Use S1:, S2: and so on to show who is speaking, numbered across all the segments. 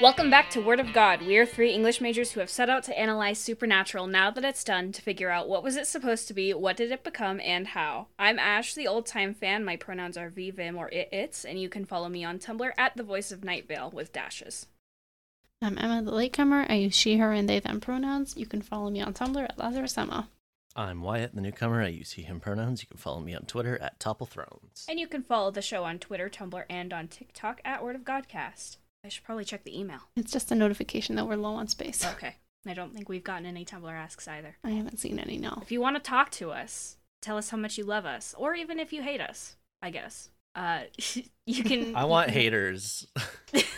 S1: Welcome back to Word of God. We are three English majors who have set out to analyze Supernatural now that it's done to figure out what was it supposed to be, what did it become, and how. I'm Ash, the old-time fan. My pronouns are V, Vim, or it, its, and you can follow me on Tumblr at The Voice of Night Vale with dashes.
S2: I'm Emma the Latecomer. I use she, her, and they, them pronouns. You can follow me on Tumblr at Lazarus Emma.
S3: I'm Wyatt, the newcomer. I use he, him pronouns. You can follow me on Twitter at Topple Thrones.
S1: And you can follow the show on Twitter, Tumblr, and on TikTok at Word of Godcast. I should probably check the email.
S2: It's just a notification that we're low on space.
S1: Okay. I don't think we've gotten any Tumblr asks either.
S2: I haven't seen any now.
S1: If you want to talk to us, tell us how much you love us, or even if you hate us, I guess. Uh, you can.
S3: I want haters. I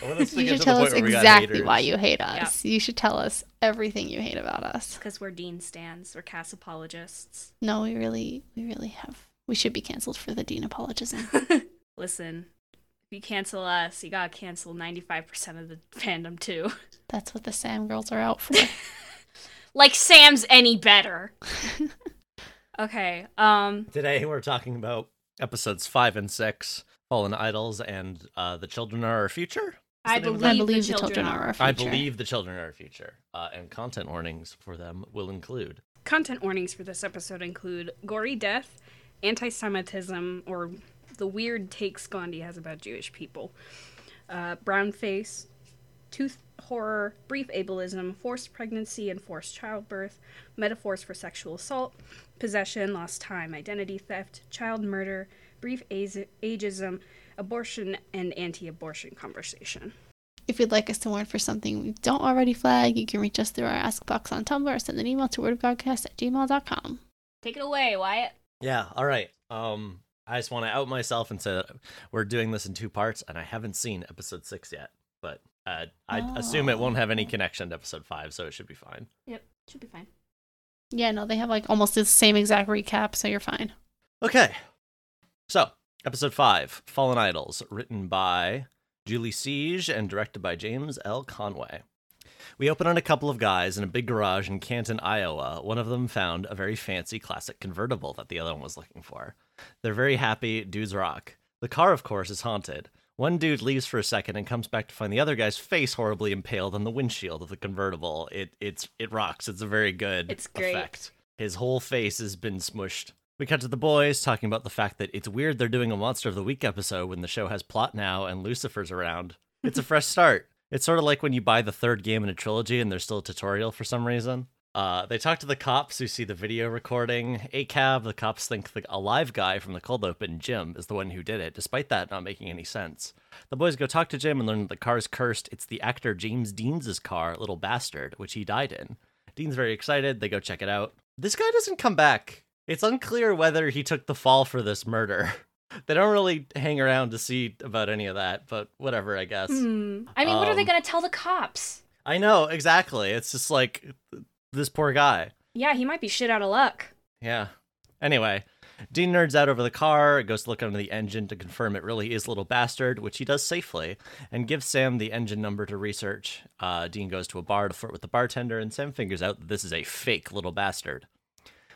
S3: want us to
S2: You
S3: get
S2: should
S3: to the
S2: tell us
S3: point where we got
S2: exactly
S3: haters.
S2: why you hate us. You should tell us everything you hate about us.
S1: Because we're Dean stands, we're cast apologists.
S2: No, we really, we really have. We should be canceled for the Dean apologism.
S1: Listen, if you cancel us, you gotta cancel 95% of the fandom too.
S2: That's what the Sam girls are out for.
S1: Like Sam's any better. Okay. Um.
S3: Today we're talking about episodes five and six, Fallen Idols, and uh, The Children Are Our Future.
S1: I
S3: the name of
S1: believe,
S2: I believe
S1: the children, are.
S2: our future.
S3: I believe The Children Are Our Future. Uh, and content warnings for them will include
S1: Content warnings for this episode include gory death, anti Semitism, or the weird takes Gandhi has about Jewish people, uh, brown face, tooth horror, brief ableism, forced pregnancy and forced childbirth, metaphors for sexual assault, possession, lost time, identity theft, child murder, brief age- ageism, abortion, and anti abortion conversation.
S2: If you'd like us to warn for something we don't already flag, you can reach us through our Ask box on Tumblr or send an email to wordofgodcast at gmail.com.
S1: Take it away, Wyatt.
S3: Yeah, all right. Um I just want to out myself and say that we're doing this in two parts and I haven't seen episode 6 yet, but uh, I assume it won't have
S2: Oh.
S3: any connection to episode 5, so it should be fine.
S1: Yep, should be fine.
S2: Yeah, no, they have like almost the same exact recap, so you're fine.
S3: Okay. So, episode 5, Fallen Idols, written by Julie Siege and directed by James L. Conway. We open on a couple of guys in a big garage in Canton, Iowa. One of them found a very fancy classic convertible that the other one was looking for. They're very happy, dudes rock. The car, of course, is haunted. One dude leaves for a second and comes back to find the other guy's face horribly impaled on the windshield of the convertible. It it's it rocks. It's a very good
S1: It's great.
S3: effect. His whole face has been smushed. We cut to the boys talking about the fact that it's weird they're doing a Monster of the Week episode when the show has plot now and Lucifer's around. It's a fresh start. It's sort of like when you buy the third game in a trilogy and there's still a tutorial for some reason. Uh, they talk to the cops who see the video recording. ACAB, the cops think the, a live guy from the cold open, Jim, is the one who did it, despite that not making any sense. The boys go talk to Jim and learn that the car's cursed. It's the actor James Dean's car, Little Bastard, which he died in. Dean's very excited. They go check it out. This guy doesn't come back. It's unclear whether he took the fall for this murder. they don't really hang around to see about any of that, but whatever, I guess.
S1: Hmm. I mean, what are they
S3: Um,
S1: gonna tell the cops?
S3: I know, exactly. It's just like this poor guy.
S1: Yeah, he might be shit out of luck.
S3: Yeah. Anyway, Dean nerds out over the car, goes to look under the engine to confirm it really is Little Bastard, which he does safely, and gives Sam the engine number to research. Uh, Dean goes to a bar to flirt with the bartender, and Sam figures out that this is a fake Little Bastard.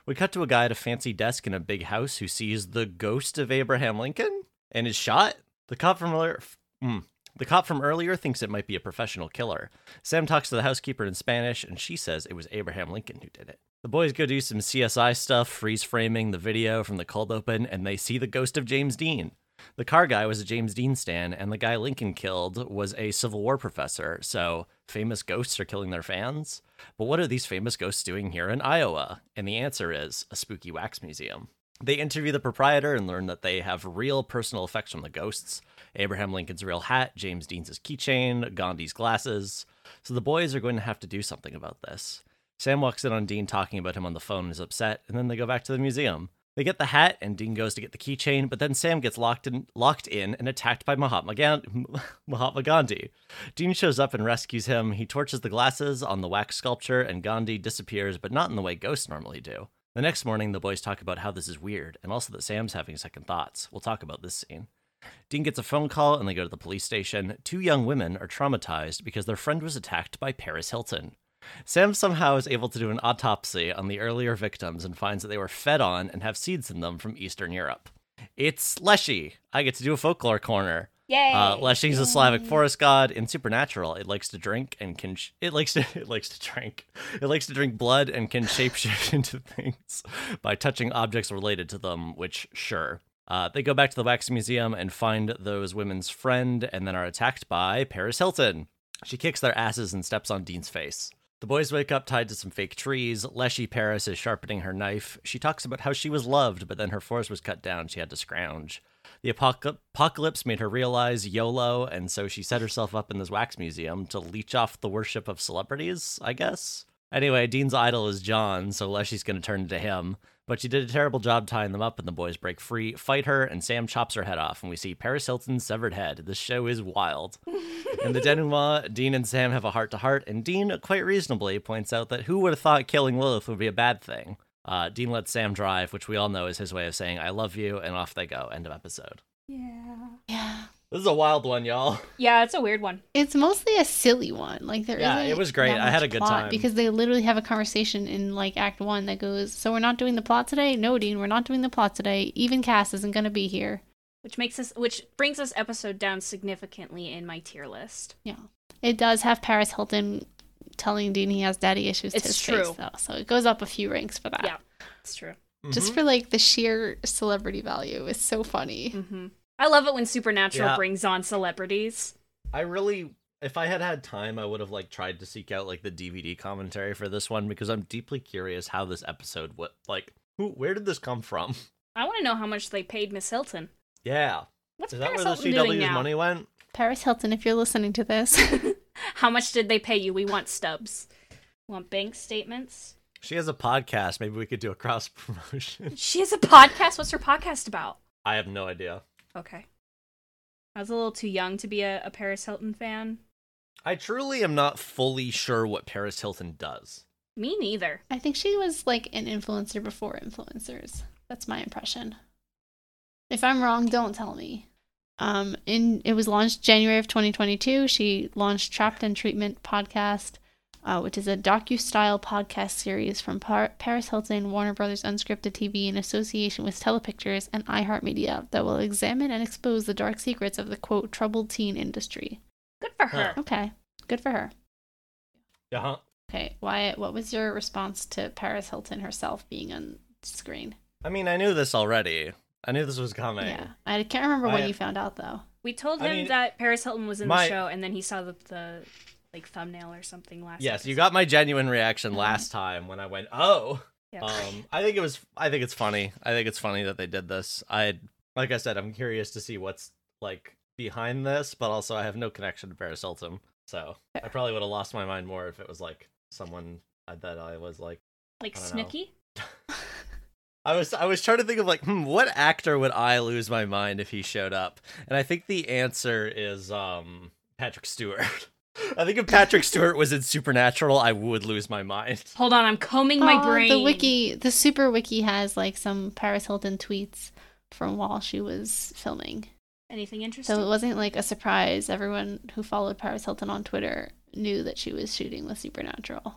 S3: We cut to a guy at a fancy desk in a big house who sees the ghost of Abraham Lincoln and is shot. The cop from earlier, mm, the cop from earlier thinks it might be a professional killer. Sam talks to the housekeeper in Spanish, and she says it was Abraham Lincoln who did it. The boys go do some CSI stuff, freeze framing the video from the cold open, and they see the ghost of James Dean. The car guy was a James Dean stan, and the guy Lincoln killed was a Civil War professor, so famous ghosts are killing their fans? But what are these famous ghosts doing here in Iowa? And the answer is a spooky wax museum. They interview the proprietor and learn that they have real personal effects from the ghosts Abraham Lincoln's real hat, James Dean's keychain, Gandhi's glasses. So the boys are going to have to do something about this. Sam walks in on Dean talking about him on the phone and is upset, and then they go back to the museum. They get the hat, and Dean goes to get the keychain, but then Sam gets locked in, locked in and attacked by Mahatma, Gan- Mahatma Gandhi. Dean shows up and rescues him. He torches the glasses on the wax sculpture, and Gandhi disappears, but not in the way ghosts normally do. The next morning, the boys talk about how this is weird, and also that Sam's having second thoughts. We'll talk about this scene. Dean gets a phone call and they go to the police station. Two young women are traumatized because their friend was attacked by Paris Hilton. Sam somehow is able to do an autopsy on the earlier victims and finds that they were fed on and have seeds in them from Eastern Europe. It's Leshy. I get to do a folklore corner.
S1: Yay.
S3: Uh, Leshing's a Slavic forest god. In Supernatural, it likes to drink and can. Sh- it likes to. It likes to drink. It likes to drink blood and can shapeshift into things by touching objects related to them. Which, sure. Uh, they go back to the wax museum and find those women's friend, and then are attacked by Paris Hilton. She kicks their asses and steps on Dean's face. The boys wake up tied to some fake trees. Leshy Paris is sharpening her knife. She talks about how she was loved, but then her forest was cut down. She had to scrounge. The apoc- apocalypse made her realize YOLO, and so she set herself up in this wax museum to leech off the worship of celebrities, I guess. Anyway, Dean's idol is John, so Leshy's going to turn to him. But she did a terrible job tying them up, and the boys break free, fight her, and Sam chops her head off, and we see Paris Hilton's severed head. This show is wild. In the denouement, Dean and Sam have a heart to heart, and Dean, quite reasonably, points out that who would have thought killing Lilith would be a bad thing? Uh, Dean lets Sam drive, which we all know is his way of saying, I love you, and off they go. End of episode.
S1: yeah.
S2: Yeah.
S3: This is a wild one, y'all.
S1: Yeah, it's a weird one.
S2: It's mostly a silly one. Like there
S3: Yeah,
S2: not
S3: it was great. I had a good time.
S2: because they literally have a conversation in like Act One that goes, "So we're not doing the plot today, no, Dean. We're not doing the plot today. Even Cass isn't gonna be here."
S1: Which makes us which brings this episode down significantly in my tier list.
S2: Yeah, it does have Paris Hilton telling Dean he has daddy issues.
S1: It's
S2: to his
S1: true.
S2: face, though, so it goes up a few ranks for
S3: Ah.
S2: that.
S1: Yeah. It's true.
S3: Mm-hmm.
S2: just for like the sheer celebrity value is so funny.
S1: hmm I love it when Supernatural
S3: Yeah.
S1: brings on celebrities.
S3: I really, if I had had time, I would have like tried to seek out like the DVD commentary for this one because I'm deeply curious how this episode, what like, who, where did this come from?
S1: I want to know how much they paid Miss Hilton.
S3: Yeah,
S1: What's
S3: is that
S1: Paris
S3: where
S1: Hilton
S3: the CW's
S1: doing now?
S3: money went?
S2: Paris Hilton, if you're listening to this,
S1: How much did they pay you? We want stubs. Want bank statements?
S3: She has a podcast. Maybe we could do a cross promotion.
S1: She has a podcast. What's her podcast about?
S3: I have no idea.
S1: Okay. I was a little too young to be a, a Paris Hilton fan.
S3: I truly am not fully sure what Paris Hilton does.
S1: Me neither.
S2: I think she was like an influencer before influencers. That's my impression. If I'm wrong, don't tell me. Um, in it was launched January of 2022. She launched Trapped in Treatment podcast, uh, which is a docu-style podcast series from Par- Paris Hilton, Warner Brothers Unscripted TV, in association with Telepictures and iHeartMedia, that will examine and expose the dark secrets of the quote troubled teen industry.
S1: Good for her.
S2: Okay, good for her.
S3: Uh huh.
S2: Okay, Wyatt, what was your response to Paris Hilton herself being on screen?
S3: I mean, I knew this already. I knew this was coming.
S2: Yeah, I can't remember when
S3: I-
S2: you found out though.
S1: We told
S3: I
S1: him
S3: mean,
S1: that Paris Hilton was in
S3: my-
S1: the show, and then he saw the, the like thumbnail or something last.
S3: Yes, you
S1: episode.
S3: got my genuine reaction
S2: Mhm.
S3: last time when I went, "Oh."
S1: Yeah.
S3: Um, I think it was. I think it's funny. I think it's funny that they did this. I, like I said, I'm curious to see what's like behind this, but also I have no connection to Paris Hilton, so I probably would have lost my mind more if it was like someone that I was like.
S1: like
S3: I don't know.
S1: Snooki.
S3: I was I was trying to think of like, hmm, what actor would I lose my mind if he showed up? And I think the answer is um Patrick Stewart. I think if Patrick Stewart was in Supernatural, I would lose my mind.
S1: Hold on, I'm combing my
S2: Aw,
S1: brain.
S2: Oh, The wiki, the super wiki has like some Paris Hilton tweets from while she was filming.
S1: Anything interesting?
S2: So it wasn't like a surprise. Everyone who followed Paris Hilton on Twitter knew that she was shooting with Supernatural.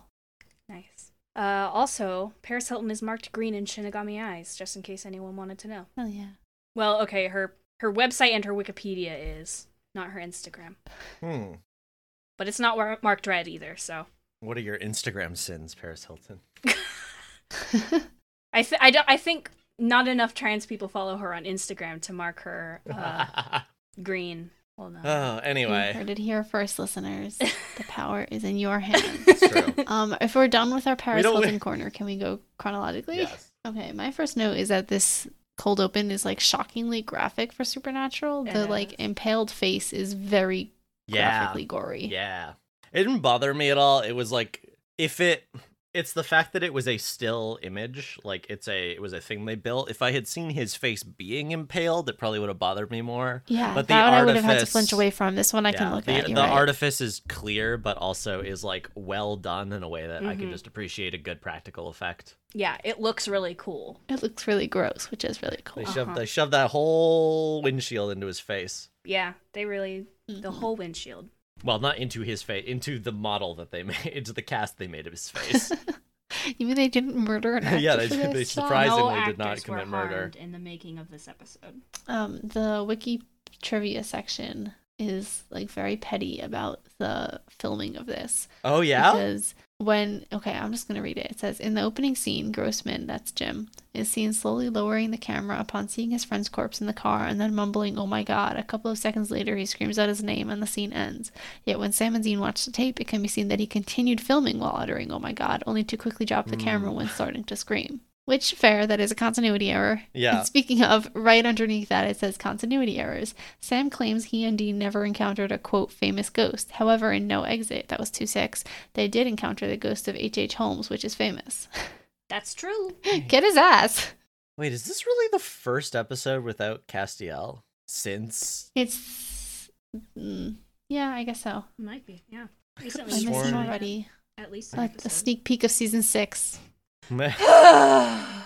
S1: nice. Uh, also, Paris Hilton is marked green in Shinigami Eyes, just in case anyone wanted to know.
S2: Oh yeah.
S1: Well, okay, her her website and her Wikipedia is not her Instagram,
S3: Hmm.
S1: but it's not wa- marked red either. So
S3: What are your Instagram sins, Paris Hilton?
S1: I th- I, don't, I think not enough trans people follow her on Instagram to mark her uh, green. Hold on.
S3: oh,
S2: You
S3: anyway.
S2: heard it here first, listeners. the power is in your hands.
S3: It's true.
S2: Um, if we're done with our Paris
S3: don't-
S2: Hilton corner, can we go chronologically?
S3: yes.
S2: Okay, my first note is that this cold open is like shockingly graphic for Supernatural. the
S1: It
S2: like
S1: is.
S2: impaled face is very
S3: Yeah.
S2: graphically gory.
S3: Yeah. It didn't bother me at all. It was like if it it's the fact that it was a still image, like it's a it was a thing they built. If I had seen his face being impaled, it probably would have bothered me more.
S2: Yeah,
S3: But the
S2: that one I would have had to
S3: artifice-
S2: flinch away from. This one I can
S3: Yeah,
S2: look
S3: the,
S2: at. you
S3: the
S2: right.
S3: artifice is clear, but also is like well done in a way that I can
S2: Mm-hmm.
S1: Mhm.
S3: just appreciate a good practical effect.
S1: Yeah, it looks really cool.
S2: It looks really gross, which is really
S3: They
S2: cool.
S3: shoved
S1: Uh-huh.
S3: they shoved that whole windshield into his face.
S1: Yeah, they really the
S2: Mhm.
S1: whole windshield.
S3: Well, not into his face, into the model that they made, into the cast they made of his face.
S2: You mean they didn't murder an actor?
S3: Yeah, they
S2: for
S3: did- they
S2: this, John?
S3: surprised- Surprisingly
S1: no
S3: did not
S1: actors were
S3: commit murder.
S1: harmed in the making of this episode.
S2: Um, the wiki trivia section is like very petty about the filming of this
S3: Oh yeah.
S2: because when okay, I'm just gonna read it. It says in the opening scene, Grossman, that's Jim, is seen slowly lowering the camera upon seeing his friend's corpse in the car and then mumbling, "Oh my God!" A couple of seconds later, he screams out his name and the scene ends. Yet when Sam and Dean watch the tape, it can be seen that he continued filming while uttering "Oh my God," only to quickly drop the camera when starting to scream. Which fair, that is a continuity error.
S3: Yeah.
S2: And speaking of, right underneath that it says continuity errors. Sam claims he and Dean never encountered a quote famous ghost. However, in No Exit, that was 2 6, they did encounter the ghost of H.H. H. Holmes, which is famous.
S1: That's true.
S2: Get his ass!
S3: Wait, is this really the first episode without Castiel since?
S2: It's. mm, yeah, I guess so.
S1: Might be. Yeah.
S3: I'm
S2: I'm
S1: Recently,
S2: missing
S3: Sworn.
S2: already.
S1: At least an
S2: A, a
S1: episode.
S2: sneak peek of season 6.
S3: I'm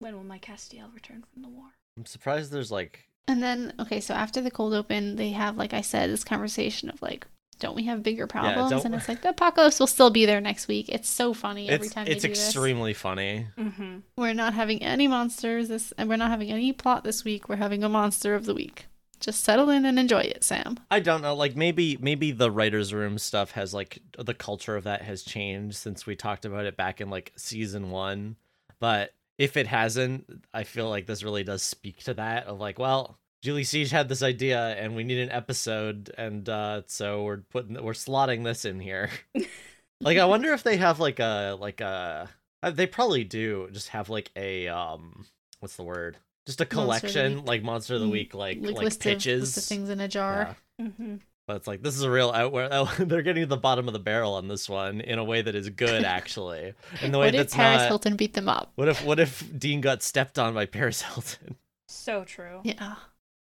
S1: When will my Castiel return from the war?
S3: surprised there's like
S2: And then, okay, so after the cold open, they have, like I said, this conversation of like, don't we have bigger problems?
S3: don't-
S2: and it's like the apocalypse will still be there next week. It's so funny every
S3: it's
S2: time
S3: it's
S2: they do this.
S3: extremely funny.
S1: Mm-hmm.
S2: We're not having any monsters this, and we're not having any plot this week. We're having a monster of the week. Just settle in and enjoy it, Sam.
S3: I don't know. Like maybe maybe the writers' room stuff has like the culture of that has changed since we talked about it back in like season one. But if it hasn't, I feel like this really does speak to that of like, well, Julie Siege had this idea and we need an episode, and uh, so we're putting we're slotting this in here. like I wonder if they have like a like a uh, they probably do just have like a um what's the word just a
S2: Monster of the
S3: collection
S2: Week.
S3: like monster of the
S2: Mm,
S3: week like
S2: Like,
S3: like,
S2: list of- list
S3: pitches
S2: of, things in a jar.
S3: Yeah.
S1: Mm-hmm.
S3: But it's like this is a real out where oh, they're getting to the bottom of the barrel on this one in a way that is good actually, and the way
S2: What if
S3: that's
S2: Paris
S3: not.
S2: Hilton beat them up?
S3: What if what if Dean got stepped on by Paris Hilton?
S1: So true.
S2: Yeah,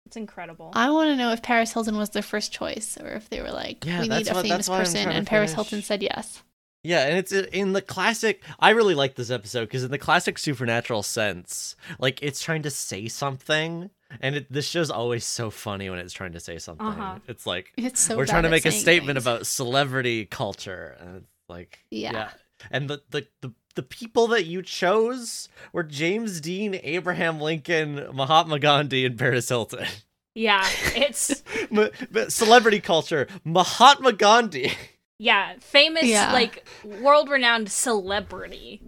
S1: It's incredible.
S2: I want to know if Paris Hilton was their first choice, or if they were like,
S3: Yeah,
S2: we
S3: that's
S2: need a
S3: what-
S2: famous
S3: that's why I'm
S2: person,
S3: trying to
S2: and Paris
S3: finish.
S2: Hilton said yes.
S3: Yeah, and it's uh, in the classic. I really like this episode because in the classic supernatural sense, like it's trying to say something, and it, this show's always so funny when it's trying to say something.
S1: Uh-huh.
S3: It's like
S2: It's so.
S3: we're
S2: bad
S3: trying to
S2: at
S3: make a
S2: saying
S3: statement
S2: things.
S3: about celebrity culture and it's like
S2: Yeah.
S3: and the, the the the people that you chose were James Dean, Abraham Lincoln, Mahatma Gandhi, and Paris Hilton.
S1: yeah, it's
S3: Ma- but celebrity culture, Mahatma Gandhi.
S1: yeah, famous
S2: Yeah.
S1: like world-renowned celebrity,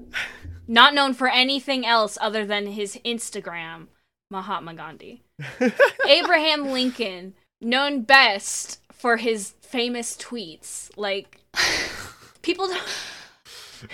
S1: not known for anything else other than his Instagram, Mahatma Gandhi. Abraham Lincoln, known best for his famous tweets, like people don't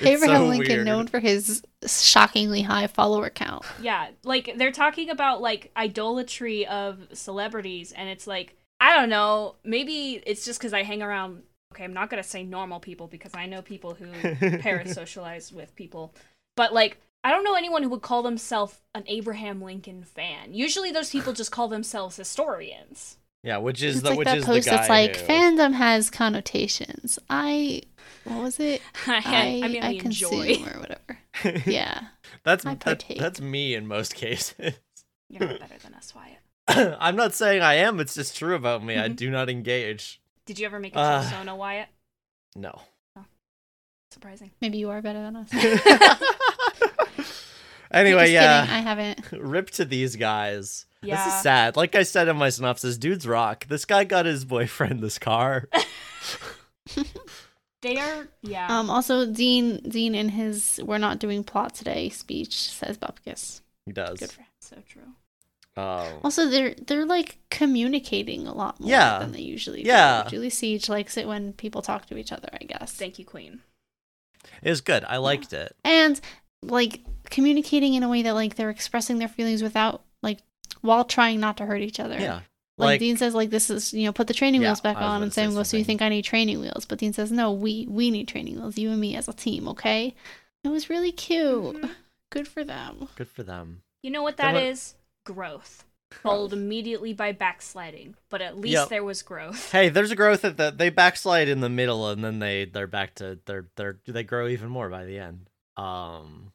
S2: Abraham
S3: so
S2: Lincoln,
S3: weird.
S2: known for his shockingly high follower count.
S1: Yeah, like they're talking about like idolatry of celebrities, and it's like I don't know. Maybe it's just because I hang around. Okay, I'm not gonna say normal people because I know people who parasocialize with people, but like I don't know anyone who would call themselves an Abraham Lincoln fan. Usually, those people just call themselves historians.
S3: Yeah, which is
S2: It's
S3: the
S2: like
S3: which
S2: that
S3: is
S2: post
S3: the guy
S2: that's like
S3: who-
S2: fandom has connotations. I what was it?
S1: I, I, mean, I, enjoy.
S2: consume or whatever. Yeah.
S3: that's
S2: I
S3: that-
S2: partake.
S3: that's me in most cases.
S1: You're not better than us, Wyatt.
S3: I'm not saying I am. It's just true about me.
S2: Mm-hmm.
S3: I do not engage.
S1: Did you ever make it
S3: Uh.
S1: to Sona, Wyatt?
S3: No.
S1: Surprising.
S2: Maybe you are better than us.
S3: anyway,
S2: Just
S3: yeah.
S2: Kidding, I haven't.
S3: Rip to these guys. This
S1: Yeah.
S3: is sad. Like I said in my synopsis, dudes rock. This guy got his boyfriend this car.
S1: They are. Yeah.
S2: Um also Dean Dean in his we're not doing plot today speech says Bupkis.
S3: He
S2: Good
S3: does.
S2: for him.
S1: so true.
S3: Oh.
S2: Also they're they're like communicating a lot more
S3: Yeah.
S2: than they usually
S3: Yeah.
S2: do. Julie Siege likes it when people talk to each other, I guess.
S1: Thank you, Queen.
S3: It was good. I liked it.
S2: and like communicating in a way that like they're expressing their feelings without like while trying not to hurt each other.
S3: Yeah.
S2: Like,
S3: Like,
S2: Dean says, like this is you know put the training
S3: Yeah,
S2: wheels back
S3: I was
S2: on,
S3: gonna
S2: and
S3: say
S2: Sam goes, so you
S3: something.
S2: think I need training wheels? But Dean says, no, we we need training wheels, you and me as a team, okay? It was really cute.
S3: Mm-hmm.
S1: Mhm.
S2: Good for them.
S3: good for them.
S1: You know what
S3: Then
S1: that
S3: what-
S1: is? Growth. Followed immediately by backsliding, but at least
S3: Yep.
S1: there was growth.
S3: Hey, there's a growth at the they backslide in the middle and then they they're back to they're they're they grow even more by the end. Um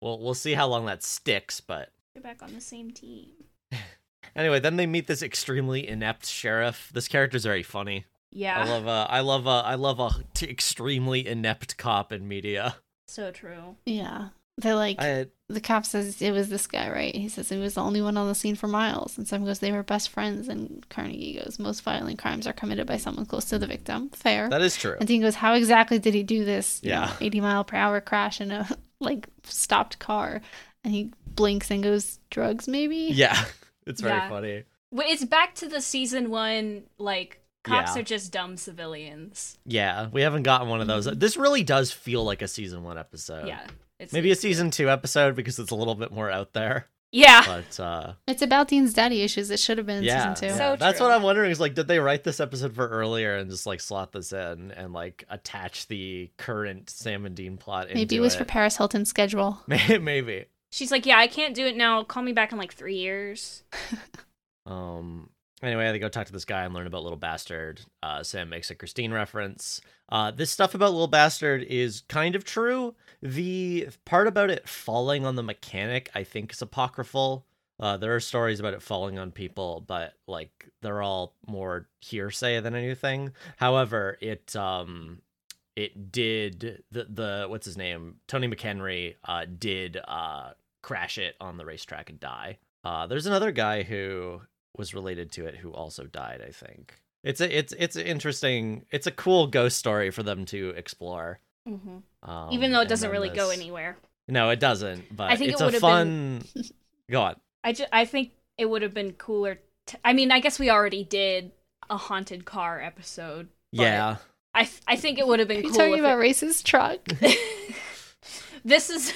S3: well we'll see how long that sticks, but
S1: They're back on the same team.
S3: anyway, then they meet this extremely inept sheriff. This character's very funny.
S1: Yeah,
S3: I love a I love a I love a t- extremely inept cop in media.
S1: so true.
S2: Yeah, they're like
S3: I
S2: the cop says it was this guy, right? He says he was the only one on the scene for miles. And Sam goes, they were best friends. And Carnegie goes, most violent crimes are committed by someone close to the victim. Fair.
S3: That is true.
S2: and Dean goes, how exactly did he do this? you
S3: Yeah.
S2: know, 80 mile per hour crash in a like stopped car. And he blinks and goes, drugs maybe?
S3: Yeah. It's very
S1: Yeah.
S3: funny.
S1: Wait, It's back to the season one, like, cops
S3: Yeah.
S1: are just dumb civilians.
S3: Yeah, we haven't gotten one of those. This really does feel like a season one episode.
S1: Mm-hmm. yeah. It's,
S3: Uh, Maybe a season two episode because it's a little bit more out there.
S1: yeah.
S3: But uh
S2: It's about Dean's daddy issues. It should have been in
S3: yeah,
S2: season
S3: yeah.
S2: two.
S1: So
S3: that's
S1: true.
S3: what I'm wondering is like, did they write this episode for earlier and just like slot this in and like attach the current Sam and Dean plot?
S2: Maybe
S3: into
S2: it was for Paris Hilton's schedule.
S3: May- Maybe.
S1: She's like, yeah, I can't do it now. Call me back in like three years.
S3: Um. Anyway, they go talk to this guy and learn about Little Bastard. Uh, Sam makes a Christine reference. Uh, this stuff about Little Bastard is kind of true. The part about it falling on the mechanic, I think, is apocryphal. Uh, there are stories about it falling on people, but like they're all more hearsay than anything. However, it um, it did the the what's his name Tony McHenry uh, did uh, crash it on the racetrack and die. Uh, there's another guy who was related to it who also died. I think it's a it's it's an interesting. It's a cool ghost story for them to explore.
S1: Mm-hmm.
S3: Um,
S1: Even though it
S3: and
S1: doesn't
S3: then
S1: really go
S3: this-
S1: anywhere.
S3: No, it doesn't. But
S1: think
S3: it's
S1: it
S3: a
S1: would've
S3: fun.
S1: been-
S3: Go on.
S1: I, ju- I think it would have been cooler. T- I mean, I guess we already did a haunted car episode. but
S3: Yeah.
S1: I, th- I think it would have
S2: Are
S1: been
S2: you
S1: cool.
S2: talking
S1: if
S2: about
S1: it-
S2: Race's truck?
S1: this is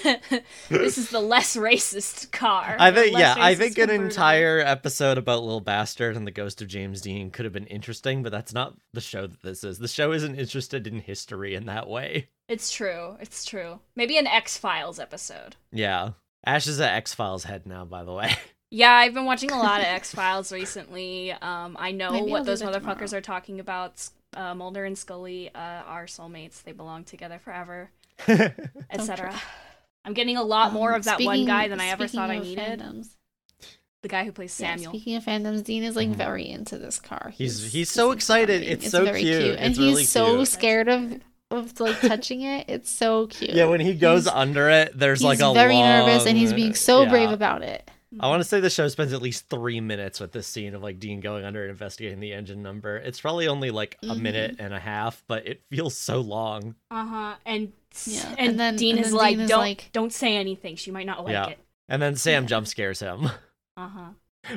S1: this is the less racist car.
S3: I
S1: the
S3: think yeah,
S1: less
S3: I
S1: racist
S3: think an
S1: convertible.
S3: entire episode about Little Bastard and the ghost of James Dean could have been interesting, but that's not the show that this is. The show isn't interested in history in that way.
S1: It's true. It's true. Maybe an X Files episode.
S3: Yeah. Ash is at X Files head now, by the way.
S1: Yeah, I've been watching a lot of X Files recently. Um, I know
S2: Maybe I'll
S1: what
S2: do
S1: those
S2: that
S1: motherfuckers
S2: tomorrow.
S1: are talking about. Uh, Mulder and Scully uh, are soulmates. They belong together forever, etc. I'm getting a lot more
S2: Um,
S1: of that one
S2: speaking-
S1: guy than I ever
S2: speaking
S1: thought I
S2: of
S1: needed.
S2: fandoms.
S1: The guy who plays
S2: Yeah,
S1: Samuel.
S2: speaking of fandoms, Dean is like
S3: Mhm.
S2: very into this car.
S3: He's- he's so excited.
S2: loving.
S3: It's so cute.
S2: and he's
S3: It's really
S2: so
S3: cute.
S2: scared of of like touching it. It's so cute.
S3: yeah, when he goes
S2: He's-
S3: under it, there's
S2: he's
S3: like a
S2: very nervous, and he's
S3: long-
S2: being so
S3: yeah.
S2: brave about it.
S3: I want to say the show spends at least three minutes with this scene of like Dean going under and investigating the engine number. It's probably only like a
S2: Mhm.
S3: minute and a half, but it feels so long.
S1: Uh huh. And s-
S2: Yeah,
S1: and,
S2: and then-
S1: Dean
S2: and
S1: is
S2: then
S1: like,
S2: Dean is
S1: don't
S2: like-
S1: don't say anything. She might not like
S3: Yeah.
S1: it.
S3: And then Sam
S2: Yeah.
S3: jump scares him.
S1: Uh huh.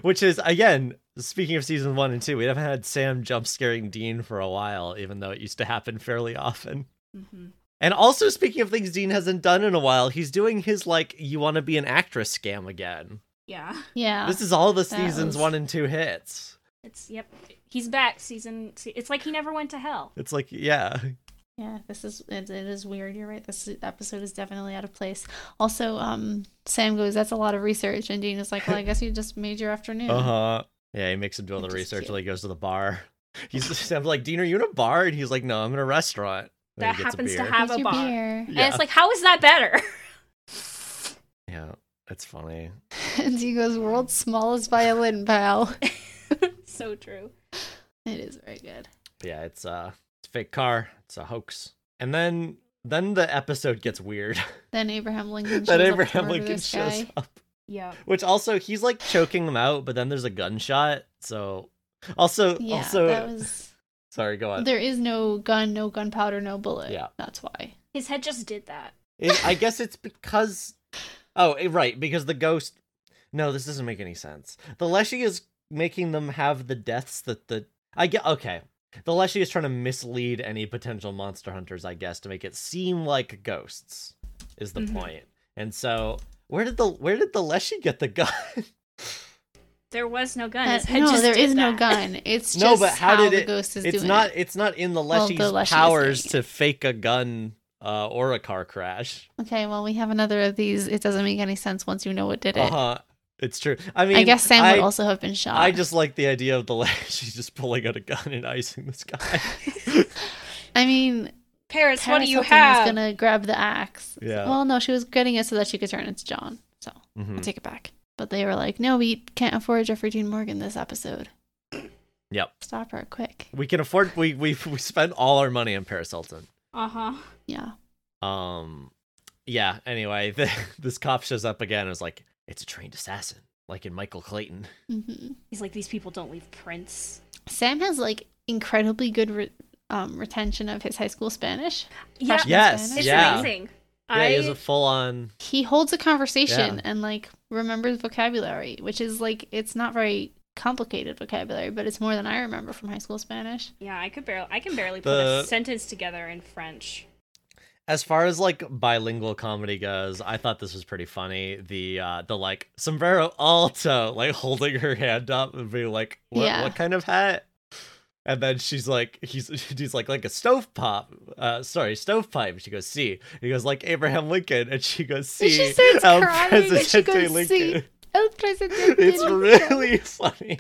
S3: Which is again, speaking of season one and two, we haven't had Sam jump scaring Dean for a while, even though it used to happen fairly often.
S1: Mm-hmm.
S3: And also speaking of things Dean hasn't done in a while, he's doing his like you want to be an actress scam again.
S1: Yeah.
S2: Yeah,
S3: This is all the
S2: Ah, that
S3: seasons
S2: was-
S3: one and two hits.
S1: It's yep. He's back. Season. se- It's like he never went to hell.
S3: It's like yeah,
S2: yeah. This is it, it is weird. You're right. This episode is definitely out of place. Also, um, Sam goes, "That's a lot of research," and Dean is like, "Well, I guess you just made your afternoon."
S3: uh huh. Yeah, he makes him do all the
S2: Which is
S3: research
S2: cute.
S3: while he goes to the bar. He's Sam's like, Dean, are you in a bar? And he's like, No, I'm in a restaurant. And
S1: That
S3: he gets a
S1: happens to happen.
S3: beer.
S1: Have
S2: Here's
S1: a
S2: your
S1: bar.
S2: beer.
S3: Yeah,
S1: And it's like, how is that better?
S3: yeah, it's funny.
S2: and he goes, "World's smallest violin, pal."
S1: so true.
S2: it is very good.
S3: yeah, it's uh it's a fake car, it's a hoax. And then then the episode gets weird.
S2: Then Abraham Lincoln.
S3: that
S2: shows up to
S3: Abraham
S2: murder
S3: Lincoln
S2: this
S3: shows
S2: guy.
S3: up.
S1: Yeah.
S3: Which also he's like choking him out, but then there's a gunshot, so also
S2: Yeah,
S3: also
S2: that was.
S3: sorry, go on.
S2: There is no gun, no gunpowder, no bullet.
S3: Yeah.
S2: That's why.
S1: His head just did that.
S3: It- I guess it's because Oh, eh, right, because the ghost No, this doesn't make any sense. The Leshy is making them have the deaths that the I get okay. The Leshy is trying to mislead any potential monster hunters, I guess, to make it seem like ghosts is the
S2: Mm-hmm.
S1: Mhm.
S3: point. And so where did the where did the Leshy get the gun?
S1: There was no gun. His
S2: That-
S1: head
S2: no,
S1: just
S2: there
S1: did
S2: is no
S1: that.
S2: gun. It's just
S3: No, but how did
S2: the
S3: it-
S2: ghost is
S3: it's
S2: doing
S3: not
S2: it.
S3: it's not in the
S2: Well,
S3: leshy's
S2: the Leshy is
S3: powers
S2: doing
S3: to fake a gun uh, or a car crash
S2: Okay, well, we have another of these. It doesn't make any sense once you know what did it.
S3: uh-huh it's true i mean
S2: I guess Sam
S3: I,
S2: would also have been shot.
S3: I just like the idea of the leshy just pulling out a gun and icing this guy
S2: I mean,
S1: Paris,
S2: Paris
S1: what do you
S2: Hilton
S1: have?
S2: was gonna grab the axe.
S3: Yeah.
S2: Well, no, she was getting it so that she could turn into John. So I
S3: Mhm.
S2: take it back. But they were like, "No, we can't afford Jeffrey Dean Morgan this episode.
S3: yep
S2: Stop her quick."
S3: we can afford
S1: Uh-huh.
S3: we we we spent all our money on paris hilton
S1: Uh huh.
S2: Yeah.
S3: um yeah, anyway, the, this cop shows up again and is like, it's a trained assassin, like in Michael Clayton.
S2: hmm
S1: He's like, these people don't leave prints.
S2: Sam has like incredibly good re- um, retention of his high school Spanish.
S1: Yeah,
S2: freshman
S3: Yes,
S2: Spanish.
S1: it's
S3: yeah.
S1: amazing.
S3: Yeah,
S1: I
S3: he has a full on.
S2: He holds a conversation
S3: Yeah.
S2: and like remembers vocabulary, which is like it's not very complicated vocabulary, but it's more than I remember from high school Spanish.
S1: yeah, I could barely I can barely
S3: The-
S1: put a sentence together in French.
S3: As far as like bilingual comedy goes, I thought this was pretty funny. The uh the like sombrero alto, like holding her hand up and being like, "What
S2: Yeah.
S3: what kind of hat?" And then she's like, he's he's like like a stove pop, uh, sorry stovepipe. She goes, "See." He goes like Abraham Lincoln, and she goes, "See."
S2: And she starts
S3: El
S2: crying and she
S3: Presidente
S2: goes, "See, El Presidente
S3: It's
S2: Lincoln."
S3: really funny.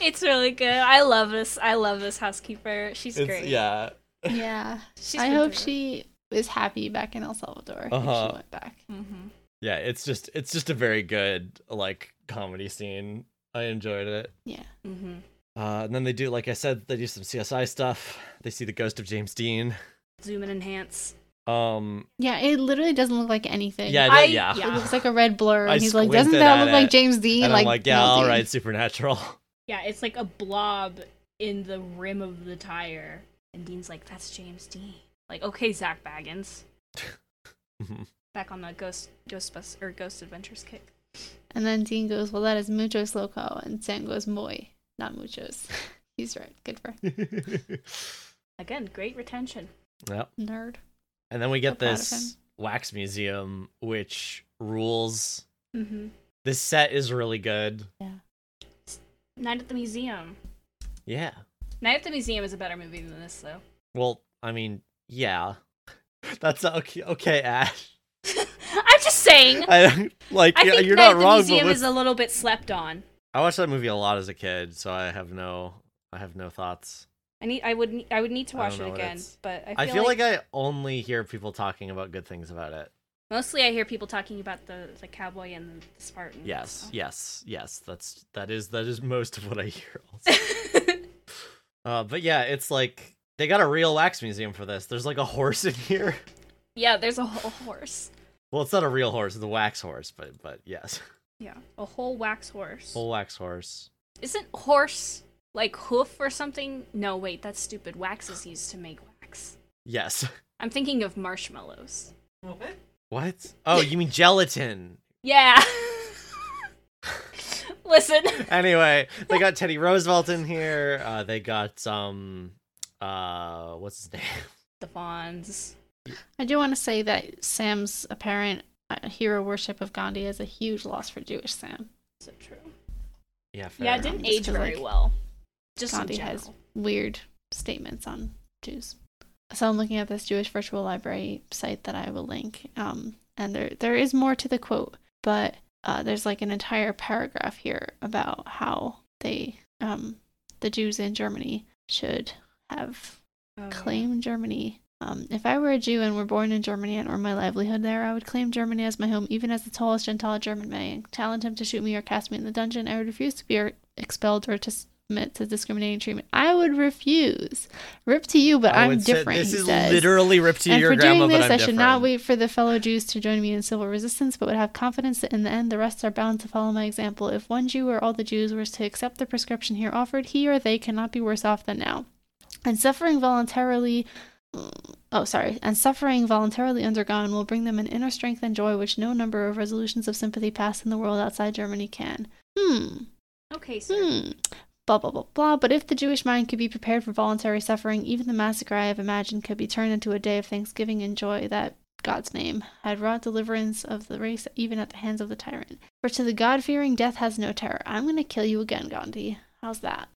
S1: It's really good. I love this. I love this housekeeper. She's
S3: It's-
S1: great.
S3: yeah.
S2: Yeah.
S1: She's
S2: I
S1: been through
S2: hope
S1: it.
S2: she is happy back in El Salvador. If
S3: Uh-huh.
S2: she went back.
S1: Mhm.
S3: Yeah, it's just it's just a very good like comedy scene. I enjoyed it.
S2: Yeah.
S1: Mhm.
S3: Uh, and then they do, like I said, they do some CSI stuff. They see the ghost of James Dean.
S1: Zoom and enhance.
S3: Um,
S2: Yeah, it literally doesn't look like anything.
S3: yeah,
S1: I-
S3: that- yeah.
S1: yeah.
S2: It looks like a red blur.
S3: I
S2: And he's like, doesn't
S3: squinted
S2: that
S3: at
S2: look like
S3: it,
S2: James Dean?
S3: And I'm like, yeah,
S2: no,
S3: all
S2: dude.
S3: right, Supernatural.
S1: Yeah, it's like a blob in the rim of the tire. And Dean's like, that's James Dean. Like, okay, Zach Baggins.
S3: Mhm.
S1: Back on the Ghost Ghostbus or Ghost Adventures kick.
S2: And then Dean goes, well, that is muchos loco. And Sam goes, muy, not muchos. he's right. Good for
S1: Again, great retention.
S3: yep.
S2: nerd.
S3: And then we get
S2: So proud of
S3: this
S2: him.
S3: wax museum, which rules.
S1: Mm-hmm.
S3: This set is really good.
S1: Night at the Museum.
S3: Yeah.
S1: Night at the Museum is a better movie than this, though.
S3: Well, I mean, yeah. That's okay. Okay, Ash.
S1: I'm just saying.
S3: I like.
S1: I
S3: yeah,
S1: think
S3: you're
S1: Night
S3: not
S1: at the
S3: wrong.
S1: Museum
S3: but
S1: is a little bit slept on.
S3: I watched that movie a lot as a kid, so I have no. I have no thoughts.
S1: I need. I would. ne- I would need to
S3: I don't
S1: watch
S3: know
S1: it
S3: what
S1: again.
S3: it's-
S1: But I feel,
S3: I feel, like, I only hear people talking about good things about it.
S1: mostly I hear people talking about the the cowboy and the Spartan.
S3: Yes,
S2: Mm.
S1: so.
S3: yes, yes. That's that is that is most of what I hear. Also. uh, but yeah, it's like they got a real wax museum for this. There's like a horse in here.
S1: yeah, there's a whole horse.
S3: Well, it's not a real horse; it's a wax horse. But but yes,
S1: Yeah, a whole wax horse.
S3: full wax horse.
S1: Isn't horse like hoof or something? No, wait, that's stupid. Wax is used to make wax.
S3: Yes.
S1: I'm thinking of marshmallows.
S3: What? Oh, you mean gelatin?
S1: Yeah. Listen.
S3: Anyway, they got Teddy Roosevelt in here. Uh, they got um, uh, what's his name?
S1: The Fonz.
S2: I do want to say that Sam's apparent uh, hero worship of Gandhi is a huge loss for Jewish Sam.
S1: So true.
S3: Yeah,
S1: Yeah,
S3: fair.
S1: it didn't
S2: Just
S1: age
S2: 'cause,
S1: very
S2: like,
S1: well. Just in
S2: Gandhi has
S1: general.
S2: weird statements on Jews. So I'm looking at this Jewish virtual library site that I will link, um, and there there is more to the quote, but uh, there's like an entire paragraph here about how they um, the Jews in Germany should have
S1: Oh,
S2: claimed Germany. Um, if I were a Jew and were born in Germany and earned my livelihood there, I would claim Germany as my home, even as the tallest Gentile German may. And challenge him to shoot me or cast me in the dungeon. I would refuse to be er, expelled or to submit to discriminating treatment. I would refuse. Rip to you, but
S3: I
S2: I'm
S3: would say
S2: different.
S3: Oh, This
S2: he
S3: is
S2: says.
S3: literally ripped to
S2: and
S3: your
S2: for
S3: grandma,
S2: doing this,
S3: but I'm
S2: I should not
S3: different.
S2: wait for the fellow Jews to join me in civil resistance, but would have confidence that in the end the rest are bound to follow my example. If one Jew or all the Jews were to accept the prescription here offered, he or they cannot be worse off than now. And suffering voluntarily, oh sorry, and suffering voluntarily undergone will bring them an inner strength and joy which no number of resolutions of sympathy passed in the world outside Germany can. Hmm.
S1: Okay, sir.
S2: Hmm. Blah, blah, blah, blah. But if the Jewish mind could be prepared for voluntary suffering, even the massacre I have imagined could be turned into a day of thanksgiving and joy that God's name had wrought deliverance of the race even at the hands of the tyrant. For to the God fearing, death has no terror. I'm going to kill you again, Gandhi. How's that?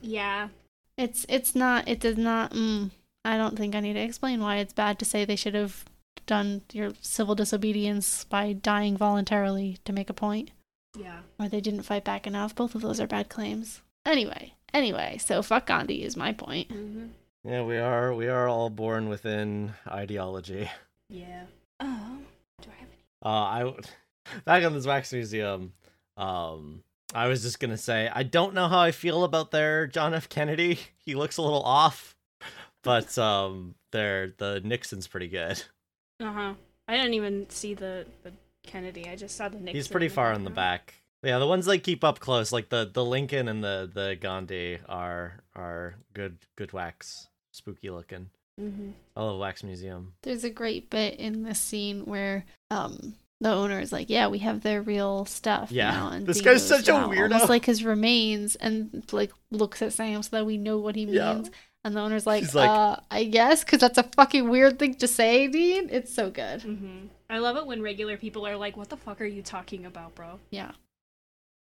S1: Yeah.
S2: It's, it's not, it does not, mm, I don't think I need to explain why it's bad to say they should have done your civil disobedience by dying voluntarily to make a point
S1: Yeah.
S2: or they didn't fight back enough. Both of those are bad claims. Anyway, anyway, so fuck Gandhi is my point.
S1: Mm-hmm.
S3: Yeah, we are. We are all born within ideology.
S1: Yeah. Oh. Do I have any?
S3: Uh, I w- back on this wax museum. Um, I was just gonna say I don't know how I feel about their John F. Kennedy. He looks a little off. but um, they're the Nixon's pretty good.
S1: Uh huh. I didn't even see the, the Kennedy. I just saw the Nixon. uh-huh.
S3: He's pretty far in the back. Yeah, the ones they keep up close, like the the Lincoln and the the Gandhi, are are good good wax, spooky looking.
S1: Mm-hmm.
S3: I love Wax Museum.
S2: There's a great bit in this scene where um the owner is like, "Yeah, we have their real stuff."
S3: Yeah.
S2: now," and
S3: This
S2: Dean goes,
S3: guy's such a
S2: "Wow,"
S3: weirdo.
S2: Almost like his remains, and like looks at Sam so that we know what he means.
S3: Yeah.
S2: And the owner's like,
S3: He's like-
S2: "Uh, I guess, because that's a fucking weird thing to say, Dean." It's so good.
S1: Mm-hmm. I love it when regular people are like, "What the fuck are you talking about, bro?"
S2: Yeah.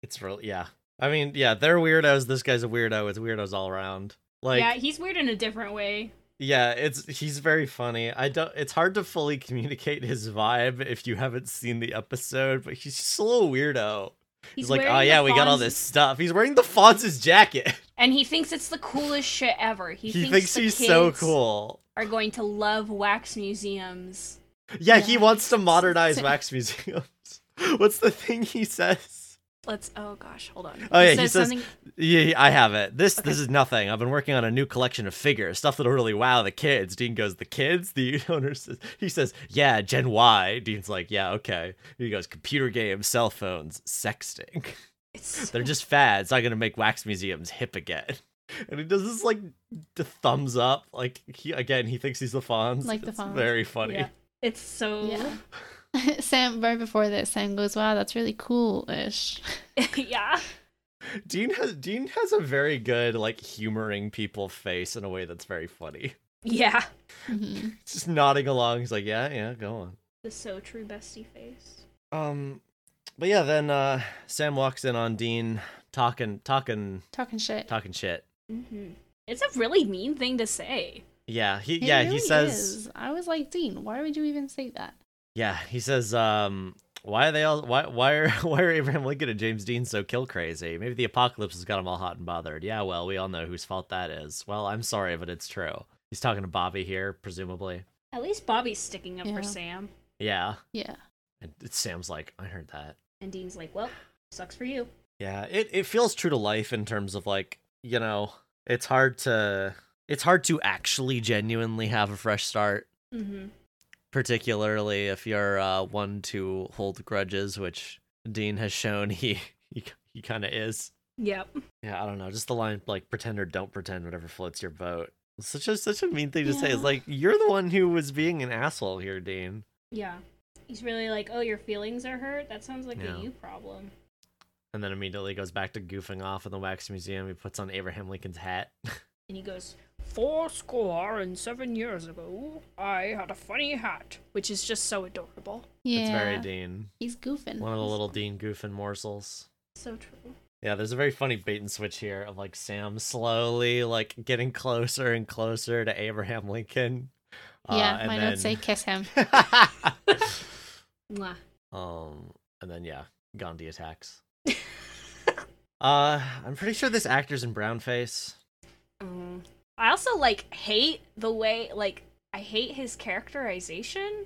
S3: It's real. Yeah, I mean, yeah, they're weirdos. This guy's a weirdo. It's weirdos all around. Like,
S1: yeah,
S3: yeah,
S1: he's weird in a different way.
S3: it's he's very funny. I don't. It's hard to fully communicate his vibe if you haven't seen the episode, but he's just a little weirdo. He's, like,
S1: wearing
S3: oh
S1: the
S3: yeah, we got all
S1: Fonz-
S3: this stuff. He's wearing the Fonz's jacket.
S1: and he thinks it's the coolest shit ever. He,
S3: He,
S1: thinks,
S3: thinks,
S1: the
S3: he's so
S1: kids
S3: cool.
S1: Are going to love wax museums.
S3: Yeah, he
S2: Yeah.
S3: wants to modernize
S2: So-
S3: wax museums. What's the thing he says?
S1: Let's. Oh gosh, hold on.
S3: Oh, yeah, he says-
S1: something.
S3: Yeah, I have it. This this
S1: Okay.
S3: is nothing. I've been working on a new collection of figures, stuff that'll really wow the kids. Dean goes, the kids. The owner says, he says, yeah, Gen Y. Dean's like, yeah, okay. He goes, computer games, cell phones, sexting.
S1: It's,
S3: They're just fads. Not gonna make wax museums hip again. And he does this like the thumbs up, like he again he thinks he's the Fonz.
S2: Like the
S3: It's
S2: Fonz.
S3: Very funny.
S1: Yeah. it's so.
S2: Yeah. Sam, right before this, Sam goes, "Wow, that's really cool-ish."
S1: yeah.
S3: Dean has Dean has a very good like humoring people face in a way that's very funny.
S1: Yeah.
S2: hmm
S3: Just nodding along. He's like, yeah, yeah, go on.
S1: The so true bestie face.
S3: Um, but yeah, then uh, Sam walks in on Dean talking, talking,
S2: Talking shit.
S3: talking shit.
S1: Mm-hmm. It's a really mean thing to say.
S3: Yeah, he
S2: It
S3: yeah
S2: really
S3: he says
S2: is. "I was like, Dean, why would you even say that?"
S3: yeah he says um why are they all why why are why are Abraham Lincoln and James Dean so kill crazy? Maybe the apocalypse has got them all hot and bothered. Yeah, well, we all know whose fault that is. Well, I'm sorry, but it's true. He's talking to Bobby here, presumably.
S1: At least Bobby's sticking up
S2: Yeah.
S1: for Sam.
S3: Yeah.
S2: Yeah.
S3: And it- Sam's like, I heard that.
S1: And Dean's like, well, sucks for you.
S3: Yeah, it, it feels true to life in terms of like, you know, it's hard to it's hard to actually genuinely have a fresh start,
S1: Mm-hmm.
S3: particularly if you're uh, one to hold grudges, which Dean has shown he he, he kind of is.
S1: Yep.
S3: Yeah, I don't know. Just the line like pretend or don't pretend, whatever floats your boat. It's such a such a mean thing to say.
S2: Yeah.
S3: It's like you're the one who was being an asshole here, Dean.
S1: Yeah. He's really like, oh, your feelings are hurt? That sounds like
S3: Yeah.
S1: a you problem.
S3: And then immediately goes back to goofing off in the wax museum. He puts on Abraham Lincoln's hat.
S1: And he goes, Four score and seven years ago, I had a funny hat. Which is just so adorable.
S2: Yeah.
S3: It's very Dean.
S2: He's goofing.
S3: One of the little Dean Goofin morsels.
S1: So true.
S3: Yeah, there's a very funny bait and switch here of like Sam slowly like getting closer and closer to Abraham Lincoln. Uh,
S2: Yeah,
S3: and
S2: my notes say kiss him.
S3: then...
S1: Mwah.
S3: um, and then yeah, Gandhi attacks. uh, I'm pretty sure this actor's in brownface.
S1: Mm. I also like hate the way like I hate his characterization.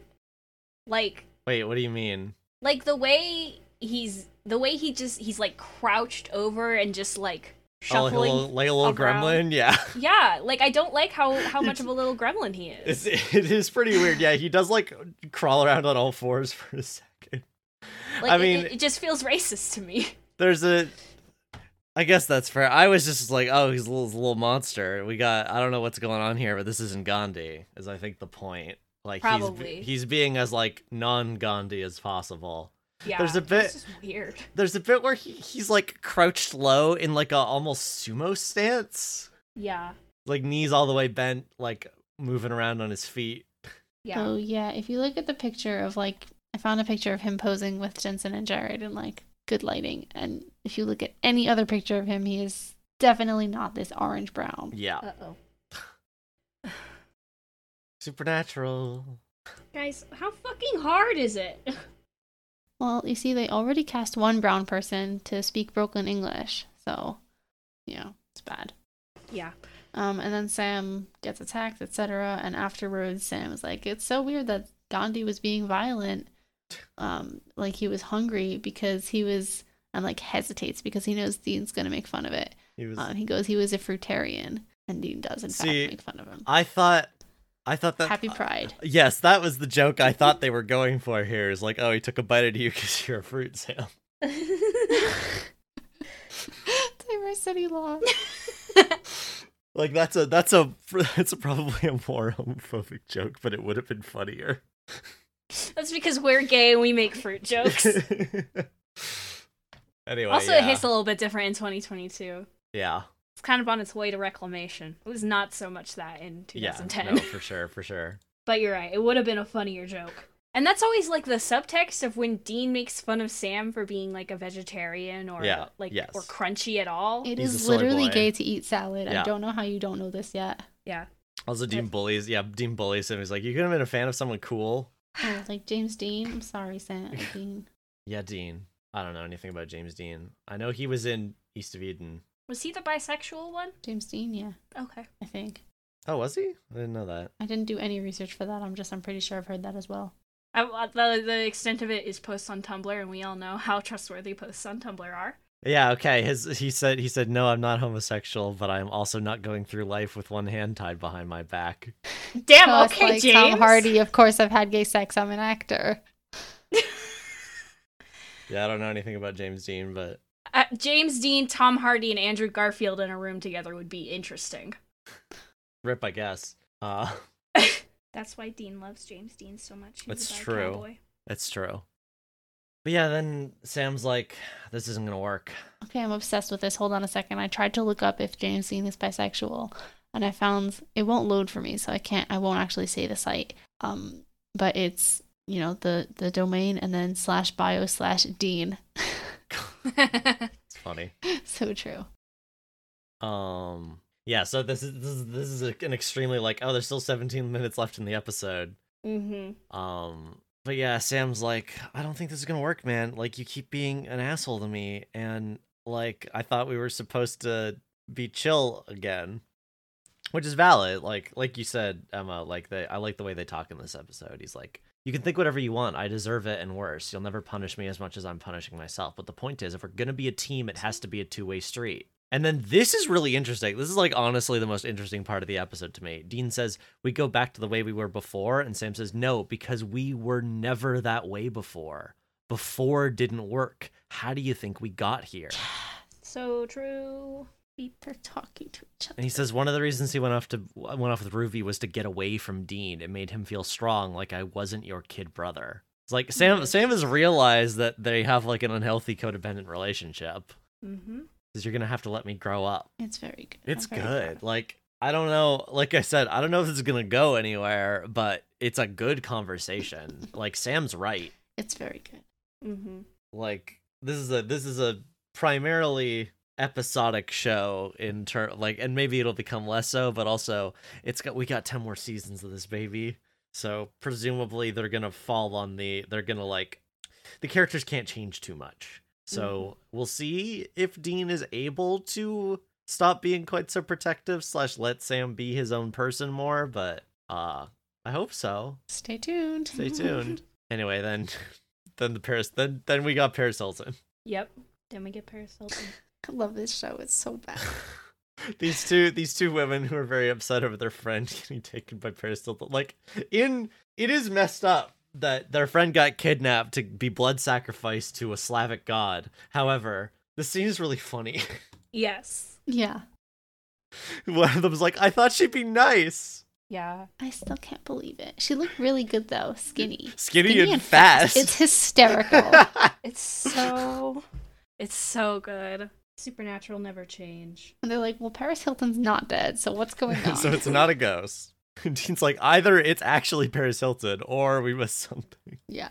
S1: Like
S3: Wait, what do you mean?
S1: like the way he's the way he just he's like crouched over and just like
S3: Oh, like a
S1: shuffling.
S3: little, like a little
S1: around.
S3: gremlin. Yeah,
S1: yeah, like I don't like how how much
S3: It's-
S1: of a little gremlin he
S3: it's,
S1: is.
S3: it is pretty weird. Yeah, he does like crawl around on all fours for a second.
S1: Like
S3: I
S1: it-
S3: mean,
S1: it, it just feels racist to me.
S3: there's a I guess that's fair. I was just like, oh, he's a little, he's a little monster. We got I don't know what's going on here, but this isn't Gandhi, is I think the point. Like he's
S1: Probably.
S3: be- he's being as like non-Gandhi as possible.
S1: Yeah,
S3: There's a bit-
S1: It's just weird.
S3: There's a bit where he, he's like crouched low in like a almost sumo stance,
S1: Yeah,
S3: like knees all the way bent, like moving around on his feet.
S1: yeah.
S2: Oh yeah. If you look at the picture of like I found a picture of him posing with Jensen and Jared in like good lighting. And if you look at any other picture of him, he is definitely not this orange brown.
S3: Yeah,
S1: Uh oh,
S3: supernatural.
S1: guys, how fucking hard is it?
S2: Well, you see, they already cast one brown person to speak broken English, so you know, it's bad.
S1: yeah,
S2: Um, and then Sam gets attacked, etc. And afterwards, Sam is like, "It's so weird that Gandhi was being violent. Um, like he was hungry because he was, and like hesitates because he knows Dean's gonna make fun of it.
S3: He was
S2: Uh, he goes, he was a fruitarian, And Dean does, in
S3: See,
S2: fact, make fun of him.
S3: I thought, I thought that.
S2: Happy Pride.
S3: yes, that was the joke I thought they were going for here. Is like, oh, he took a bite out of you because you're a fruit, Sam.
S2: Diversity law.
S3: Like that's a that's a that's probably a more homophobic joke, but it would have been funnier.
S1: That's because we're gay and we make fruit jokes.
S3: anyway,
S1: also, it
S3: yeah.
S1: hits a little bit different in 2022.
S3: yeah,
S1: It's kind of on its way to reclamation. It was not so much that in
S3: yeah,
S1: 2010.
S3: no, for sure, for sure.
S1: But you're right. It would have been a funnier joke. And that's always like the subtext of when Dean makes fun of Sam for being like a vegetarian or
S3: Yeah,
S1: like
S3: yes.
S1: or crunchy at all.
S2: It
S3: He's a
S2: is
S3: soy
S2: literally
S3: boy.
S2: gay to eat salad.
S3: Yeah.
S2: I don't know how you don't know this yet.
S1: yeah.
S3: Also, Dean bullies. Yeah, Dean bullies him. He's like, "You could have been a fan of someone cool."
S2: Oh, like James Dean. I'm sorry, Sam. Dean.
S3: Yeah, Dean. I don't know anything about James Dean. I know he was in East of Eden.
S1: Was he the bisexual one?
S2: James Dean, yeah,
S1: Okay.
S2: I think.
S3: Oh, was he? I didn't know that.
S2: I didn't do any research for that. I'm just, I'm pretty sure I've heard that as well.
S1: I, I- the, the extent of it is posts on Tumblr, and we all know how trustworthy posts on Tumblr are.
S3: Yeah. Okay. His he said he said no, I'm not homosexual, but I'm also not going through life with one hand tied behind my back.
S1: Damn,
S2: Just
S1: okay,
S2: like
S1: James.
S2: Tom Hardy, of course, I've had gay sex. I'm an actor.
S3: Yeah, I don't know anything about James Dean, but
S1: Uh, James Dean, Tom Hardy, and Andrew Garfield in a room together would be interesting.
S3: rip, I guess. Uh,
S1: That's why Dean loves James Dean so much. He's
S3: That's
S1: a bad
S3: true.
S1: cowboy.
S3: that's true. But yeah, then Sam's like, "This isn't gonna work."
S2: Okay, I'm obsessed with this. Hold on a second. I tried to look up if James Dean is bisexual, and I found it won't load for me, so I can't. I won't actually say the site. Um, but it's you know the the domain and then slash bio slash Dean.
S3: It's funny.
S2: so true.
S3: Um. Yeah. So this is this is this is a- an extremely like, oh, there's still 17 minutes left in the episode.
S1: mm-hmm.
S3: Um. But yeah, Sam's like, I don't think this is gonna work, man. Like, you keep being an asshole to me, and like, I thought we were supposed to be chill again, which is valid. Like, like you said, Emma. Like, they, I like the way they talk in this episode. He's like, you can think whatever you want. I deserve it, and worse. You'll never punish me as much as I'm punishing myself. But the point is, if we're gonna be a team, it has to be a two way street. And then this is really interesting. This is like honestly the most interesting part of the episode to me. Dean says, We go back to the way we were before. And Sam says, No, because we were never that way before. Before didn't work. How do you think we got here?
S1: So true.
S2: They're talking to each other.
S3: And he says one of the reasons he went off to went off with Ruby was to get away from Dean. It made him feel strong, like I wasn't your kid brother. It's like Sam Sam has realized that they have like an unhealthy codependent relationship.
S1: Mm-hmm.
S3: Says you're gonna have to let me grow up.
S2: It's very good.
S3: It's
S2: I'm very
S3: good.
S2: proud.
S3: Like I don't know, like I said, I don't know if this is going to go anywhere, but it's a good conversation. like Sam's right.
S2: It's very good.
S1: Mm-hmm.
S3: Like this is a this is a primarily episodic show in turn like and maybe it'll become less so, but also it's got we got 10 more seasons of this baby. So presumably they're going to fall on the they're going to like the characters can't change too much. So we'll see if Dean is able to stop being quite so protective slash let Sam be his own person more, but uh I hope so.
S2: Stay tuned.
S3: Stay tuned. anyway, then then the Paris then then we got Paris Hilton.
S1: Yep. Then we get Paris Hilton.
S2: I love this show. It's so bad.
S3: these two these two women who are very upset over their friend getting taken by Paris Hilton. Like in it is messed up that their friend got kidnapped to be blood sacrificed to a Slavic god. However, the scene is really funny.
S1: yes.
S2: Yeah.
S3: One of them's like, I thought she'd be nice.
S1: Yeah.
S2: I still can't believe it. She looked really good though, skinny.
S3: Skinny, and, fast.
S2: It's hysterical.
S1: It's so. it's so good. Supernatural never change.
S2: and they're like, "Well, Paris Hilton's not dead, so what's going on?"
S3: so it's not a ghost. And Dean's like, either it's actually Paris Hilton or we missed something.
S2: yeah,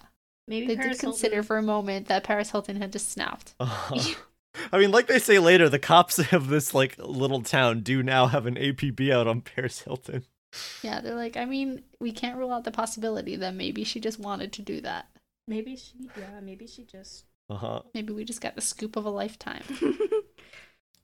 S1: Maybe
S2: they
S1: Paris
S2: did consider
S1: Hilton-
S2: for a moment that Paris Hilton had just snapped.
S3: Uh, I mean, like they say later, the cops of this like little town do now have an APB out on Paris Hilton.
S2: Yeah, they're like, I mean, we can't rule out the possibility that maybe she just wanted to do that.
S1: Maybe she. Yeah. Maybe she just.
S3: Uh huh.
S2: Maybe we just got the scoop of a lifetime.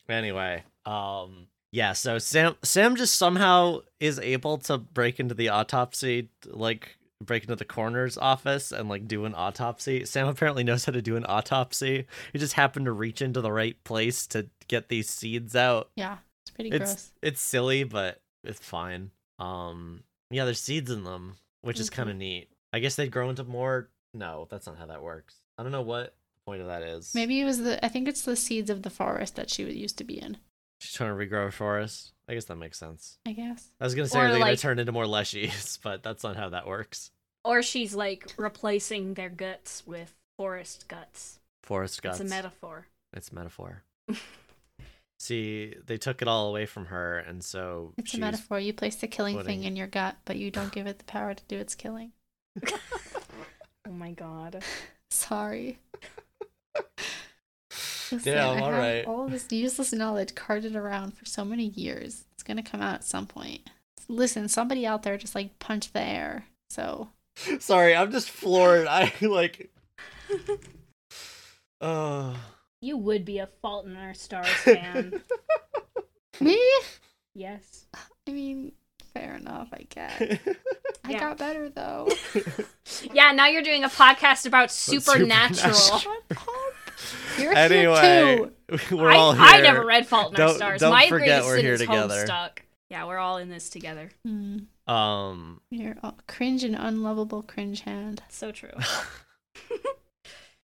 S3: Anyway, um, yeah. So Sam, Sam just somehow is able to break into the autopsy, like break into the coroner's office and like do an autopsy. Sam apparently knows how to do an autopsy. He just happened to reach into the right place to get these seeds out.
S2: Yeah, it's pretty
S3: it's
S2: gross.
S3: it's silly, but it's fine. Um, yeah, there's seeds in them, which is
S2: Mhm.
S1: Mm-hmm.
S3: kind of neat. I guess they'd grow into more. No, that's not how that works. I don't know what the point of that is.
S2: Maybe it was the I think it's the seeds of the forest that she used to be in.
S3: she's trying to regrow a forest. I guess that makes sense.
S2: I guess.
S3: I was gonna say
S1: Or,
S3: are they gonna
S1: like-
S3: turn into more leshies, but that's not how that works.
S1: Or she's like replacing their guts with forest guts.
S3: Forest guts.
S1: It's a metaphor.
S3: It's a metaphor. See, they took it all away from her, and so
S2: It's
S3: she
S2: a
S3: was-
S2: metaphor. You place the killing
S3: putting-
S2: thing in your gut, but you don't give it the power to do its killing.
S1: Oh my god.
S2: Sorry. Listen,
S3: Yeah,
S2: I
S3: all
S2: have
S3: right.
S2: All this useless knowledge carted around for so many years. It's gonna come out at some point. Listen, somebody out there just like punched the air. So
S3: Sorry, I'm just floored. I like. Oh.
S1: You would be a Fault in Our Stars fan.
S2: me?
S1: yes.
S2: I mean, fair enough, I guess. I
S1: Yeah.
S2: got better though.
S1: Yeah, now you're doing a podcast about supernatural.
S3: supernatural.
S2: You're here
S3: anyway, we're
S1: I,
S3: all here.
S1: I never read Fault in Our
S3: Don't-
S1: Stars.
S3: don't
S1: My
S3: forget
S1: greatest
S3: we're
S1: sin
S3: here
S1: is
S3: together.
S1: Homestuck. Yeah, we're all in this together.
S2: Hmm.
S3: Um,
S2: You're all cringe and unlovable cringe hand.
S1: So true.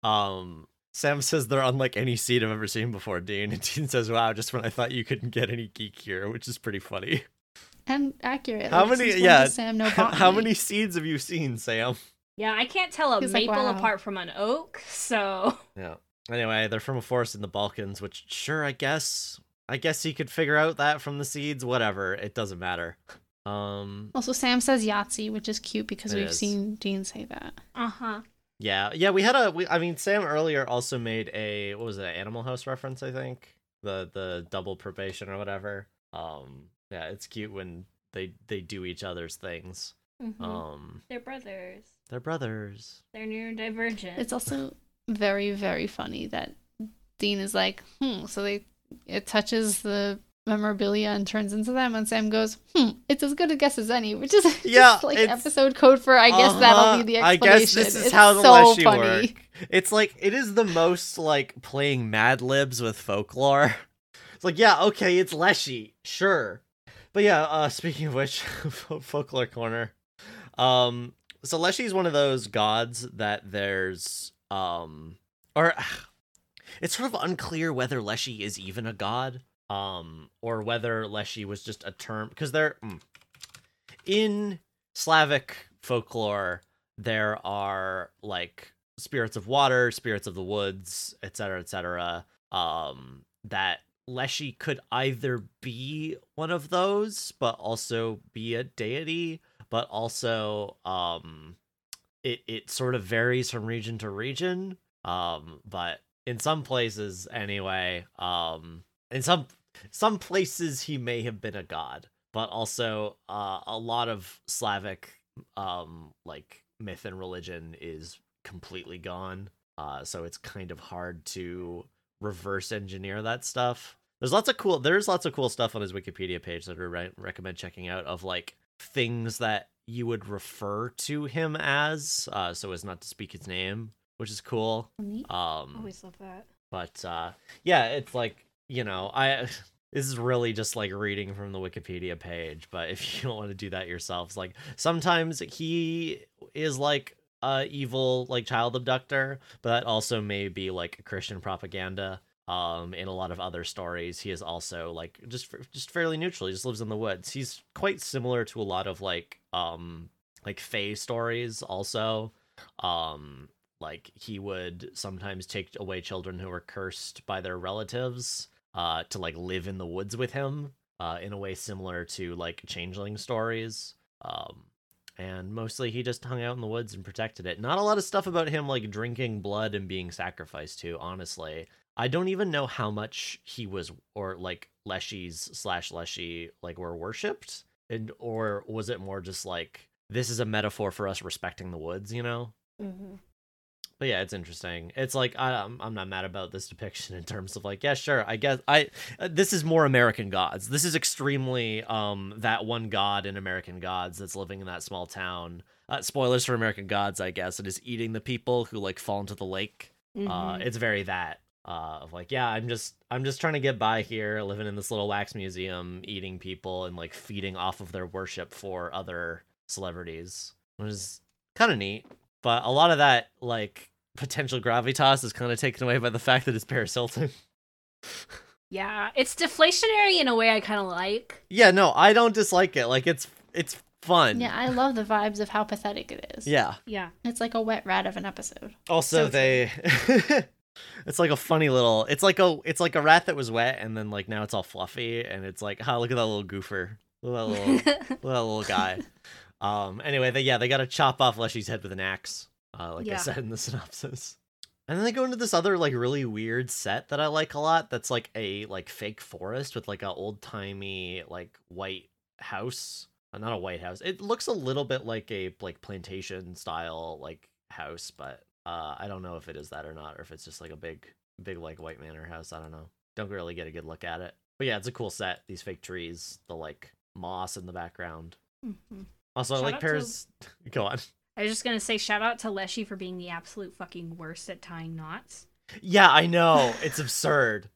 S3: um. Sam says they're unlike any seed I've ever seen before, Dean. And Dean says, "Wow, just when I thought you couldn't get any geekier," which is pretty funny.
S2: And accurate.
S3: How
S2: like,
S3: many-
S2: since when
S3: yeah,
S2: does Sam know
S3: How
S2: botany?
S3: many seeds have you seen, Sam?
S1: Yeah, I can't tell a
S2: He's like,
S1: maple
S2: wow.
S1: apart from an oak, so
S3: Yeah. Anyway, they're from a forest in the Balkans, which sure, I guess, I guess he could figure out that from the seeds. Whatever, it doesn't matter. Um,
S2: Also, Sam says Yahtzee, which is cute because
S3: It
S2: we've
S3: is.
S2: seen Dean say that.
S1: uh huh.
S3: Yeah, yeah, we had a. We, I mean, Sam earlier also made a what was it, Animal House reference? I think the the double probation or whatever. Um, yeah, it's cute when they they do each other's things. Um,
S1: Mm-hmm. They're brothers.
S3: they're brothers.
S1: They're neurodivergent.
S2: It's also very, very funny that Dean is like, hmm. So they it touches the memorabilia and turns into them, and Sam goes, hmm. It's as good a guess as any, which is just
S3: Yeah,
S2: like
S3: it's-
S2: episode code for I guess that'll be the
S3: Uh-huh, I
S2: explanation.
S3: guess this is
S2: It's
S3: how the
S2: so
S3: leshy
S2: funny.
S3: work. It's like it is the most like playing Mad Libs with folklore. It's like yeah, okay, it's leshy, sure, but yeah. Uh, speaking of which, folklore corner. Um, so leshy is one of those gods that there's um, or it's sort of unclear whether leshy is even a god, um, or whether leshy was just a term because they're mm. in Slavic folklore there are like spirits of water, spirits of the woods, etc., etc. Um, that Leshy could either be one of those, but also be a deity, but also um, it it sort of varies from region to region. Um, but in some places, anyway, um, in some some places he may have been a god, but also uh, a lot of Slavic um like myth and religion is completely gone uh so it's kind of hard to reverse engineer that stuff there's lots of cool there's lots of cool stuff on his wikipedia page that i re- recommend checking out of like things that you would refer to him as uh so as not to speak his name which is cool
S2: Neat.
S3: um
S1: Always love that.
S3: but uh yeah it's like you know i this is really just like reading from the wikipedia page but if you don't want to do that yourselves like sometimes he is like a evil like child abductor but that also may be like christian propaganda um in a lot of other stories he is also like just just fairly neutral he just lives in the woods he's quite similar to a lot of like um like fae stories also um like he would sometimes take away children who were cursed by their relatives uh to like live in the woods with him uh in a way similar to like changeling stories um and mostly he just hung out in the woods and protected it not a lot of stuff about him like drinking blood and being sacrificed to honestly i don't even know how much he was or like leshy's slash leshy like were worshipped and or was it more just like this is a metaphor for us respecting the woods you know
S1: Mm-hmm.
S3: but yeah, it's interesting. It's like I, I'm I'm not mad about this depiction in terms of like yeah, sure. I guess I uh, this is more American Gods. This is extremely um that one god in American Gods that's living in that small town. Uh, spoilers Mm-hmm.
S1: Mm-hmm.
S3: for American Gods, I guess. It is eating the people who like fall into the lake. Uh, it's very that. uh, of like, yeah, I'm just I'm just trying to get by here, living in this little wax museum, eating people and like feeding off of their worship for other celebrities, which is kind of neat. But a lot of that like potential gravitas is kind of taken away by the fact that it's Paris Hilton.
S1: Yeah, it's deflationary in a way I kind of like.
S3: yeah, no, I don't dislike it. Like it's it's fun.
S2: Yeah, I love the vibes of how pathetic it is.
S3: Yeah.
S1: Yeah.
S2: It's like a wet rat of an episode.
S3: Also,
S2: So
S3: they. it's like a funny little. It's like a. It's like a rat that was wet, and then like now it's all fluffy, and it's like, oh, look at that little goofer, look at that little, look at that little guy. Um. Anyway, they yeah, they got to chop off Leshy's head with an axe, uh, like I
S1: Yeah.
S3: said in the synopsis. And then they go into this other like really weird set that I like a lot. That's like a like fake forest with like a old timey like white house uh, not a white house it looks a little bit like a like plantation style like house but uh i don't know if it is that or not or if it's just like a big big like white manor house i don't know don't really get a good look at it but yeah it's a cool set these fake trees the like moss in the background
S1: Mm-hmm.
S3: also
S1: Shout
S3: I like
S1: out to-
S3: paris go on
S1: I was just gonna say shout out to Leshy for being the absolute fucking worst at tying knots.
S3: yeah i know it's absurd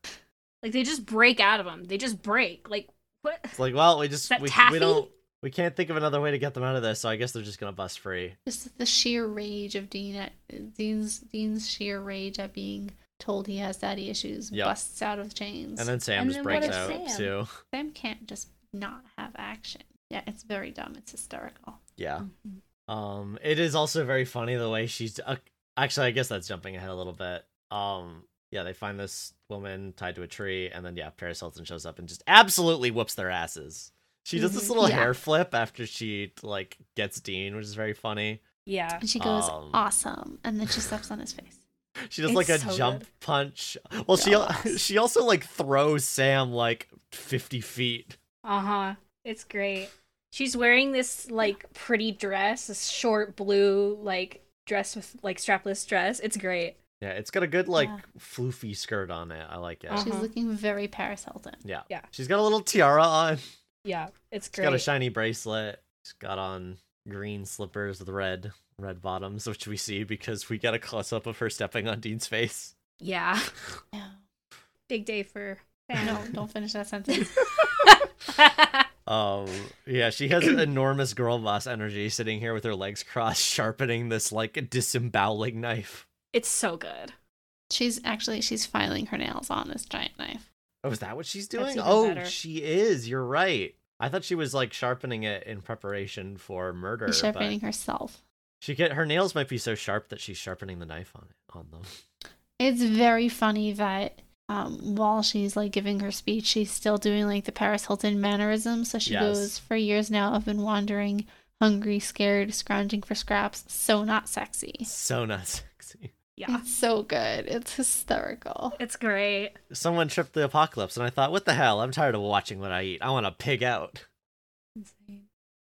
S1: Like they just break out of them. They just break. Like what?
S3: it's like well we
S1: Is
S3: just
S1: that
S3: we, we
S1: taffy?
S3: don't we can't think of another way to get them out of this so i guess they're just gonna bust free
S2: Just the sheer rage of Dean at Dean's Dean's sheer rage at being told he has daddy issues
S3: Yep.
S2: busts out of chains.
S3: and then sam
S1: And then
S3: just
S1: what
S3: breaks
S1: if
S3: out
S1: Sam-
S3: too
S2: Sam can't just not have action. Yeah, it's very dumb. It's hysterical.
S3: yeah Um, it is also very funny the way she's. Uh, actually, I guess that's jumping ahead a little bit. Um, yeah, they find this woman tied to a tree, and then yeah, Paris Hilton shows up and just absolutely whoops their asses. She does this
S2: Mhm.
S3: little
S2: Yeah.
S3: hair flip after she like gets Dean, which is very funny.
S1: Yeah.
S2: And she goes,
S3: Um,
S2: awesome. And then she steps on his face.
S3: She does
S1: It's
S3: like a
S1: so
S3: jump punch. Well, she al- she also like throws Sam like fifty feet.
S1: Uh huh. It's great. She's wearing this like pretty dress, this short blue like dress with like strapless dress. It's great.
S3: Yeah, it's got a good like
S2: Yeah. Oh.
S3: floofy skirt on it. I like it.
S1: Uh-huh.
S2: She's looking very Paris Hilton.
S3: Yeah,
S1: Yeah.
S3: She's got a little tiara on.
S1: Yeah, it's
S3: She's got a
S1: great.
S3: shiny bracelet. She's got on green slippers with red red bottoms, which we see because we got a close up of her stepping on Dean's face.
S1: yeah,
S2: Yeah.
S1: big day for
S2: No,
S1: Fan.
S2: don't finish that sentence.
S3: Um, yeah, she has enormous girl boss energy, sitting here with her legs crossed, sharpening this like disemboweling knife.
S1: it's so good.
S2: She's actually she's filing her nails on this giant knife.
S3: Oh, is that what she's
S1: That's
S3: doing?
S1: even
S3: Oh,
S1: better.
S3: she is. You're right. I thought she was like sharpening it in preparation for murder.
S2: She's
S3: But
S2: sharpening herself.
S3: she get her nails might be so sharp that she's sharpening the knife on it on them.
S2: It's very funny that um, while she's like giving her speech, she's still doing like the Paris Hilton mannerism. So she
S3: Yes.
S2: goes, For years now, I've been wandering, hungry, scared, scrounging for scraps. So not sexy.
S3: So not sexy.
S1: Yeah,
S2: It's so good. It's hysterical.
S1: it's great.
S3: someone tripped the apocalypse and I thought, what the hell? I'm tired of watching what I eat. I want to pig out.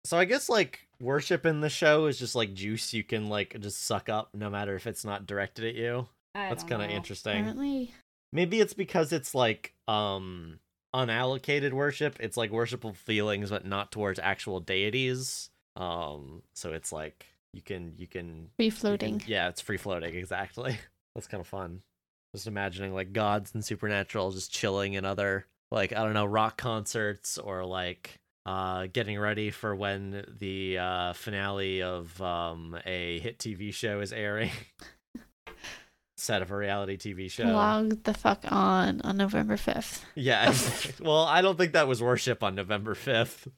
S3: So I guess like worship in the show is just like juice you can like just suck up no matter if it's not directed at you.
S1: I
S3: That's
S1: don't
S3: kind of
S1: know.
S3: interesting.
S2: Apparently,
S3: Maybe it's because it's like um unallocated worship. It's like worshipful feelings but not towards actual deities. Um so it's like you can you can
S2: free
S3: you
S2: floating.
S3: can- yeah, it's free floating, exactly. That's kind of fun. Just imagining like gods and supernatural just chilling in other like I don't know rock concerts or like uh getting ready for when the uh finale of um a hit TV show is airing. Set of a reality TV show.
S2: Log the fuck on on November 5th.
S3: Yeah. well, I don't think that was worship on November 5th.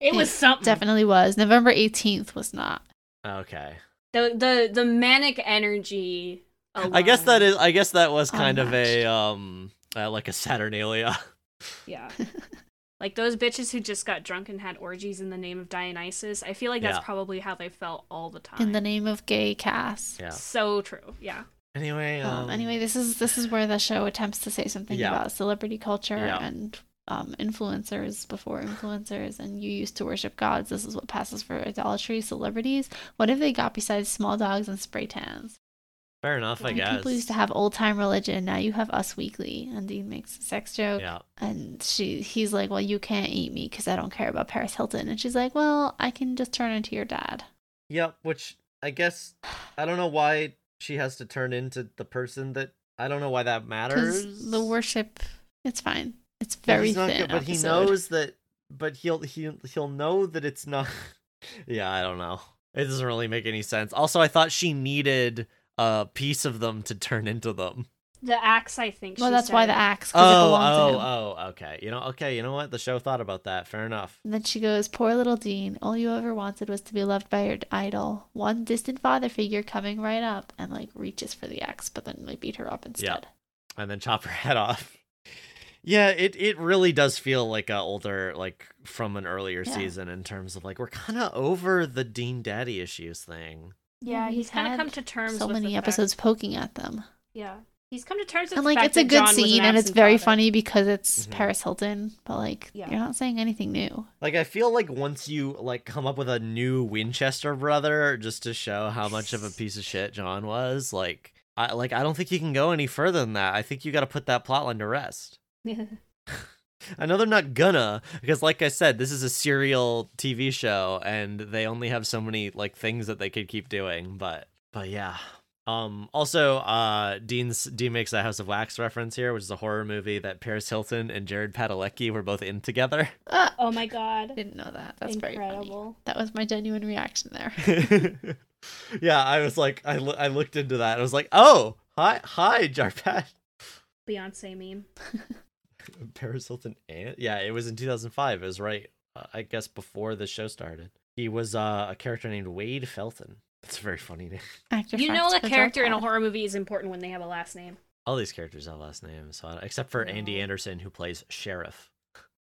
S1: It was
S2: It
S1: something.
S2: Definitely was. November 18th was not.
S3: Okay.
S1: the the the manic energy.
S3: I guess
S1: alone.
S3: that is I guess that was kind of a
S2: Unmatched.
S3: um uh, like a Saturnalia.
S1: Yeah. like those bitches who just got drunk and had orgies in the name of Dionysus. I feel like that's
S3: Yeah.
S1: probably how they felt all the time.
S2: In the name of gay Cass.
S3: Yeah.
S1: So true. Yeah.
S3: Anyway,
S2: Um, anyway, this is this is where the show attempts to say something
S3: Yeah.
S2: about celebrity culture
S3: Yeah.
S2: and um, influencers before influencers, and you used to worship gods. This is what passes for idolatry. Celebrities. What have they got besides small dogs and spray tans?
S3: Fair enough, I
S2: Like,
S3: guess.
S2: People used to have old time religion. Now you have Us Weekly, and Dean makes a sex joke,
S3: yeah,
S2: and she he's like, "Well, you can't eat me because I don't care about Paris Hilton," and she's like, "Well, I can just turn into your dad."
S3: yep. Which I guess I don't know why she has to turn into the person that I don't know why that matters.
S2: because the worship. It's fine. It's
S3: But
S2: very
S3: he's not
S2: thin.
S3: good- but he
S2: episode.
S3: knows that. But he'll he he'll know that it's not. yeah, I don't know. It doesn't really make any sense. Also, I thought she needed a piece of them to turn into them.
S1: The axe, I think.
S2: Well,
S1: she
S2: that's why
S1: said.
S2: the axe. 'cause it
S3: Oh,
S2: belonged to him.
S3: oh, oh. Okay, you know, okay, you know what? The show thought about that. Fair enough.
S2: And then she goes, Poor little Dean, all you ever wanted was to be loved by your idol. One distant father figure coming right up and like reaches for the axe, but then they beat her up instead.
S3: and then chop her head off. Yeah, it it really does feel like a older like from an earlier
S2: Yeah.
S3: season in terms of like we're kind of over the Dean Daddy issues thing.
S1: Yeah,
S2: He's
S1: he's kind
S2: had
S1: of come to terms.
S2: so
S1: with
S2: many
S1: the fact-
S2: episodes poking at them.
S1: Yeah, he's come to terms with.
S2: and
S1: the
S2: like
S1: fact
S2: it's a
S1: that
S2: good
S1: John was an
S2: scene and it's
S1: absent
S2: very
S1: father.
S2: funny because it's
S3: Mhm.
S2: Paris Hilton, but like
S1: Yeah.
S2: you're not saying anything new.
S3: Like I feel like once you like come up with a new Winchester brother just to show how much of a piece of shit John was, like I like I don't think you can go any further than that. I think you got to put that plotline to rest. I know they're not gonna because, like I said, this is a serial TV show, and they only have so many like things that they could keep doing. But but yeah. Um. Also, uh, Dean's Dean makes a House of Wax reference here, which is a horror movie that Paris Hilton and Jared Padalecki were both in together.
S2: Ah,
S1: oh my god,
S2: didn't know that. That's very funny.
S1: incredible.
S2: That was my genuine reaction there.
S3: yeah, I was like, I loo- I looked into that. I was like, oh, hi, hi, Jarpad.
S1: Beyonce meme.
S3: Paris Hilton and yeah, it was in 2005. It was right, uh, I guess, before the show started. He was uh, a character named Wade Felton. That's a very funny name.
S2: Actor
S1: You know,
S2: friends
S1: a
S2: for
S1: character in a
S2: Jarpad.
S1: horror movie is important when they have a last name.
S3: All these characters have last names, so I don't- except for Andy Anderson, who plays Sheriff.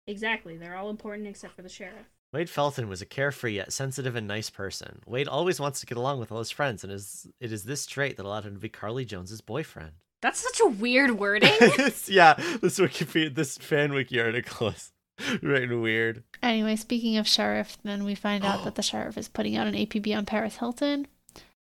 S1: Exactly, they're all important except for the sheriff.
S3: Wade Felton was a carefree yet sensitive and nice person. Wade always wants to get along with all his friends, and is it is this trait that allowed him to be Carly Jones's boyfriend.
S1: That's such a weird wording.
S3: yeah, this Wikipedia, this fan wiki article is written weird.
S2: Anyway, speaking of sheriff, then we find out that the sheriff is putting out an APB on Paris Hilton.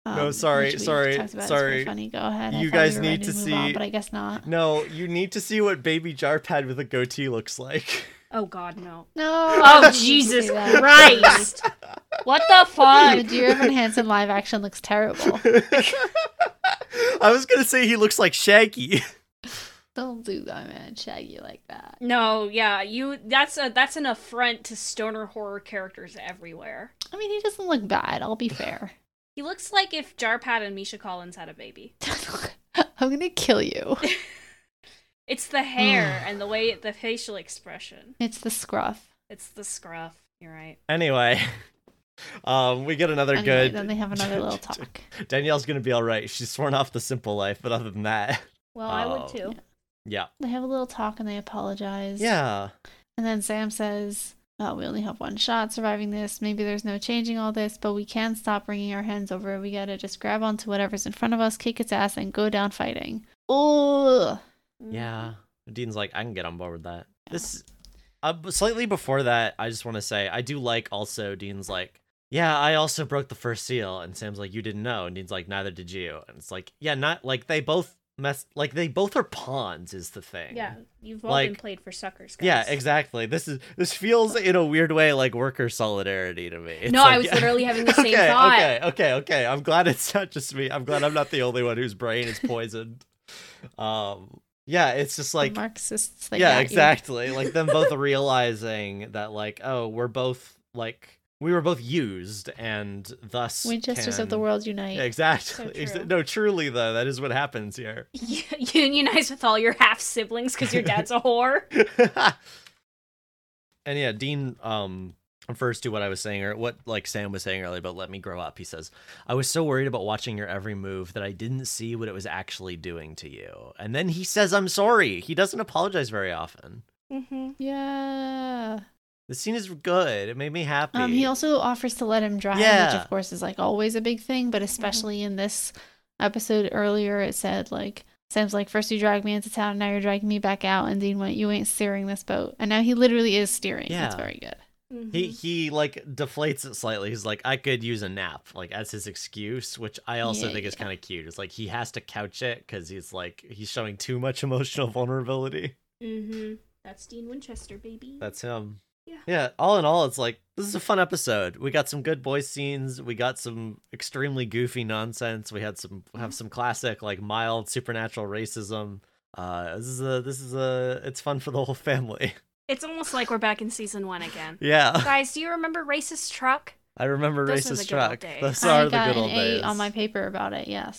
S2: Um,
S3: No, sorry,
S2: which we
S3: sorry,
S2: talked about. It's
S3: sorry.
S2: pretty Funny. Go ahead. I
S3: You
S2: thought
S3: guys
S2: were
S3: need
S2: ready
S3: to
S2: move on,
S3: see-
S2: but I guess not.
S3: No, you need to see what baby Jarpad with a goatee looks like.
S1: oh god, no.
S2: No.
S1: Oh Jesus Christ! What the
S2: The
S1: fuck?
S2: Dear Evan Hansen live action looks terrible.
S3: I was gonna say he looks like Shaggy.
S2: Don't do that, man. Shaggy like that.
S1: No, yeah, you. That's a that's an affront to stoner horror characters everywhere.
S2: I mean, he doesn't look bad. I'll be fair.
S1: He looks like if Jarpad and Misha Collins had a baby.
S2: I'm gonna kill you.
S1: It's the hair and the way the facial expression.
S2: It's the scruff.
S1: It's the scruff. You're right.
S3: Anyway, um, we get another
S2: Anyway,
S3: good.
S2: Then they have another little talk.
S3: Danielle's gonna be all right. She's sworn off the simple life, but other than that,
S1: Well, I would
S3: Oh.
S1: too.
S3: yeah,
S2: They have a little talk and they apologize.
S3: yeah.
S2: And then Sam says, oh, We only have one shot surviving this. Maybe there's no changing all this, but we can stop wringing our hands over it. We gotta just grab onto whatever's in front of us, kick its ass, and go down fighting. Oh,
S3: Yeah. Dean's like, I can get on board with that. This uh, b- slightly before that, I just want to say I do like also Dean's like, yeah, I also broke the first seal, and Sam's like, you didn't know, and Dean's like, neither did you, and it's like, yeah, not like they both mess, like they both are pawns is the thing.
S1: Yeah, you've all been
S3: Like-
S1: played for suckers. Guys.
S3: Yeah, exactly. This is this feels in a weird way like worker solidarity to me. It's
S1: No,
S3: like-
S1: I was literally having the same
S3: okay,
S1: thought.
S3: Okay, okay, okay. I'm glad it's not just me. I'm glad I'm not the only one whose brain is poisoned. um, yeah, it's just like
S2: Marxists. They
S3: yeah
S2: got you.
S3: exactly like them both realizing that like oh we're both like we were both used and thus
S2: Winchesters of the
S3: can-
S2: world unite.
S3: Yeah, exactly
S1: So
S3: Exa-
S1: true.
S3: no truly though that is what happens here
S1: You unionize with all your half siblings because your dad's a whore.
S3: and yeah dean um refers to what i was saying or what like sam was saying earlier but let me grow up he says i was so worried about watching your every move that i didn't see what it was actually doing to you and then he says i'm sorry he doesn't apologize very often
S1: Mm-hmm.
S2: Yeah.
S3: the scene is good it made me happy
S2: Um, he also offers to let him drive, which
S3: Yeah.
S2: of course is like always a big thing, but especially in this episode earlier, it said like Sam's like, first you dragged me into town, now you're dragging me back out, and Dean went, you ain't steering this boat, and now he literally is steering. That's
S3: Yeah.
S2: very good.
S3: He he like deflates it slightly. He's like, I could use a nap, like as his excuse, which I also
S2: Yeah,
S3: think is
S2: yeah.
S3: kind of cute. It's like he has to couch it because he's like he's showing too much emotional vulnerability.
S1: Mm-hmm. That's Dean Winchester, baby.
S3: That's him. Yeah, all in all, it's like this is a fun episode. We got some good boy scenes. We got some extremely goofy nonsense. We had some have some classic like mild supernatural racism. Uh, this is a this is a it's fun for the whole family.
S1: It's almost like we're back in season one again.
S3: Yeah,
S1: Guys, do you remember Racist Truck?
S3: I remember
S1: Those are the
S3: racist
S1: good old
S3: truck.
S1: days.
S3: Those
S2: I
S3: are the
S2: got
S3: good
S2: an
S3: old
S2: A
S3: days.
S2: on my paper about it. Yes.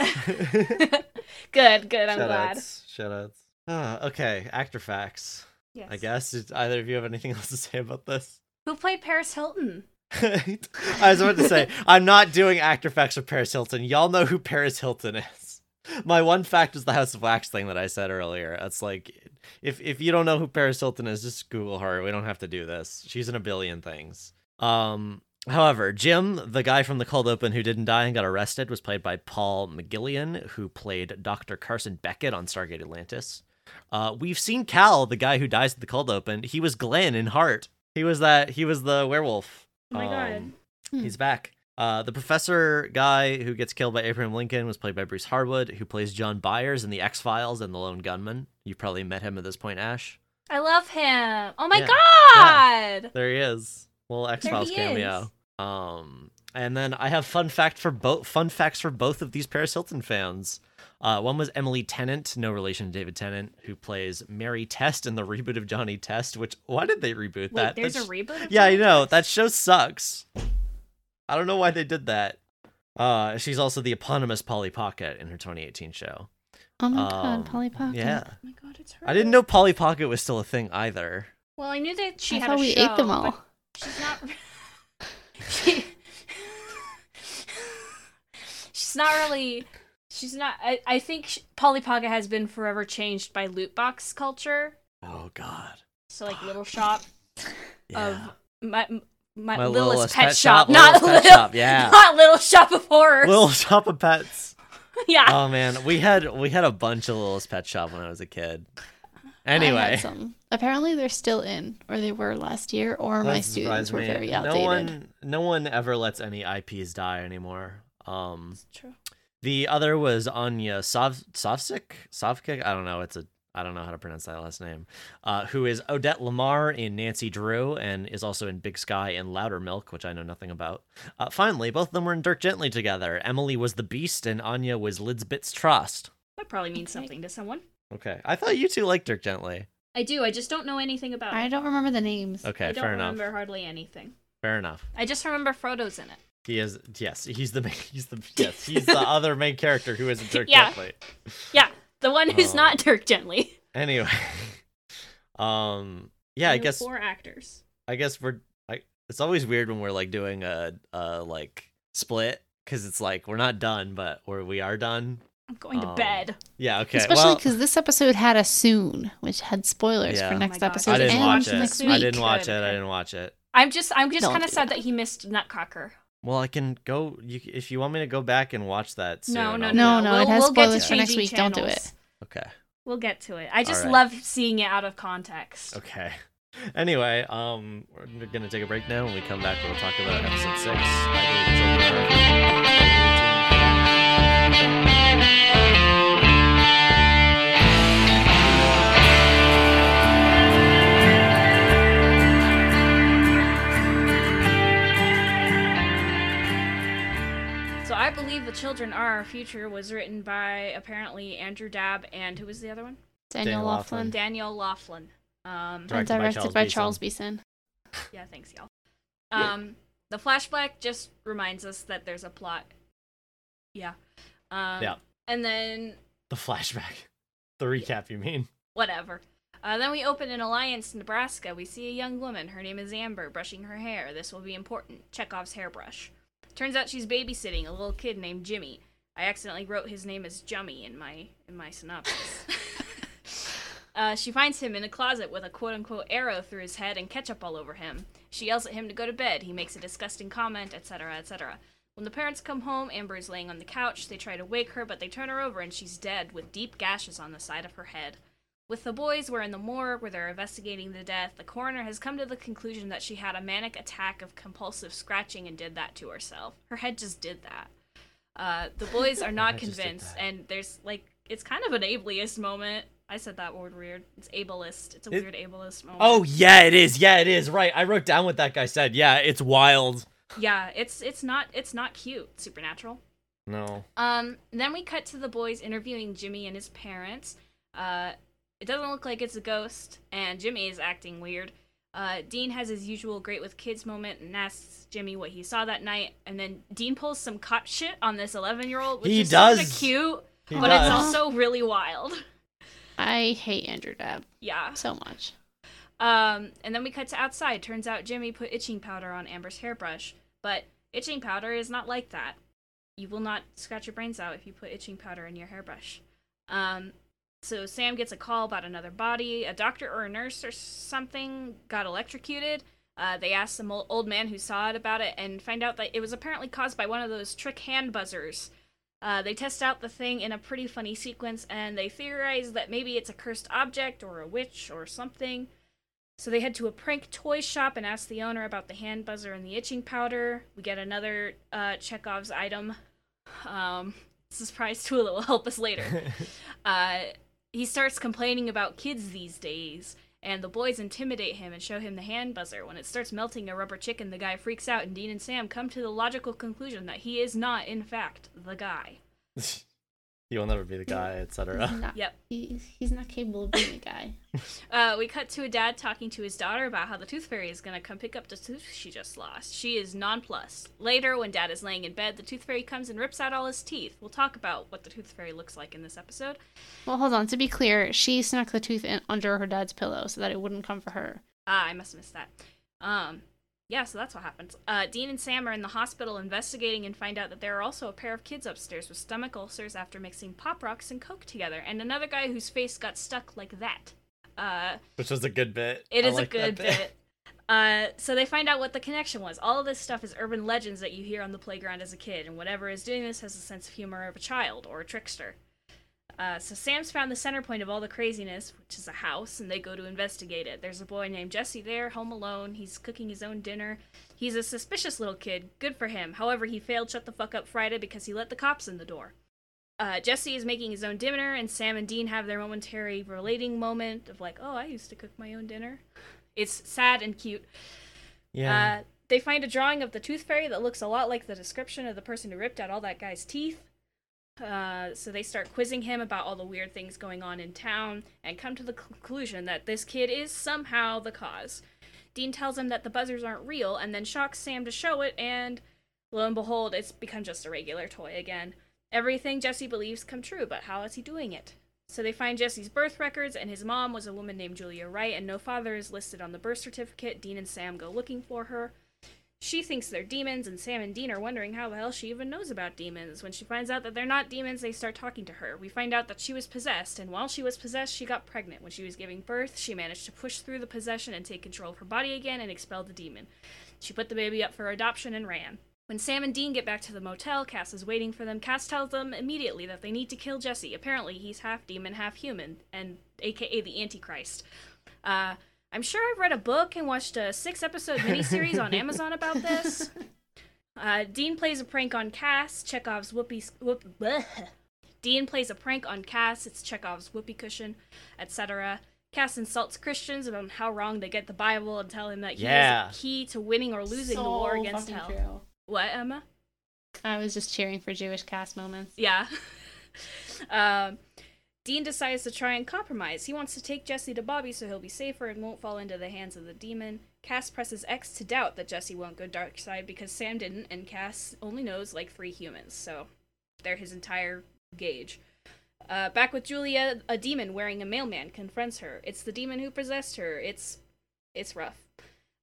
S1: Good, good. I'm
S3: shout
S1: glad.
S3: outs, shout outs. Ah, okay, actor facts.
S1: Yes.
S3: I guess Did either of you have anything else to say about this?
S1: Who played Paris Hilton?
S3: I was about to say, I'm not doing actor facts with Paris Hilton. Y'all know who Paris Hilton is. My one fact is the House of Wax thing that I said earlier. It's like, if if you don't know who Paris Hilton is, just Google her. We don't have to do this. She's in a billion things. Um, however, Jim, the guy from the cold open who didn't die and got arrested, was played by Paul McGillian, who played Dr. Carson Beckett on Stargate Atlantis. Uh, we've seen Cal, the guy who dies at the cold open. He was Glenn in Heart. He was that. He was the werewolf.
S1: Oh my God.
S2: Hmm.
S3: He's back. Uh, the professor guy who gets killed by Abraham Lincoln was played by Bruce Harwood, who plays John Byers in The X Files and The Lone Gunman. You probably met him at this point, Ash.
S1: I love him. Oh my
S3: Yeah.
S1: God.
S3: There he is. Little X
S1: There
S3: Files
S1: he
S3: cameo. Um, and then I have fun fact for both fun facts for both of these Paris Hilton fans. Uh, one was Emily Tennant, no relation to David Tennant, who plays Mary Test in the reboot of Johnny Test. Which why did they
S1: Wait,
S3: reboot that?
S1: there's
S3: That's-
S1: a reboot. of
S3: yeah, I
S1: Johnny
S3: know.
S1: Test?
S3: That show sucks. I don't know why they did that. Uh, she's also the eponymous Polly Pocket in her 2018 show.
S2: Oh my
S3: Um,
S2: god, Polly Pocket.
S3: Yeah.
S1: Oh my God, it's her.
S3: I didn't know Polly Pocket was still a thing either.
S1: Well, I knew that she
S2: I
S1: had
S2: thought
S1: a
S2: we
S1: show,
S2: ate them
S1: but
S2: all.
S1: She's not. she... she's not really. She's not. I, I think sh Polly Pocket has been forever changed by loot box culture.
S3: Oh, God.
S1: So like little shop
S3: Yeah.
S1: of my my,
S3: My
S1: littlest,
S3: Littlest
S1: pet,
S3: Pet
S1: shop,
S3: Shop,
S1: not
S3: Littlest Pet
S1: little
S3: Shop, yeah.
S1: not little shop of horrors.
S3: Little Shop of Pets.
S1: yeah.
S3: Oh, man. We had we had a bunch of Little's Pet Shop when I was a kid.
S2: I had
S3: Anyway.
S2: some. Apparently they're still in, or they were last year, or my
S3: That surprised
S2: students were
S3: me.
S2: very outdated.
S3: no one, no one ever lets any IPs die anymore. Um,
S1: True.
S3: The other was Anya Sov- Sovcik? Sovcik? I don't know. It's a I don't know how to pronounce that last name. Uh, who is Odette Lamar in Nancy Drew and is also in Big Sky and Louder Milk, which I know nothing about. Uh, finally, both of them were in Dirk Gently together. Emily was the Beast and Anya was Lidsbit's Trust.
S1: That probably means
S2: Okay.
S1: something to someone.
S3: Okay, I thought you two liked Dirk Gently.
S1: I do. I just don't know anything about
S2: I
S1: it.
S2: don't remember the names.
S3: Okay,
S1: I don't
S3: fair
S1: remember
S3: enough.
S1: hardly anything.
S3: Fair enough.
S1: I just remember Frodo's in it.
S3: He is yes, he's the main, he's the yes, he's the other main character who isn't Dirk
S1: Yeah.
S3: Gently.
S1: Yeah, the one who's
S3: Oh.
S1: not Dirk Gently.
S3: Anyway, um, yeah, I
S1: know
S3: guess
S1: four actors.
S3: I guess we're. I, it's always weird when we're like doing a, a like split because it's like we're not done, but we're we are done.
S1: I'm going to
S3: Oh.
S1: bed.
S3: Yeah. Okay.
S2: Especially
S3: well,
S2: because this episode had a soon, which had spoilers
S3: Yeah. Oh
S2: for
S3: my
S2: next
S1: God.
S2: episode
S3: I didn't
S2: and
S3: watch
S1: watch
S2: next
S3: it.
S2: week.
S3: I didn't watch
S1: Good,
S3: it. I
S1: okay.
S3: didn't watch it.
S1: I'm just I'm just
S2: Don't
S1: kind of
S2: do
S1: sad
S2: that.
S1: that he missed Nutcracker.
S3: Well, I can go. You, if you want me to go back and watch that. Soon,
S1: No, no,
S2: No,
S3: I'll do it.
S2: no, it has
S1: get to
S2: spoilers for next
S1: changing
S2: week. Don't do it.
S3: Okay.
S1: We'll get to it. I just
S3: Alright.
S1: love seeing it out of context.
S3: Okay. Anyway, um, we're gonna take a break now. When we come back, we'll talk about episode six. I believe it's over.
S1: So I believe the children are our future was written by apparently Andrew Dabb and who was the other one?
S2: Daniel
S3: Daniel
S2: Laughlin.
S1: Daniel Laughlin. Um,
S3: Directed
S2: And
S3: by
S2: directed
S3: Charles
S2: by
S3: Beeson.
S2: Charles Beeson.
S1: yeah, thanks y'all. Um, the flashback just reminds us that there's a plot. Yeah. Um,
S3: Yeah.
S1: And then
S3: The flashback, the recap. You mean?
S1: whatever. Uh, then we open in Alliance, Nebraska. We see a young woman. Her name is Amber, brushing her hair. This will be important. Chekhov's hairbrush. Turns out she's babysitting a little kid named Jimmy. I accidentally wrote his name as Jummy in my in my synopsis. uh, she finds him in a closet with a quote unquote arrow through his head and ketchup all over him. She yells at him to go to bed. He makes a disgusting comment, etc., etc. When the parents come home, Amber is laying on the couch. They try to wake her, but they turn her over and she's dead with deep gashes on the side of her head. With the boys, we're in the morgue where they're investigating the death. The coroner has come to the conclusion that she had a manic attack of compulsive scratching and did that to herself. Her head just did that. Uh, the boys are not
S3: head just did
S1: convinced,
S3: that.
S1: and there's like, it's kind of an ableist moment I said that word weird. It's ableist. It's a
S4: It-
S1: weird ableist moment.
S4: Oh yeah, it is. Yeah, it is. Right. I wrote down what that guy said. Yeah, it's wild.
S1: yeah. It's it's not it's not cute. Supernatural.
S3: No.
S1: Um. Then we cut to the boys interviewing Jimmy and his parents. Uh, it doesn't look like it's a ghost, and Jimmy is acting weird. Uh, Dean has his usual great with kids moment and asks Jimmy what he saw that night, and then Dean pulls some cop shit on this 11 year old, which
S4: He
S1: is sort of
S4: does.
S1: cute,
S3: He
S1: but
S4: does.
S1: it's also really wild.
S2: I hate Andrew Dabb
S1: Yeah.
S2: so much.
S1: Um, and then we cut to outside. Turns out Jimmy put itching powder on Amber's hairbrush, but itching powder is not like that. You will not scratch your brains out if you put itching powder in your hairbrush. Um, so Sam gets a call about another body. A doctor or a nurse or something got electrocuted. Uh, they ask some old, old man who saw it about it and find out that it was apparently caused by one of those trick hand buzzers. Uh, they test out the thing in a pretty funny sequence and they theorize that maybe it's a cursed object or a witch or something. So they head to a prank toy shop and ask the owner about the hand buzzer and the itching powder. We get another uh, Chekhov's item. Um, it's a surprise tool that will help us later. uh, he starts complaining about kids these days, and the boys intimidate him and show him the hand buzzer. When it starts melting a rubber chicken, the guy freaks out, and Dean and Sam come to the logical conclusion that he is not, in fact, the guy.
S3: You'll never be the guy,
S2: He's
S3: etc.
S2: not,
S1: Yep.
S2: he, he's not capable of being a guy.
S1: Uh, we cut to a dad talking to his daughter about how the tooth fairy is gonna come pick up the tooth she just lost. She is nonplussed. Later, when dad is laying in bed, the tooth fairy comes and rips out all his teeth. We'll talk about what the tooth fairy looks like in this episode.
S2: Well, hold on. To be clear, she snuck the tooth in under her dad's pillow so that it wouldn't come for her.
S1: Ah, I must have missed that. Um, yeah, so that's what happens. Uh, Dean and Sam are in the hospital investigating and find out that there are also a pair of kids upstairs with stomach ulcers after mixing pop rocks and coke together, and another guy whose face got stuck like that. Uh,
S3: Which was a good bit.
S1: It
S3: I
S1: is
S3: like
S1: a good
S3: that
S1: bit. Uh, so they find out what the connection was. All of this stuff is urban legends that you hear on the playground as a kid, and whatever is doing this has the sense of humor of a child or a trickster. Uh, so Sam's found the center point of all the craziness, which is a house, and they go to investigate it. There's a boy named Jesse there, home alone. He's cooking his own dinner. He's a suspicious little kid. Good for him. However, he failed Shut the Fuck Up Friday because he let the cops in the door. Uh, Jesse is making his own dinner, and Sam and Dean have their momentary relating moment of like, oh, I used to cook my own dinner. It's sad and cute.
S4: Yeah.
S1: Uh, they find a drawing of the tooth fairy that looks a lot like the description of the person who ripped out all that guy's teeth. Uh, so they start quizzing him about all the weird things going on in town and come to the conclusion that this kid is somehow the cause. Dean tells him that the buzzers aren't real and then shocks Sam to show it, and lo and behold, it's become just a regular toy again. Everything Jesse believes come true, but how is he doing it? So they find Jesse's birth records, and his mom was a woman named Julia Wright, and no father is listed on the birth certificate. Dean and Sam go looking for her. She thinks they're demons, and Sam and Dean are wondering how the hell she even knows about demons. When she finds out that they're not demons, they start talking to her. We find out that she was possessed, and while she was possessed, she got pregnant. When she was giving birth, she managed to push through the possession and take control of her body again and expel the demon. She put the baby up for adoption and ran. When Sam and Dean get back to the motel, Cass is waiting for them. Cass tells them immediately that they need to kill Jesse. Apparently, he's half demon, half human, and aka the Antichrist. Uh, I'm sure I've read a book and watched a six episode miniseries on Amazon about this. Uh, Dean plays a prank on Cass. Chekhov's whoopee. Whoop, bleh. Dean plays a prank on Cass. It's Chekhov's whoopee cushion, etc. Cass insults Christians about how wrong they get the Bible and tell him that he
S3: Yeah.
S1: is the key to winning or losing the war against hell. What, Emma?
S2: I was just cheering for Jewish cast moments.
S1: Yeah. um, Dean decides to try and compromise. He wants to take Jesse to Bobby so he'll be safer and won't fall into the hands of the demon. Cass presses X to doubt that Jesse won't go dark side because Sam didn't, and Cass only knows like three humans, so they're his entire gauge. Uh, back with Julia, a demon wearing a mailman confronts her. It's the demon who possessed her. It's it's rough.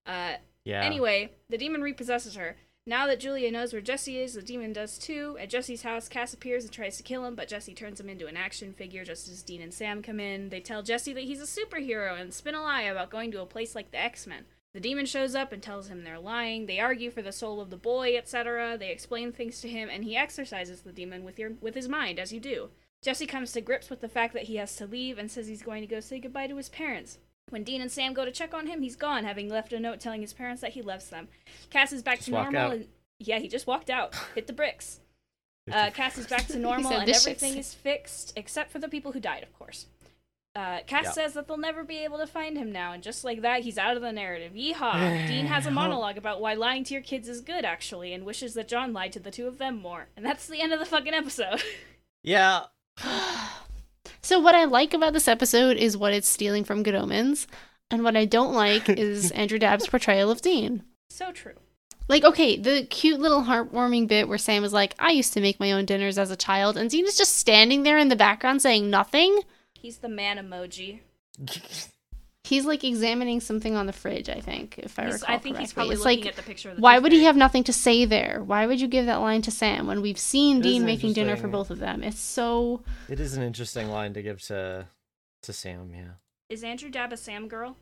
S1: Uh,
S3: Yeah.
S1: Anyway, the demon repossesses her. Now that Julia knows where Jesse is, the demon does too. At Jesse's house, Cass appears and tries to kill him, but Jesse turns him into an action figure just as Dean and Sam come in. They tell Jesse that he's a superhero and spin a lie about going to a place like the X Men. The demon shows up and tells him they're lying. They argue for the soul of the boy, etc. They explain things to him, and he exorcises the demon with your with his mind, as you do. Jesse comes to grips with the fact that he has to leave and says he's going to go say goodbye to his parents. When Dean and Sam go to check on him, he's gone, having left a note telling his parents that he loves them. Cass is back
S3: Just
S1: to
S3: walk
S1: normal,
S3: out.
S1: and yeah, he just walked out, hit the bricks. Uh, Cass is back to normal,
S2: said,
S1: and
S2: "This shit's-
S1: everything is fixed except for the people who died, of course. Uh, Cass
S3: Yeah.
S1: says that they'll never be able to find him now, and just like that, he's out of the narrative. Yeehaw! Dean has a monologue about why lying to your kids is good, actually, and wishes that John lied to the two of them more. And that's the end of the fucking episode.
S3: Yeah.
S2: So what I like about this episode is what it's stealing from Good Omens, and what I don't like is Andrew Dabb's portrayal of Dean.
S1: so true.
S2: Like, okay, the cute little heartwarming bit where Sam was like, "I used to make my own dinners as a child," and Dean is just standing there in the background saying nothing.
S1: He's the man emoji.
S2: He's like examining something on the fridge, I think, if I
S1: He's,
S2: recall
S1: I think
S2: correctly.
S1: he's probably
S2: it's
S1: looking
S2: like,
S1: at the picture. Of the
S2: why would he
S1: toothpick.
S2: have nothing to say there? Why would you give that line to Sam when we've seen
S3: It is
S2: Dean making dinner for
S3: interesting.
S2: both of them? It's so
S3: It is an interesting line to give to to Sam, yeah.
S1: Is Andrew Dabb a Sam girl?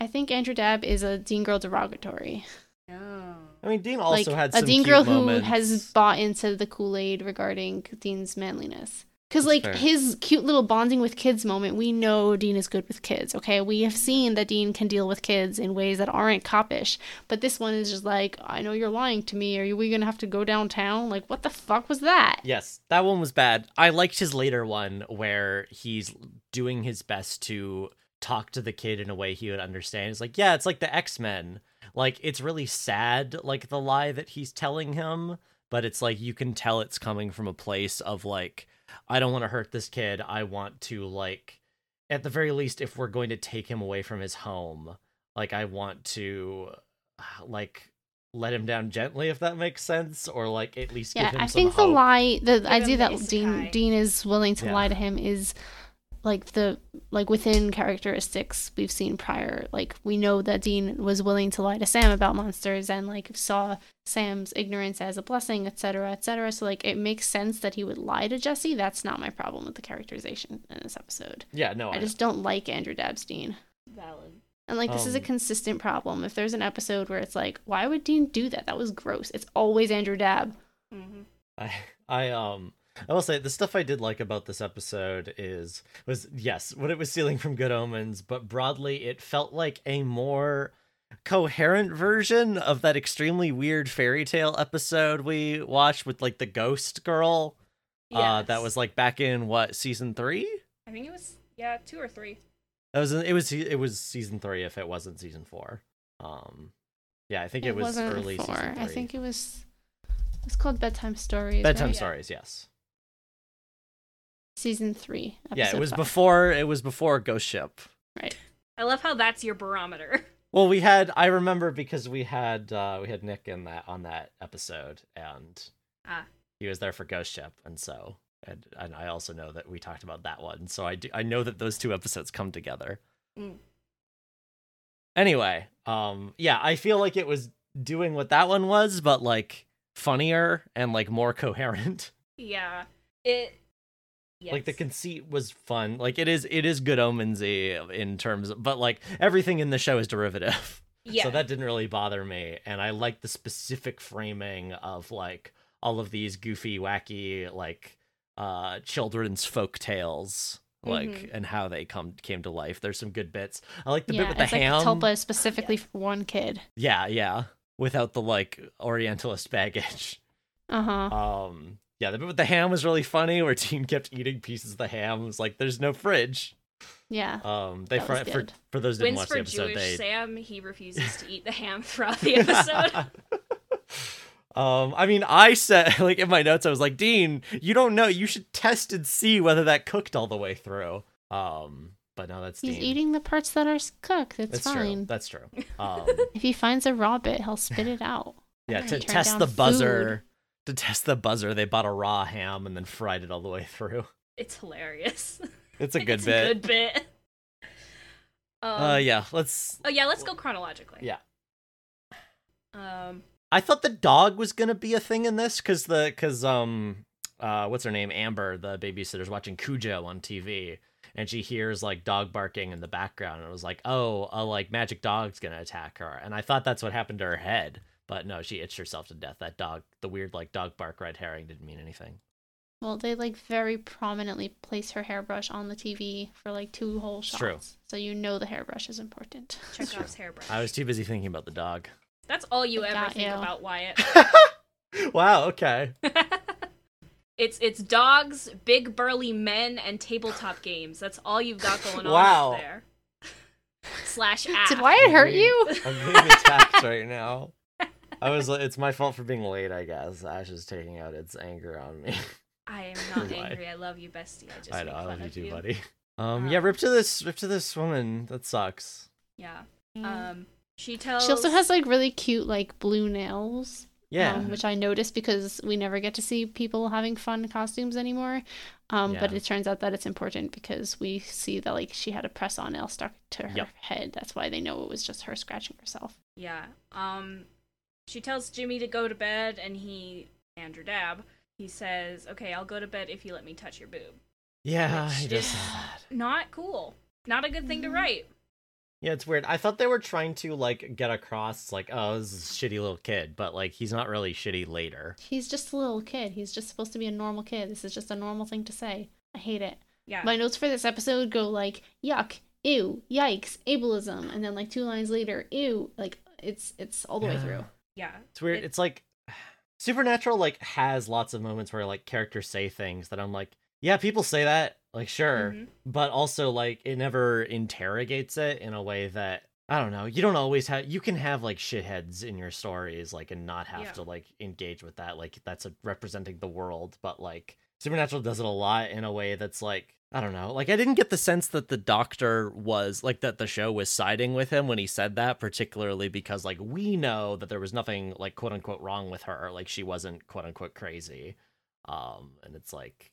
S2: I think Andrew Dabb is a Dean girl derogatory.
S1: No.
S3: I mean, Dean also
S2: like
S3: had
S2: a
S3: some
S2: Dean
S3: cute
S2: girl
S3: moments.
S2: who has bought into the Kool Aid regarding Dean's manliness. Because
S3: That's
S2: like
S3: fair.
S2: his cute little bonding with kids moment, we know Dean is good with kids. Okay, we have seen that Dean can deal with kids in ways that aren't copish. But this one is just like, I know you're lying to me. Are you we gonna have to go downtown? Like, what the fuck was that?
S3: Yes, that one was bad. I liked his later one where he's doing his best to talk to the kid in a way he would understand. It's like, yeah, it's like the X Men. Like, it's really sad, like the lie that he's telling him, but it's like you can tell it's coming from a place of like, I don't want to hurt this kid. I want to, like, at the very least, if we're going to take him away from his home, like, I want to, like, let him down gently if that makes sense or like at least
S2: Yeah,
S3: give him
S2: I
S3: some
S2: think the
S3: hope.
S2: lie, the idea
S1: him the
S2: that Dean
S1: isekai.
S2: Dean is willing to
S3: Yeah.
S2: lie to him is like the like within characteristics we've seen prior. Like we know that Dean was willing to lie to Sam about monsters and like saw Sam's ignorance as a blessing, etc., etc. So like it makes sense that he would lie to Jesse. That's not my problem with the characterization in this episode.
S3: Oh, Yeah, no,
S2: I just don't like Andrew Dabbs Dean.
S1: Valid.
S2: And like this is a
S3: Um,
S2: consistent problem. If there's an episode where it's like, why would Dean do that? That was gross. It's always Andrew Dabb.
S1: hmm
S3: I, I, um, I will say the stuff I did like about this episode is was yes, what it was stealing from Good Omens, but broadly it felt like a more coherent version of that extremely weird fairy tale episode we watched with like the ghost girl. Uh, that
S1: Yes.
S3: was like back in what season three?
S1: I think it was yeah two or three.
S3: That was it was it was season three if it wasn't season four. Um, yeah, I think it, was
S2: wasn't
S3: early
S2: four.
S3: season three.
S2: I think it was it's called Bedtime Stories.
S3: bedtime
S2: right?
S3: stories. Yes.
S2: Season three.
S3: Yeah, it
S2: episode
S3: was
S2: five.
S3: before it was before Ghost Ship.
S2: Right.
S1: I love how that's your barometer.
S3: Well, we had I remember because we had uh we had Nick in that on that episode and
S1: Ah.
S3: he was there for Ghost Ship and so and, and I also know that we talked about that one. So I do I know that those two episodes come together.
S1: Mm.
S3: Anyway, um yeah, I feel like it was doing what that one was but like funnier and like more coherent.
S1: Yeah. It. Yes.
S3: Like the conceit was fun. Like it is it is good omensy in terms of, but like everything in the show is derivative.
S1: yeah.
S3: So that didn't really bother me. And I like the specific framing of like all of these goofy, wacky, like uh children's folk tales. Like
S1: Mhm.
S3: and how they come came to life. There's some good bits. I like the
S2: Mm-hmm. yeah,
S3: bit with the
S2: it's
S3: ham.
S2: like Tulpa is specifically for one kid.
S3: Yeah, yeah. Without the like Orientalist baggage.
S2: Uh huh.
S3: Um yeah, the bit with the ham was really funny where Dean kept eating pieces of the ham. It was like, there's no fridge.
S2: Yeah.
S3: Um they
S2: That was
S3: for, for
S2: good.
S3: for those who didn't
S1: Wins
S3: watch the
S1: for
S3: episode,
S1: Jewish
S3: they
S1: Sam. He refuses to eat the ham throughout the episode.
S3: um, I mean, I said like in my notes, I was like, Dean, you don't know. You should test and see whether that cooked all the way through. Um, but no, that's
S2: He's
S3: Dean.
S2: eating the parts that are s- cooked. It's
S3: That's true.
S2: fine.
S3: That's true. Um,
S2: If he finds a raw bit, he'll spit it out.
S3: yeah,
S2: He
S3: to
S2: turned
S3: test
S2: down
S3: the buzzer. To test the buzzer, they bought a raw ham and then fried it all the way through.
S1: it's hilarious.
S3: It's a good
S1: it's
S3: bit.
S1: A good bit. Um,
S3: uh, yeah, let's.
S1: Oh yeah. Let's go chronologically.
S3: Yeah.
S1: Um.
S3: I thought the dog was gonna be a thing in this because the because um uh what's her name Amber the babysitter's watching Cujo on TV and she hears like dog barking in the background and it was like oh a like magic dog's gonna attack her and I thought that's what happened to her head but no she itched herself to death that dog the weird like dog bark red herring didn't mean anything
S2: Well, they like very prominently place her hairbrush on the TV for like two whole
S3: It's
S2: shots.
S3: true.
S2: So you know the hairbrush is important.
S1: Chekhov's hairbrush.
S3: I was too busy thinking about the dog
S1: That's all you
S2: It
S1: ever
S2: got
S1: think
S2: you.
S1: about Wyatt.
S3: wow okay
S1: It's it's dogs, big burly men, and tabletop games. That's all you've got going on
S4: Wow.
S1: up there. Slash app.
S2: Did Wyatt hurt you?
S3: I'm being attacked right now. I was. It's my fault for being late. I guess Ash is taking out its anger on me.
S1: I am not
S3: Why?
S1: angry. I love you, bestie. I just
S3: I
S1: make
S3: know. I
S1: fun
S3: love you
S1: of
S3: too,
S1: you.
S3: buddy. Um. Yeah.
S1: Um,
S3: Rip to this. Rip to this woman. That sucks.
S1: Yeah. Um. She tells.
S2: she also has like really cute like blue nails.
S3: Yeah.
S2: um, which I noticed because we never get to see people having fun costumes anymore. Um, But
S3: Yeah.
S2: it turns out that it's important because we see that like she had a press on nail stuck to her
S3: Yep.
S2: head. That's why they know it was just her scratching herself.
S1: Yeah. Um. She tells Jimmy to go to bed, and he Andrew Dab. He says, "Okay, I'll go to bed if you let me touch your boob."
S3: yeah.
S1: which
S3: I just.
S1: is- Not cool. Not a good thing
S2: Mm-hmm.
S1: to write.
S3: Yeah, it's weird. I thought they were trying to like get across like, oh, this is a shitty little kid, but like he's not really shitty later.
S2: He's just a little kid. He's just supposed to be a normal kid. This is just a normal thing to say. I hate it.
S1: Yeah.
S2: My notes for this episode go like yuck, ew, yikes, ableism, and then like two lines later, ew. Like it's it's all the way
S3: Yeah.
S2: through.
S1: yeah.
S3: It's weird.
S1: It-
S3: it's like Supernatural like has lots of moments where like characters say things that I'm like, yeah, people say that, like sure,
S1: Mhm.
S3: but also like it never interrogates it in a way that I don't know. You don't always have you can have like shitheads in your stories like and not have
S1: Yeah.
S3: to like engage with that. Like that's a, representing the world, but like Supernatural does it a lot in a way that's like I don't know. Like I didn't get the sense that the doctor was like that the show was siding with him when he said that, particularly because like we know that there was nothing like quote unquote wrong with her. Like she wasn't quote unquote crazy. Um and it's like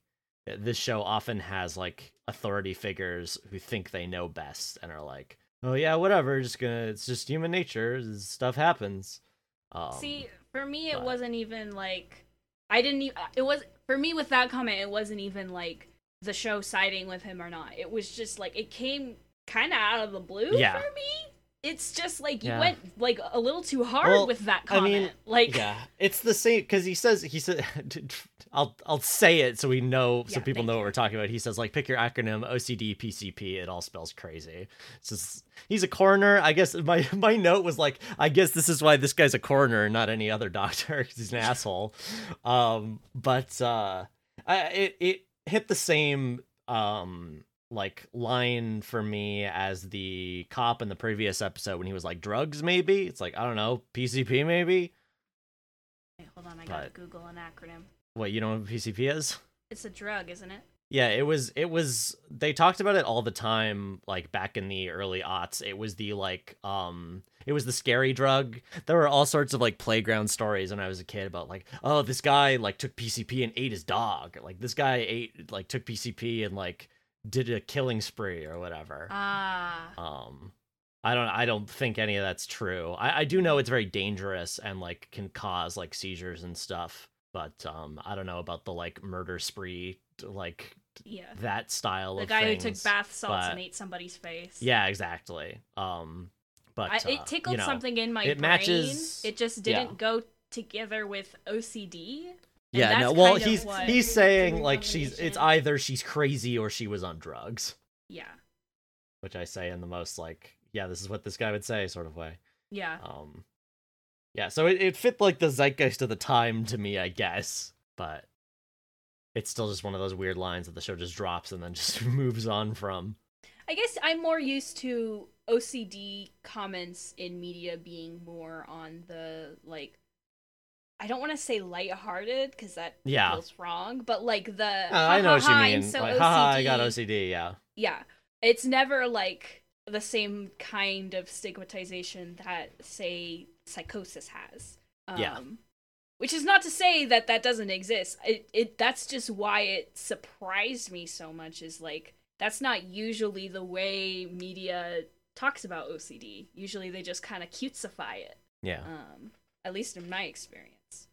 S3: this show often has like authority figures who think they know best and are like, "Oh yeah, whatever, just gonna it's just human nature, this stuff happens." Um,
S1: See, for me, it
S3: but-
S1: wasn't even like I didn't. Even, it was for me with that comment. It wasn't even like the show siding with him or not. It was just like it came kind of out of the blue
S3: Yeah.
S1: for me. It's just like you
S3: Yeah.
S1: went like a little too hard
S3: Well,
S1: with that
S3: I
S1: comment.
S3: mean,
S1: like
S3: yeah, it's the same because he says he said, "I'll I'll say it so we know so
S1: Yeah,
S3: people
S1: thank
S3: know what
S1: you.
S3: we're talking about." He says like, "Pick your acronym OCD PCP." It all spells crazy. It's just- he's a coroner. I guess my my note was like, I guess this is why this guy's a coroner, and not any other doctor 'cause he's an asshole. Um, but uh, I, it it hit the same um like line for me as the cop in the previous episode when he was like drugs maybe it's like i don't know pcp maybe
S1: Wait, hold on, I gotta
S3: But-
S1: Google an acronym.
S3: what you know what PCP is?
S1: It's a drug, isn't it?
S3: Yeah, it was it was they talked about it all the time like back in the early aughts. It was the like um it was the scary drug. There were all sorts of like playground stories when I was a kid about like, oh, this guy like took PCP and ate his dog. Or, like this guy ate like took PCP and like did a killing spree or whatever.
S1: Ah,
S3: Um, I don't. I don't think any of that's true. I, I do know it's very dangerous and like can cause like seizures and stuff. But um, I don't know about the like murder spree, like
S1: yeah.
S3: that style
S1: The
S3: of
S1: guy
S3: things.
S1: who took bath salts and
S3: but-
S1: ate somebody's face.
S3: Yeah, exactly. Um, but
S1: I,
S3: uh,
S1: it tickled
S3: you know,
S1: something in my
S3: it
S1: brain.
S3: matches-
S1: It just
S3: yeah.
S1: didn't go together with OCD. and
S3: Yeah, no.
S1: that's
S3: Well,
S1: kind of
S3: he's
S1: what-
S3: he's saying like
S2: Combination.
S3: she's it's either she's crazy or she was on drugs,
S1: yeah,
S3: which I say in the most like yeah, this is what this guy would say sort of way.
S1: yeah.
S3: Um, yeah, so it, it fit like the zeitgeist of the time to me, I guess, but it's still just one of those weird lines that the show just drops and then just moves on from.
S1: I guess I'm more used to OCD comments in media being more on the like. I don't want to say lighthearted because that
S3: Yeah.
S1: feels wrong, but like the
S3: Uh, I know
S1: "Ha,
S3: what you
S1: ha, ha, I'm
S3: mean.
S1: So
S3: like, haha, I got
S1: OCD."
S3: OCD. Yeah,
S1: yeah it's never like the same kind of stigmatization that say psychosis has um,
S3: Yeah.
S1: which is not to say that that doesn't exist it, it that's just why it surprised me so much is like that's not usually the way media talks about ocd usually they just kind of cutesify it
S3: yeah.
S1: um, at least in my experience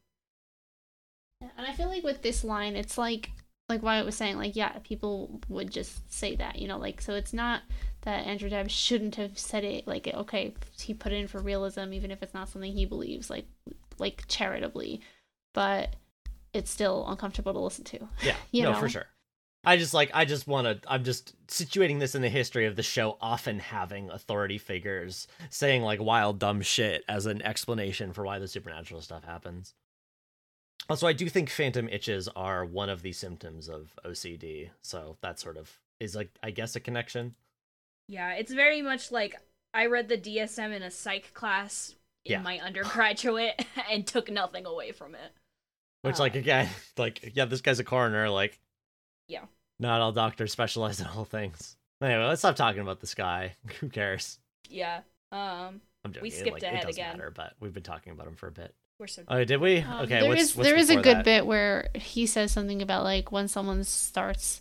S2: Yeah, and I feel like with this line, it's like like Wyatt was saying, like yeah, people would just say that, you know, like so it's not that Andrew Deb shouldn't have said it. Like okay, he put it in for realism, even if it's not something he believes, like like charitably, but it's still uncomfortable to listen to.
S3: Yeah,
S2: You
S3: no,
S2: know?
S3: for sure. I just like I just want to. I'm just situating this in the history of the show, often having authority figures saying like wild dumb shit as an explanation for why the supernatural stuff happens. Also, I do think phantom itches are one of the symptoms of OCD. So that sort of is like I guess a connection.
S1: Yeah, it's very much like I read the DSM in a psych class in
S3: Yeah.
S1: my undergraduate and took nothing away from it.
S3: Which,
S1: Uh,
S3: like, again, like, yeah, this guy's a coroner. Like,
S1: Yeah.
S3: Not all doctors specialize in all things. Anyway, let's stop talking about this guy. Who cares?
S1: Yeah. Um,
S3: I'm joking.
S1: We
S3: it,
S1: skipped
S3: like,
S1: ahead
S3: it doesn't
S1: again.
S3: matter, but we've been talking about him for a bit.
S1: we're so
S3: Oh, did we?
S2: Um,
S3: okay.
S2: there
S3: what's,
S2: is-
S3: what's
S2: there is a
S3: before
S2: good
S3: that?
S2: bit where he says something about like when someone starts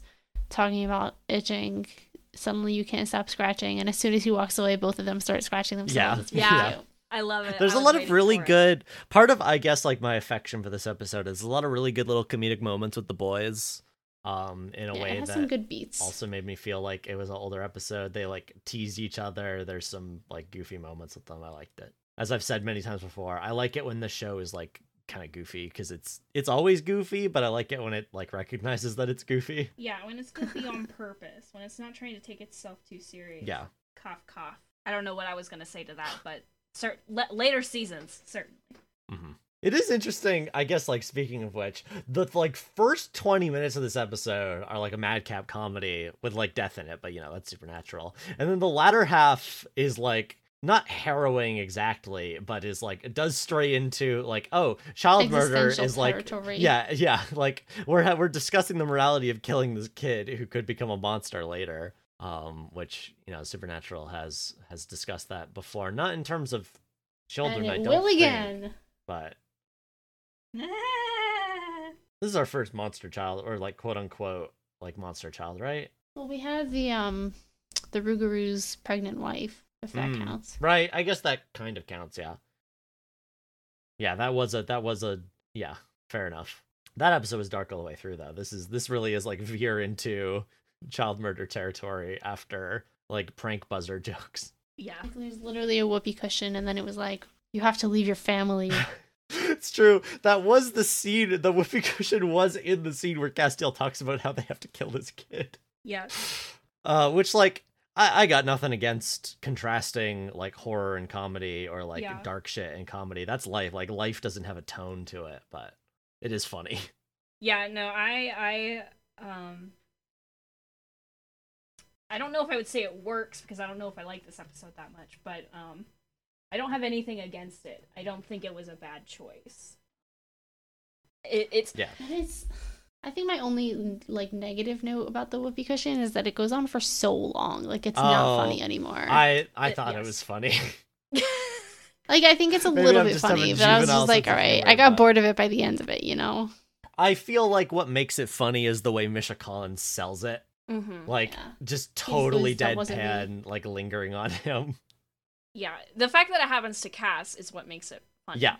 S2: talking about itching, suddenly you can't stop scratching, and as soon as he walks away, both of them start scratching themselves.
S3: Yeah.
S2: It's pretty
S1: Yeah.
S2: cute.
S1: I love it.
S3: There's
S1: a
S3: a lot of really good. Part of, I guess, like my affection for this episode is a lot of really good little comedic moments with the boys. Um, in a
S2: Yeah,
S3: way
S2: it has
S3: that
S2: some good beats.
S3: also made me feel like it was an older episode. They like teased each other. There's some like goofy moments with them. I liked it. As I've said many times before, I like it when the show is like kind of goofy because it's it's always goofy, but I like it when it like recognizes that it's goofy.
S1: Yeah, when it's goofy on purpose, when it's not trying to take itself too serious.
S3: Yeah.
S1: Cough, cough. I don't know what I was gonna say to that, but cer- le- later seasons certainly.
S3: It is interesting, I guess. Like speaking of which, the like first twenty minutes of this episode are like a madcap comedy with like death in it, but you know that's supernatural. And then the latter half is like not harrowing exactly, but is like it does stray into like oh, child murder
S2: Existential
S3: is like
S2: territory.
S3: yeah, yeah, like we're ha- we're discussing the morality of killing this kid who could become a monster later. Um, which you know, supernatural has has discussed that before, not in terms of children.
S2: and
S3: I
S2: it
S3: don't
S2: will
S3: think,
S2: again.
S3: but this is our first monster child or like quote unquote like monster child right
S2: Well, we have the um, the Ruguru's pregnant wife, if that
S3: Mm.
S2: counts.
S3: right i guess that kind of counts yeah yeah that was a that was a yeah fair enough that episode was dark all the way through though this is this really is like veer into child murder territory after like prank buzzer jokes
S1: Yeah.
S2: Like, there's literally a whoopee cushion, and then it was like you have to leave your family.
S3: it's true that was the scene the whoopee cushion was in the scene where castiel talks about how they have to kill this kid
S1: Yeah.
S3: Uh, which like I, I got nothing against contrasting like horror and comedy or like
S1: Yeah.
S3: dark shit and comedy. That's life. Like life doesn't have a tone to it, but it is funny.
S1: Yeah, no, I I um I don't know if I would say it works because I don't know if I like this episode that much, but um I don't have anything against it. I don't think it was a bad choice. It, it's
S2: That is, I think my only like negative note about the whoopee cushion is that it goes on for so long. Like it's
S3: Oh,
S2: not funny anymore.
S3: I I
S1: It-
S3: thought it
S1: yes.
S3: was funny.
S2: like I think it's a
S3: Maybe
S2: little
S3: I'm
S2: bit
S3: just having
S2: funny, but I was
S3: juvenile
S2: just like,
S3: sense
S2: all
S3: of
S2: right,
S3: humor,
S2: I got
S3: but-
S2: bored of it by the end of it. You know,
S3: I feel like what makes it funny is the way Misha Collins sells it.
S2: Mm-hmm.
S1: Mhm.
S3: Like
S2: Mm, Yeah.
S3: just
S2: He's loose,
S3: totally
S2: that wasn't me.
S3: deadpan, like lingering on him.
S1: Yeah, the fact that it happens to Cass is what makes it funny.
S3: Yeah.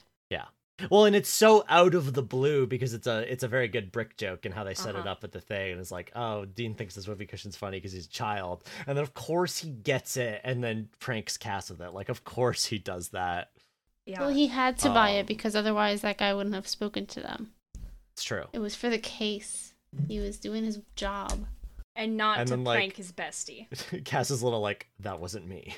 S3: Well, and it's so out of the blue because it's a it's a very good brick joke and how they set it
S1: Uh-huh.
S3: up at the thing, and it's like, oh, Dean thinks this whoopee cushion's funny because he's a child, and then of course he gets it, and then pranks Cass with it. Like, of course he does that.
S1: Yeah.
S2: well, he had to buy
S3: Um,
S2: it because otherwise that guy wouldn't have spoken to them.
S3: It's true.
S2: It was for the case. He was doing his job.
S1: and not
S3: and
S1: to
S3: then, like-
S1: prank his bestie.
S3: Cass's little like that wasn't me.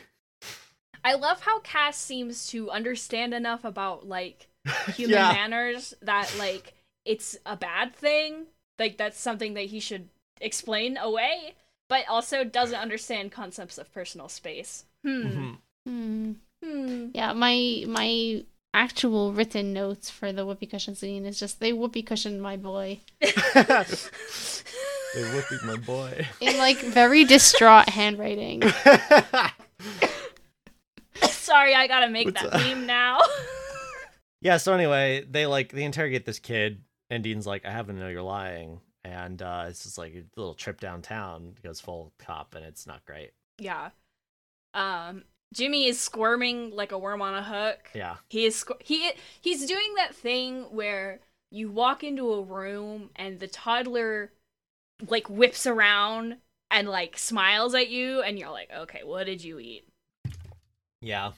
S1: I love how Cass seems to understand enough about like human
S3: Yeah.
S1: manners that like it's a bad thing. Like that's something that he should explain away, but also doesn't understand concepts of personal space. Hmm.
S3: Mhm.
S2: Hmm.
S1: hmm.
S2: Yeah, my my actual written notes for the whoopee cushion scene is just they whoopee cushioned my boy
S3: they whooped my boy.
S2: in like very distraught handwriting.
S1: Sorry, I gotta make
S3: What's
S1: that
S3: that?
S1: meme now.
S3: yeah. So anyway, they like they interrogate this kid, and Dean's like, I happen to know you're lying, and uh, it's just like a little trip downtown goes full cop, and it's not great.
S1: yeah. Um. Jimmy is squirming like a worm on a hook.
S3: Yeah.
S1: He is squ- he he's doing that thing where you walk into a room and the toddler like whips around and like smiles at you and you're like, "Okay, what did you eat?"
S3: Yeah.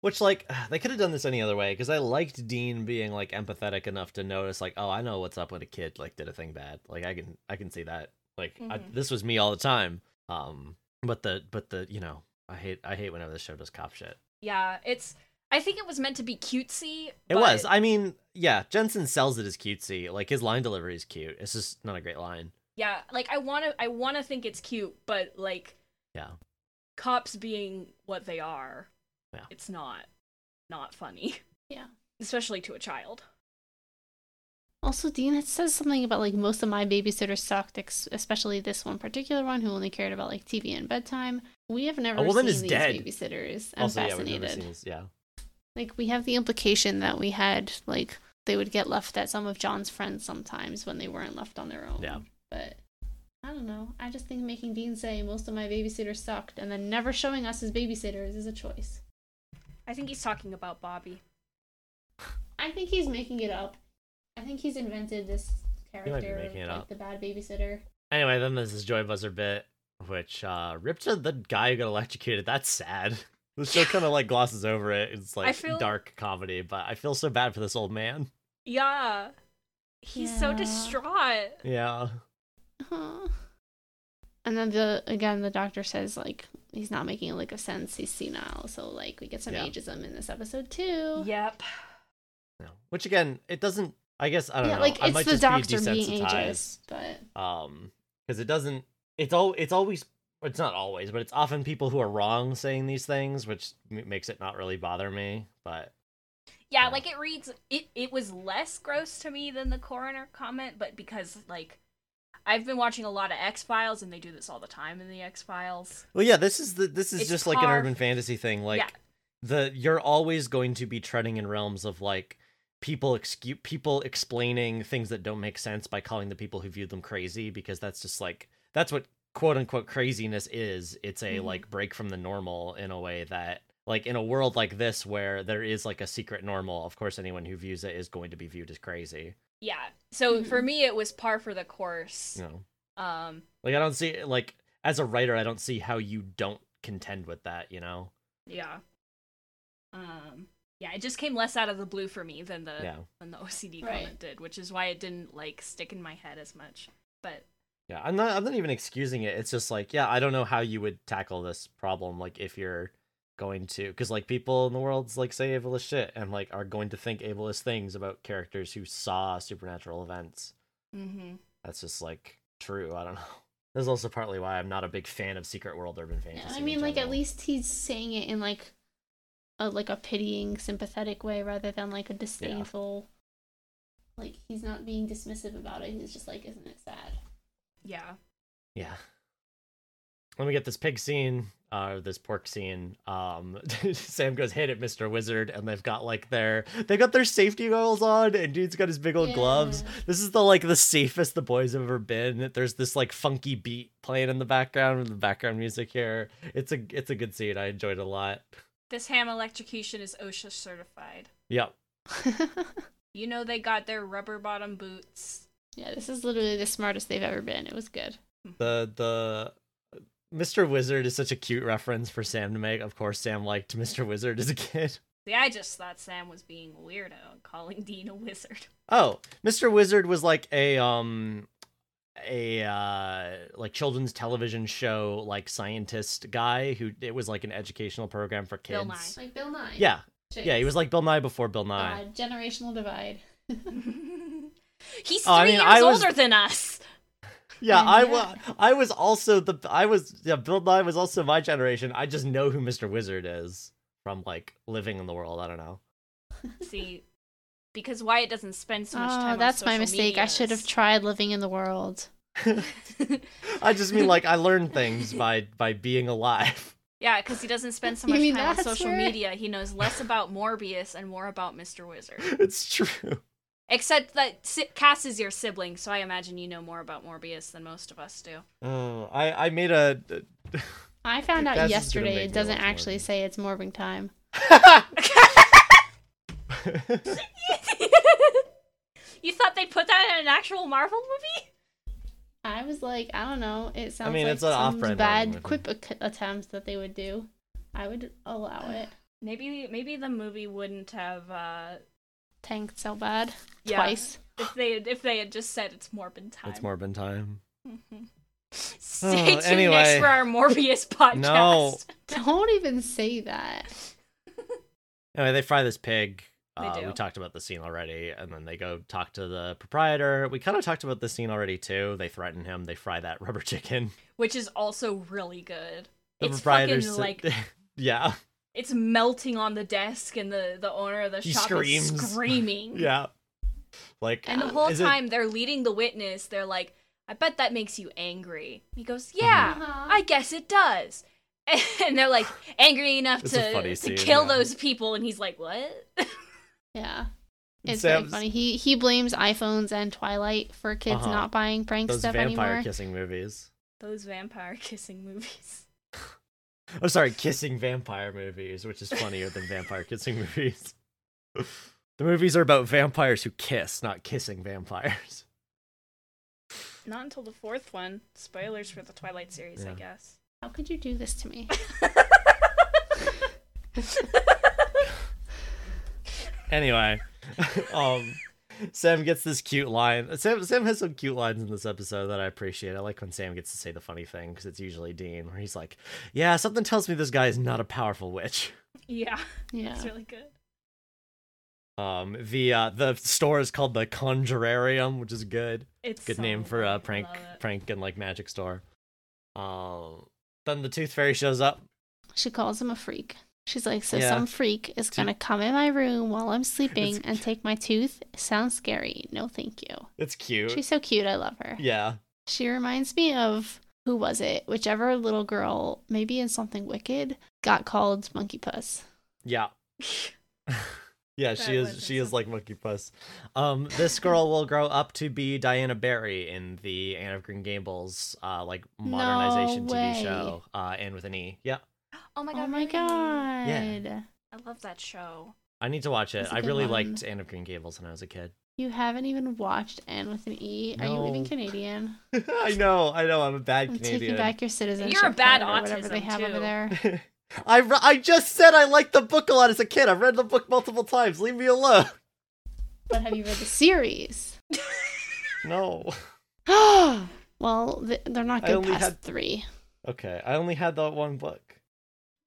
S3: Which like they could have done this any other way because I liked Dean being like empathetic enough to notice like oh I know what's up when a kid like did a thing bad like I can I can see that like I,
S2: Mm-hmm.
S1: Mhm.
S3: this was me all the time um but the but the you know I hate I hate whenever the show does cop shit
S1: Yeah, it's I think it was meant to be cutesy.
S3: It
S1: but
S3: was. I mean, yeah, Jensen sells it as cutesy. Like his line delivery is cute. It's just not a great line.
S1: yeah, like I want to. I want to think it's cute, but like,
S3: Yeah.
S1: cops being what they are,
S3: Yeah.
S1: it's not, not funny.
S2: Yeah.
S1: especially to a child.
S2: Also, Dean had says something about like most of my babysitters sucked, ex- especially this one particular one who only cared about like TV and bedtime. We have never
S3: woman
S2: seen
S3: is
S2: these
S3: dead.
S2: babysitters. I'm
S3: also, yeah, we've
S2: fascinated.
S3: never seen this. Yeah.
S2: Like we have the implication that we had like they would get left at some of John's friends sometimes when they weren't left on their own.
S3: Yeah.
S2: But I don't know. I just think making Dean say most of my babysitters sucked and then never showing us as babysitters is a choice.
S1: I think he's talking about Bobby.
S2: I think he's making it up. I think he's invented this
S3: be
S2: character,
S3: making it
S2: like
S3: up.
S2: the bad babysitter.
S3: Anyway, then there's this joy buzzer bit, which uh ripped to the guy who got electrocuted. That's sad. The show kind of like glosses over it. It's like
S1: feel-
S3: dark comedy, but I feel so bad for this old man.
S1: Yeah, he's so
S2: Yeah.
S1: distraught.
S3: Yeah.
S2: Huh. And then the again the doctor says like he's not making a lick of sense. He's senile, so like we get some
S3: Yeah.
S2: ageism in this episode too.
S1: Yep.
S3: No. Which again, it doesn't. I guess I don't
S2: Yeah,
S3: know.
S2: like
S3: I
S2: it's
S3: might
S2: the
S3: just
S2: doctor
S3: be
S2: being
S3: desensitized.
S2: ageist, but
S3: um because it doesn't it's all it's always it's not always but it's often people who are wrong saying these things which m- makes it not really bother me but
S1: Yeah,
S3: Yeah.
S1: like it reads it it was less gross to me than the coroner comment, but because like I've been watching a lot of X-Files and they do this all the time in the X-Files.
S3: well yeah this is the this is
S1: It's
S3: just like an
S1: par-
S3: urban fantasy thing like
S1: Yeah.
S3: the you're always going to be treading in realms of like people excuse people explaining things that don't make sense by calling the people who view them crazy because that's just like that's what quote unquote craziness is it's a
S1: Mm-hmm.
S2: Mhm.
S3: like break from the normal in a way that like in a world like this where there is like a secret normal of course anyone who views it is going to be viewed as crazy
S1: Yeah. So
S2: Mhm.
S1: for me it was par for the course.
S3: you know
S1: Um
S3: like i don't see like as a writer i don't see how you don't contend with that you know
S1: yeah. Um yeah, it just came less out of the blue for me than the
S3: yeah
S1: than the OCD
S2: Right.
S1: comment did, which is why it didn't like stick in my head as much. But
S3: Yeah, I'm not I'm not even excusing it. It's just like, yeah, I don't know how you would tackle this problem like if you're going to cuz like people in the world's like say ableist shit and like are going to think ableist things about characters who saw supernatural events.
S1: mhm.
S3: That's just like true, I don't know. This is also partly why I'm not a big fan of Secret World urban
S2: yeah,
S3: fantasy.
S2: I
S3: in
S2: mean like at
S3: general.
S2: least he's saying it in like a like a pitying, sympathetic way rather than like a disdainful. Like he's not being dismissive about it. He's just like, isn't it sad?
S1: Yeah.
S3: Yeah. When we get this pig scene, uh, this pork scene, um, Sam goes, "Hit it, Mister Wizard!" And they've got like their they've got their safety goggles on, and dude's got his big old gloves.
S2: Yeah.
S3: This is the like the safest the boys have ever been. There's this like funky beat playing in the background with the background music here. It's a it's a good scene. I enjoyed it a lot.
S1: This ham electrocution is OSHA certified.
S3: Yep.
S1: You know they got their rubber bottom boots.
S2: yeah, this is literally the smartest they've ever been. It was good.
S3: The the Mr. Wizard is such a cute reference for Sam to make. Of course, Sam liked Mr. Wizard as a kid.
S1: See, I just thought Sam was being a weirdo and calling Dean a wizard.
S3: Oh, Mr. Wizard was like a um a uh like children's television show like scientist guy who it was like an educational program for kids.
S1: Bill Nye.
S2: Like Bill Nye.
S3: Yeah. Yeah, he
S2: Chicks.
S3: was like Bill Nye before Bill Nye.
S2: God, generational divide.
S1: He's three
S3: Oh, I mean,
S1: years
S3: I was-
S1: older than us.
S3: yeah, I
S2: yeah.
S3: was I was also the I was yeah, Bill Nye was also my generation. I just know who Mr. Wizard is from like living in the world, I don't know.
S1: See, because Wyatt doesn't spend so much time.
S2: Oh,
S1: on
S2: that's my
S1: social
S2: mistake. I
S1: medias.
S2: should have tried living in the world.
S3: I just mean like I learned things by by being alive.
S1: yeah, because he doesn't spend so
S2: You
S1: much
S2: mean
S1: time on
S2: that's
S1: social
S2: where-
S1: media. He knows less about Morbius and more about Mr. Wizard.
S3: It's true.
S1: Except that si- Cass is your sibling, so I imagine you know more about Morbius than most of us do. Mm,
S3: Oh, I I made a
S2: I found out
S3: That's just gonna make
S2: yesterday
S3: me
S2: it doesn't
S3: watch more of
S2: actually
S3: it.
S2: say it's morbing time.
S1: you thought they put that in an actual Marvel movie?
S2: I was like, I don't know. It sounds
S3: mean,
S2: like
S3: it's an
S2: some
S3: off-brand
S2: bad
S3: morbing
S2: quip ac- attempt that they would do. I would allow it.
S1: Maybe, maybe the movie wouldn't have. Uh,
S2: Tanked so bad
S1: Yeah.
S2: twice.
S1: if they had, if they had just said it's Morbin time.
S3: It's Morbin time.
S1: Mhm. Stay tuned next
S3: anyway.
S1: for our Morbius podcast.
S3: No.
S2: Don't even say that.
S3: Anyway, they fry this pig.
S1: They
S3: Uh, we
S1: do.
S3: talked about the scene already, and then they go talk to the proprietor. We kind of talked about this scene already too. They threaten him. They fry that rubber chicken.
S1: which is also really good.
S3: The
S1: it's fucking
S3: proprietor's
S1: like
S3: yeah,
S1: it's melting on the desk, and the the owner of the
S3: He
S1: shop
S3: screams.
S1: is screaming.
S3: yeah. Like uh,
S1: And the whole
S3: is it-
S1: time they're leading the witness, they're like, "I bet that makes you angry." He goes,
S3: Mm-hmm.
S1: "Yeah, I guess it does." And they're like angry enough
S3: It's a
S1: to,
S3: funny
S1: to
S3: scene,
S1: kill
S3: yeah.
S1: those people, and he's like, "What?"
S2: Yeah. It's very
S3: Sam's-
S2: funny. He he blames iPhones and Twilight for kids
S3: Uh-huh.
S2: not buying prank
S3: those
S2: stuff
S3: vampire
S2: anymore.
S3: kissing movies.
S1: those vampire kissing movies.
S3: I'm Oh, sorry, kissing vampire movies, which is funnier than vampire kissing movies. The movies are about vampires who kiss, not kissing vampires.
S1: Not until the fourth one. Spoilers for the Twilight series, I guess.
S2: How could you do this to me?
S3: Anyway, um, Sam gets this cute line. Sam Sam has some cute lines in this episode that I appreciate. I like when Sam gets to say the funny thing because it's usually Dean, where he's like, "Yeah, something tells me this guy is not a powerful witch."
S1: yeah,
S2: Yeah.
S1: it's really good.
S3: Um, the uh, the store is called the Conjurarium, which is good.
S1: It's
S3: good
S1: so
S3: name for a
S1: good. I
S3: prank
S1: love it.
S3: prank and like magic store. Um, then the tooth fairy shows up.
S2: She calls him a freak. She's like, so
S3: Yeah.
S2: some freak is gonna come in my room while I'm sleeping and take my tooth. Sounds scary. No, thank you.
S3: It's cute.
S2: She's so cute. I love her.
S3: yeah,
S2: She reminds me of who was it? Whichever little girl, maybe in something wicked, got called Monkey Puss.
S3: yeah, yeah.
S1: That
S3: She is
S1: was
S3: she is like monkey puss. Um, this girl will grow up to be Diana Barry in the Anne of Green Gables uh like modernization TV
S2: way.
S3: show. Uh, Anne with an E. Yeah,
S1: Oh my god!
S2: Oh my
S1: really?
S2: god.
S1: I love that show.
S3: I need to watch it.
S2: That's a
S3: I
S2: good
S3: really
S2: one.
S3: liked Anne of Green Gables when I was a kid.
S2: You haven't even watched Anne with an E. Are you even
S3: No.
S2: Canadian?
S3: I know, I know. I'm a bad
S2: I'm taking
S3: Canadian.
S2: back your citizenship.
S1: bad
S2: card or whatever they
S1: autism,
S2: have over
S1: too.
S2: there.
S3: I, re- I just said I liked the book a lot as a kid. I've read the book multiple times. Leave me alone.
S2: But have you read the series?
S3: No.
S2: well, th- they're not
S3: I
S2: good
S3: only
S2: past
S3: had-
S2: three.
S3: Okay, I only had that one book.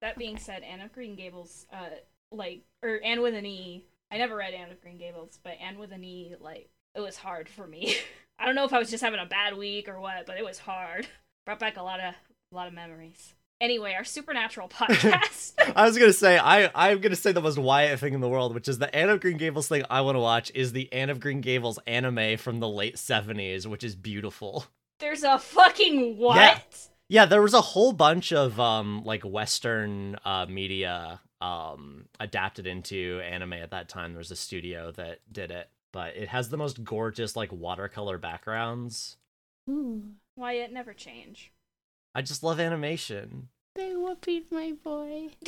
S1: That being said, Anne of Green Gables, uh, like, or Anne with an E. I never read Anne of Green Gables, but Anne with an E, like, it was hard for me. I don't know if I was just having a bad week or what, but it was hard. Brought back a lot of, a lot of memories. Anyway, our supernatural podcast.
S3: I was gonna say I I'm gonna say the most Wyatt thing in the world, which is the Anne of Green Gables thing I want to watch is the Anne of Green Gables anime from the late '70s, which is beautiful.
S1: There's a fucking what?
S3: Yeah. Yeah, there was a whole bunch of um like Western uh, media um adapted into anime at that time. There was a studio that did it, but it has the most gorgeous like watercolor backgrounds.
S2: Ooh,
S1: Why it never change?
S3: I just love animation.
S2: they whoopied my boy.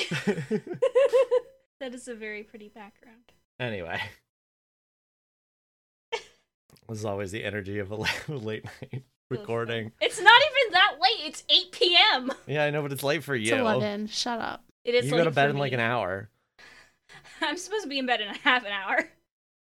S1: that is a very pretty background.
S3: Anyway. this is always the energy of a la- late night
S1: Feels
S3: recording.
S1: fun. It's not even that late. It's 8 p.m.
S3: Yeah, oh. I know, but it's late for
S2: It's
S3: you.
S2: 11. Shut up.
S1: It is.
S3: you
S1: late
S3: go to bed
S1: for
S3: in like
S1: me.
S3: an hour.
S1: I'm supposed to be in bed in a half an hour.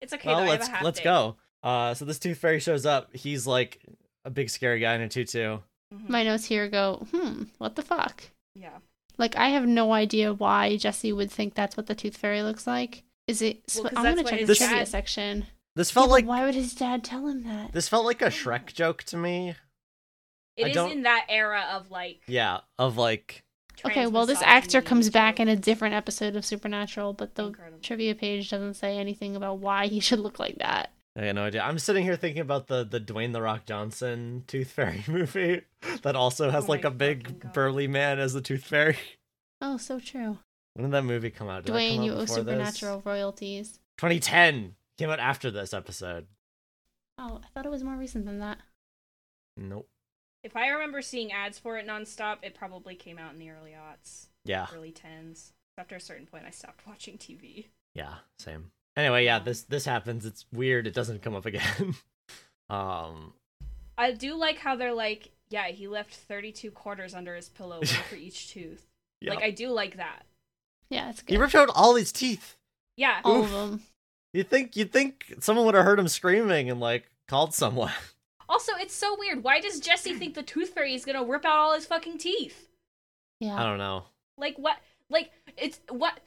S1: It's okay.
S3: well,
S1: though, I
S3: let's
S1: have a half
S3: let's
S1: day.
S3: go. Uh, so this tooth fairy shows up. He's like a big scary guy in a tutu.
S1: Mhm.
S2: My notes here go, hmm, what the fuck?
S1: Yeah.
S2: Like, I have no idea why Jesse would think that's what the Tooth Fairy looks like. Is it?
S1: Well, 'cause
S2: I'm
S1: that's
S2: gonna
S1: what
S2: check the
S1: his
S2: trivia
S1: dad-
S2: section.
S3: This
S2: Yeah,
S3: felt
S2: but
S3: like
S2: why would his dad tell him that?
S3: this felt
S1: Oh
S3: like a Shrek joke to me.
S1: It
S3: I
S1: is
S3: don't-
S1: in that era of like.
S3: Yeah, of like
S2: Okay, well, this actor
S1: transmisogyny
S2: comes back
S1: jokes.
S2: in a different episode of Supernatural, but the
S1: Incredible.
S2: trivia page doesn't say anything about why he should look like that.
S3: I had no idea. I'm sitting here thinking about the the Dwayne the Rock Johnson Tooth Fairy movie that also has
S1: Oh
S3: like
S1: my
S3: a
S1: fucking
S3: big
S1: God.
S3: burly man as the Tooth Fairy.
S2: Oh, so true.
S3: When did that movie come out? Did that come
S2: Dwayne,
S3: out
S2: you owe
S3: before this?
S2: Supernatural royalties.
S3: 2010 came out after this episode.
S2: Oh, I thought it was more recent than that.
S3: Nope.
S1: If I remember seeing ads for it nonstop, it probably came out in the early aughts,
S3: Yeah,
S1: early tens. After a certain point, I stopped watching TV.
S3: yeah, same. Anyway, yeah, this this happens. It's weird. It doesn't come up again. um,
S1: I do like how they're like, yeah, he left 32 quarters under his pillow, one for each tooth.
S3: yeah.
S1: Like, I do like that.
S2: Yeah, it's
S3: he
S2: good.
S3: ripped out all his teeth.
S1: Yeah.
S2: All
S3: Oof.
S2: of them.
S3: You think you think someone would have heard him screaming and like called someone?
S1: Also, it's so weird. Why does Jesse think the tooth fairy is gonna rip out all his fucking teeth?
S2: Yeah.
S3: I don't know.
S1: Like what? Like it's what?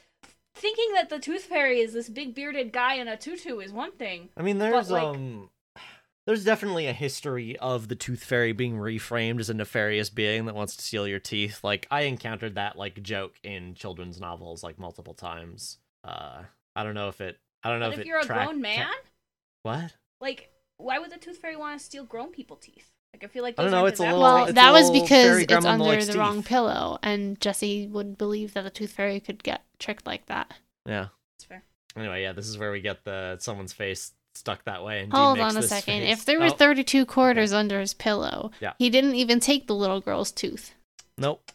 S1: thinking that the tooth fairy is this big bearded guy in a tutu is one thing.
S3: I mean, there's
S1: like-
S3: um, there's definitely a history of the tooth fairy being reframed as a nefarious being that wants to steal your teeth. Like I encountered that like joke in children's novels like multiple times. Uh, I don't know if it. I don't know
S1: But
S3: if,
S1: if
S3: it
S1: you're a
S3: track-
S1: grown man,
S3: ca- what?
S1: like why would the tooth fairy want to steal grown people teeth? Like I feel like
S3: I don't
S1: those
S3: know,
S1: aren't
S3: it's a
S1: his
S3: little-
S1: appetite.
S2: Well,
S3: it's a
S2: that was
S3: little
S2: because
S3: fairy
S2: it's
S3: grandma
S2: under
S3: likes
S2: the wrong
S3: teeth.
S2: pillow, and Jesse would believe that the tooth fairy could get tricked like that.
S3: Yeah.
S1: That's fair.
S3: Anyway, yeah, this is where we get the someone's face stuck that way. And Dean
S2: Hold
S3: makes
S2: on a
S3: this
S2: second.
S3: face.
S2: If there were
S3: Oh,
S2: 32 quarters under his pillow,
S3: Yeah.
S2: he didn't even take the little girl's tooth.
S3: nope,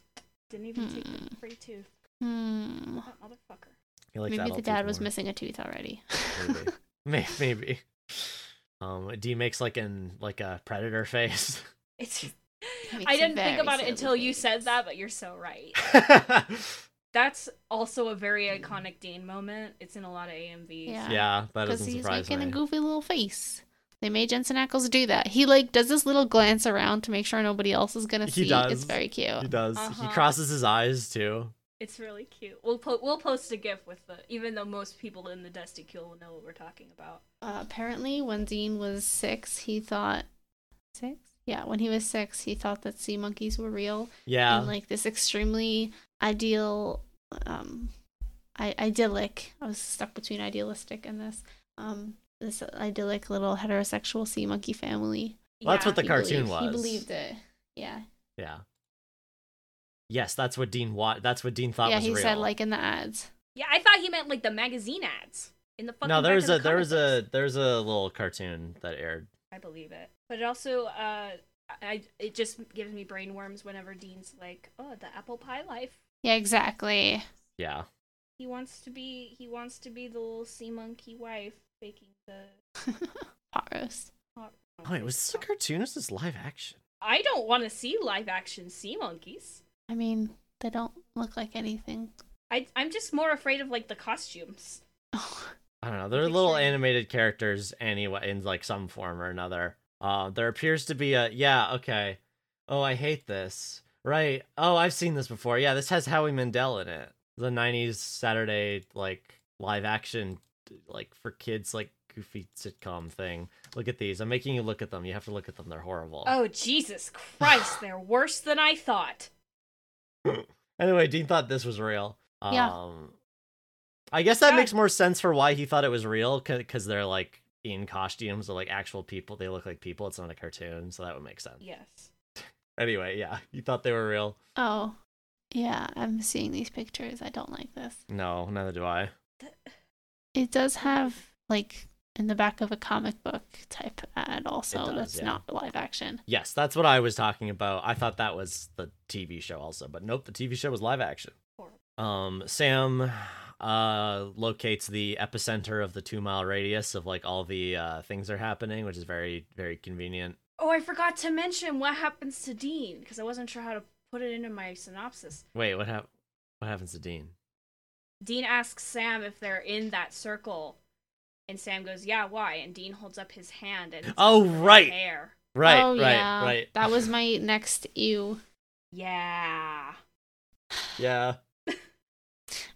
S1: Didn't even take
S2: Hmm.
S1: the free tooth.
S2: Hmm.
S1: That motherfucker.
S3: You like that
S2: Maybe
S3: all
S2: the
S3: too
S2: dad was
S3: familiar.
S2: missing a tooth already.
S3: Maybe. May- maybe. Um, D makes like an like a predator face.
S1: It's.
S2: Makes
S1: I
S2: a
S1: didn't think
S2: very
S1: about it
S2: silly
S1: until you
S2: face.
S1: said that, but you're so right.
S3: yeah,
S1: That's also a very iconic Dean moment. It's in a lot of AMVs.
S2: Yeah.
S3: that
S2: Because
S3: doesn't
S2: he's
S3: surprise
S2: making
S3: me.
S2: a goofy little face. They made Jensen Ackles do that. He like does this little glance around to make sure nobody else is gonna
S3: He
S2: see.
S3: does.
S2: It's very cute.
S3: he does. He
S1: Uh-huh.
S3: crosses his eyes too.
S1: It's really cute. We'll po- we'll post a gif with the even though most people in the Desticule will know what we're talking about.
S2: Uh, apparently, when Dean was six, he thought six. Yeah, when he was six, he thought that sea monkeys were real
S3: Yeah,
S2: and like this extremely ideal, um, I- idyllic. I was stuck between idealistic and this, um, this idyllic little heterosexual sea monkey family.
S3: Well, that's
S1: Yeah.
S3: what The
S2: He
S3: cartoon
S2: believed- He
S3: was.
S2: believed it. Yeah,
S3: yeah. Yes, that's what Dean wa- That's what Dean thought
S2: yeah.
S3: was
S2: He
S3: real.
S2: said like in the ads.
S1: yeah. I thought he meant like the magazine ads in the fucking.
S3: no,
S1: back
S3: there's
S1: of
S3: a
S1: the
S3: there's
S1: comic
S3: a
S1: books.
S3: there's a little cartoon that aired.
S1: I believe it, but it also uh, I it just gives me brain worms whenever Dean's like, oh, the apple pie life.
S2: Yeah, exactly.
S3: Yeah,
S1: He wants to be he wants to be the little sea monkey wife baking the.
S2: Pot roast.
S3: oh, it was this a cartoon? Is this live action?
S1: I don't want to see live action sea monkeys.
S2: I mean, they don't look like anything.
S1: I I'm just more afraid of like the costumes.
S3: I don't know. They're
S1: Picture
S3: little
S1: it.
S3: animated characters anyway, in like some form or another. Uh, there appears to be a yeah, okay. Oh, I hate this. Right. Oh, I've seen this before. Yeah, this has Howie Mandel in it. The '90s Saturday like live action, like for kids, like goofy sitcom thing. Look at these. I'm making you look at them. You have to look at them. They're horrible.
S1: Oh Jesus Christ, they're worse than I thought.
S3: Anyway, Dean thought this was real. Um,
S2: Yeah.
S3: I guess that
S1: Yeah.
S3: makes more sense for why he thought it was real, because they're like in costumes, they're like actual people. They look like people. It's not a cartoon, so that would make sense.
S1: Yes.
S3: Anyway, yeah, he thought they were real.
S2: Oh, yeah. I'm seeing these pictures. I don't like this.
S3: No, neither do I.
S2: It does have like in the back of a comic book type ad. Also,
S3: does,
S2: that's
S3: yeah.
S2: not live action.
S3: Yes, that's what I was talking about. I thought that was the TV show also, but nope, the TV show was live action.
S1: Horrible.
S3: Um, Sam uh locates the epicenter of the two mile radius of like all the uh things are happening, which is very, very convenient.
S1: Oh, I forgot to mention what happens to Dean because I wasn't sure how to put it into my synopsis.
S3: Wait, what hap- what happens to Dean?
S1: Dean asks Sam if they're in that circle, and Sam goes, "Yeah, why?" And Dean holds up his hand and it's
S3: Oh,
S1: covered in
S3: right.
S1: hair.
S3: Right,
S2: oh,
S3: right,
S2: yeah.
S3: right.
S2: That was my next ew.
S1: Yeah.
S3: yeah.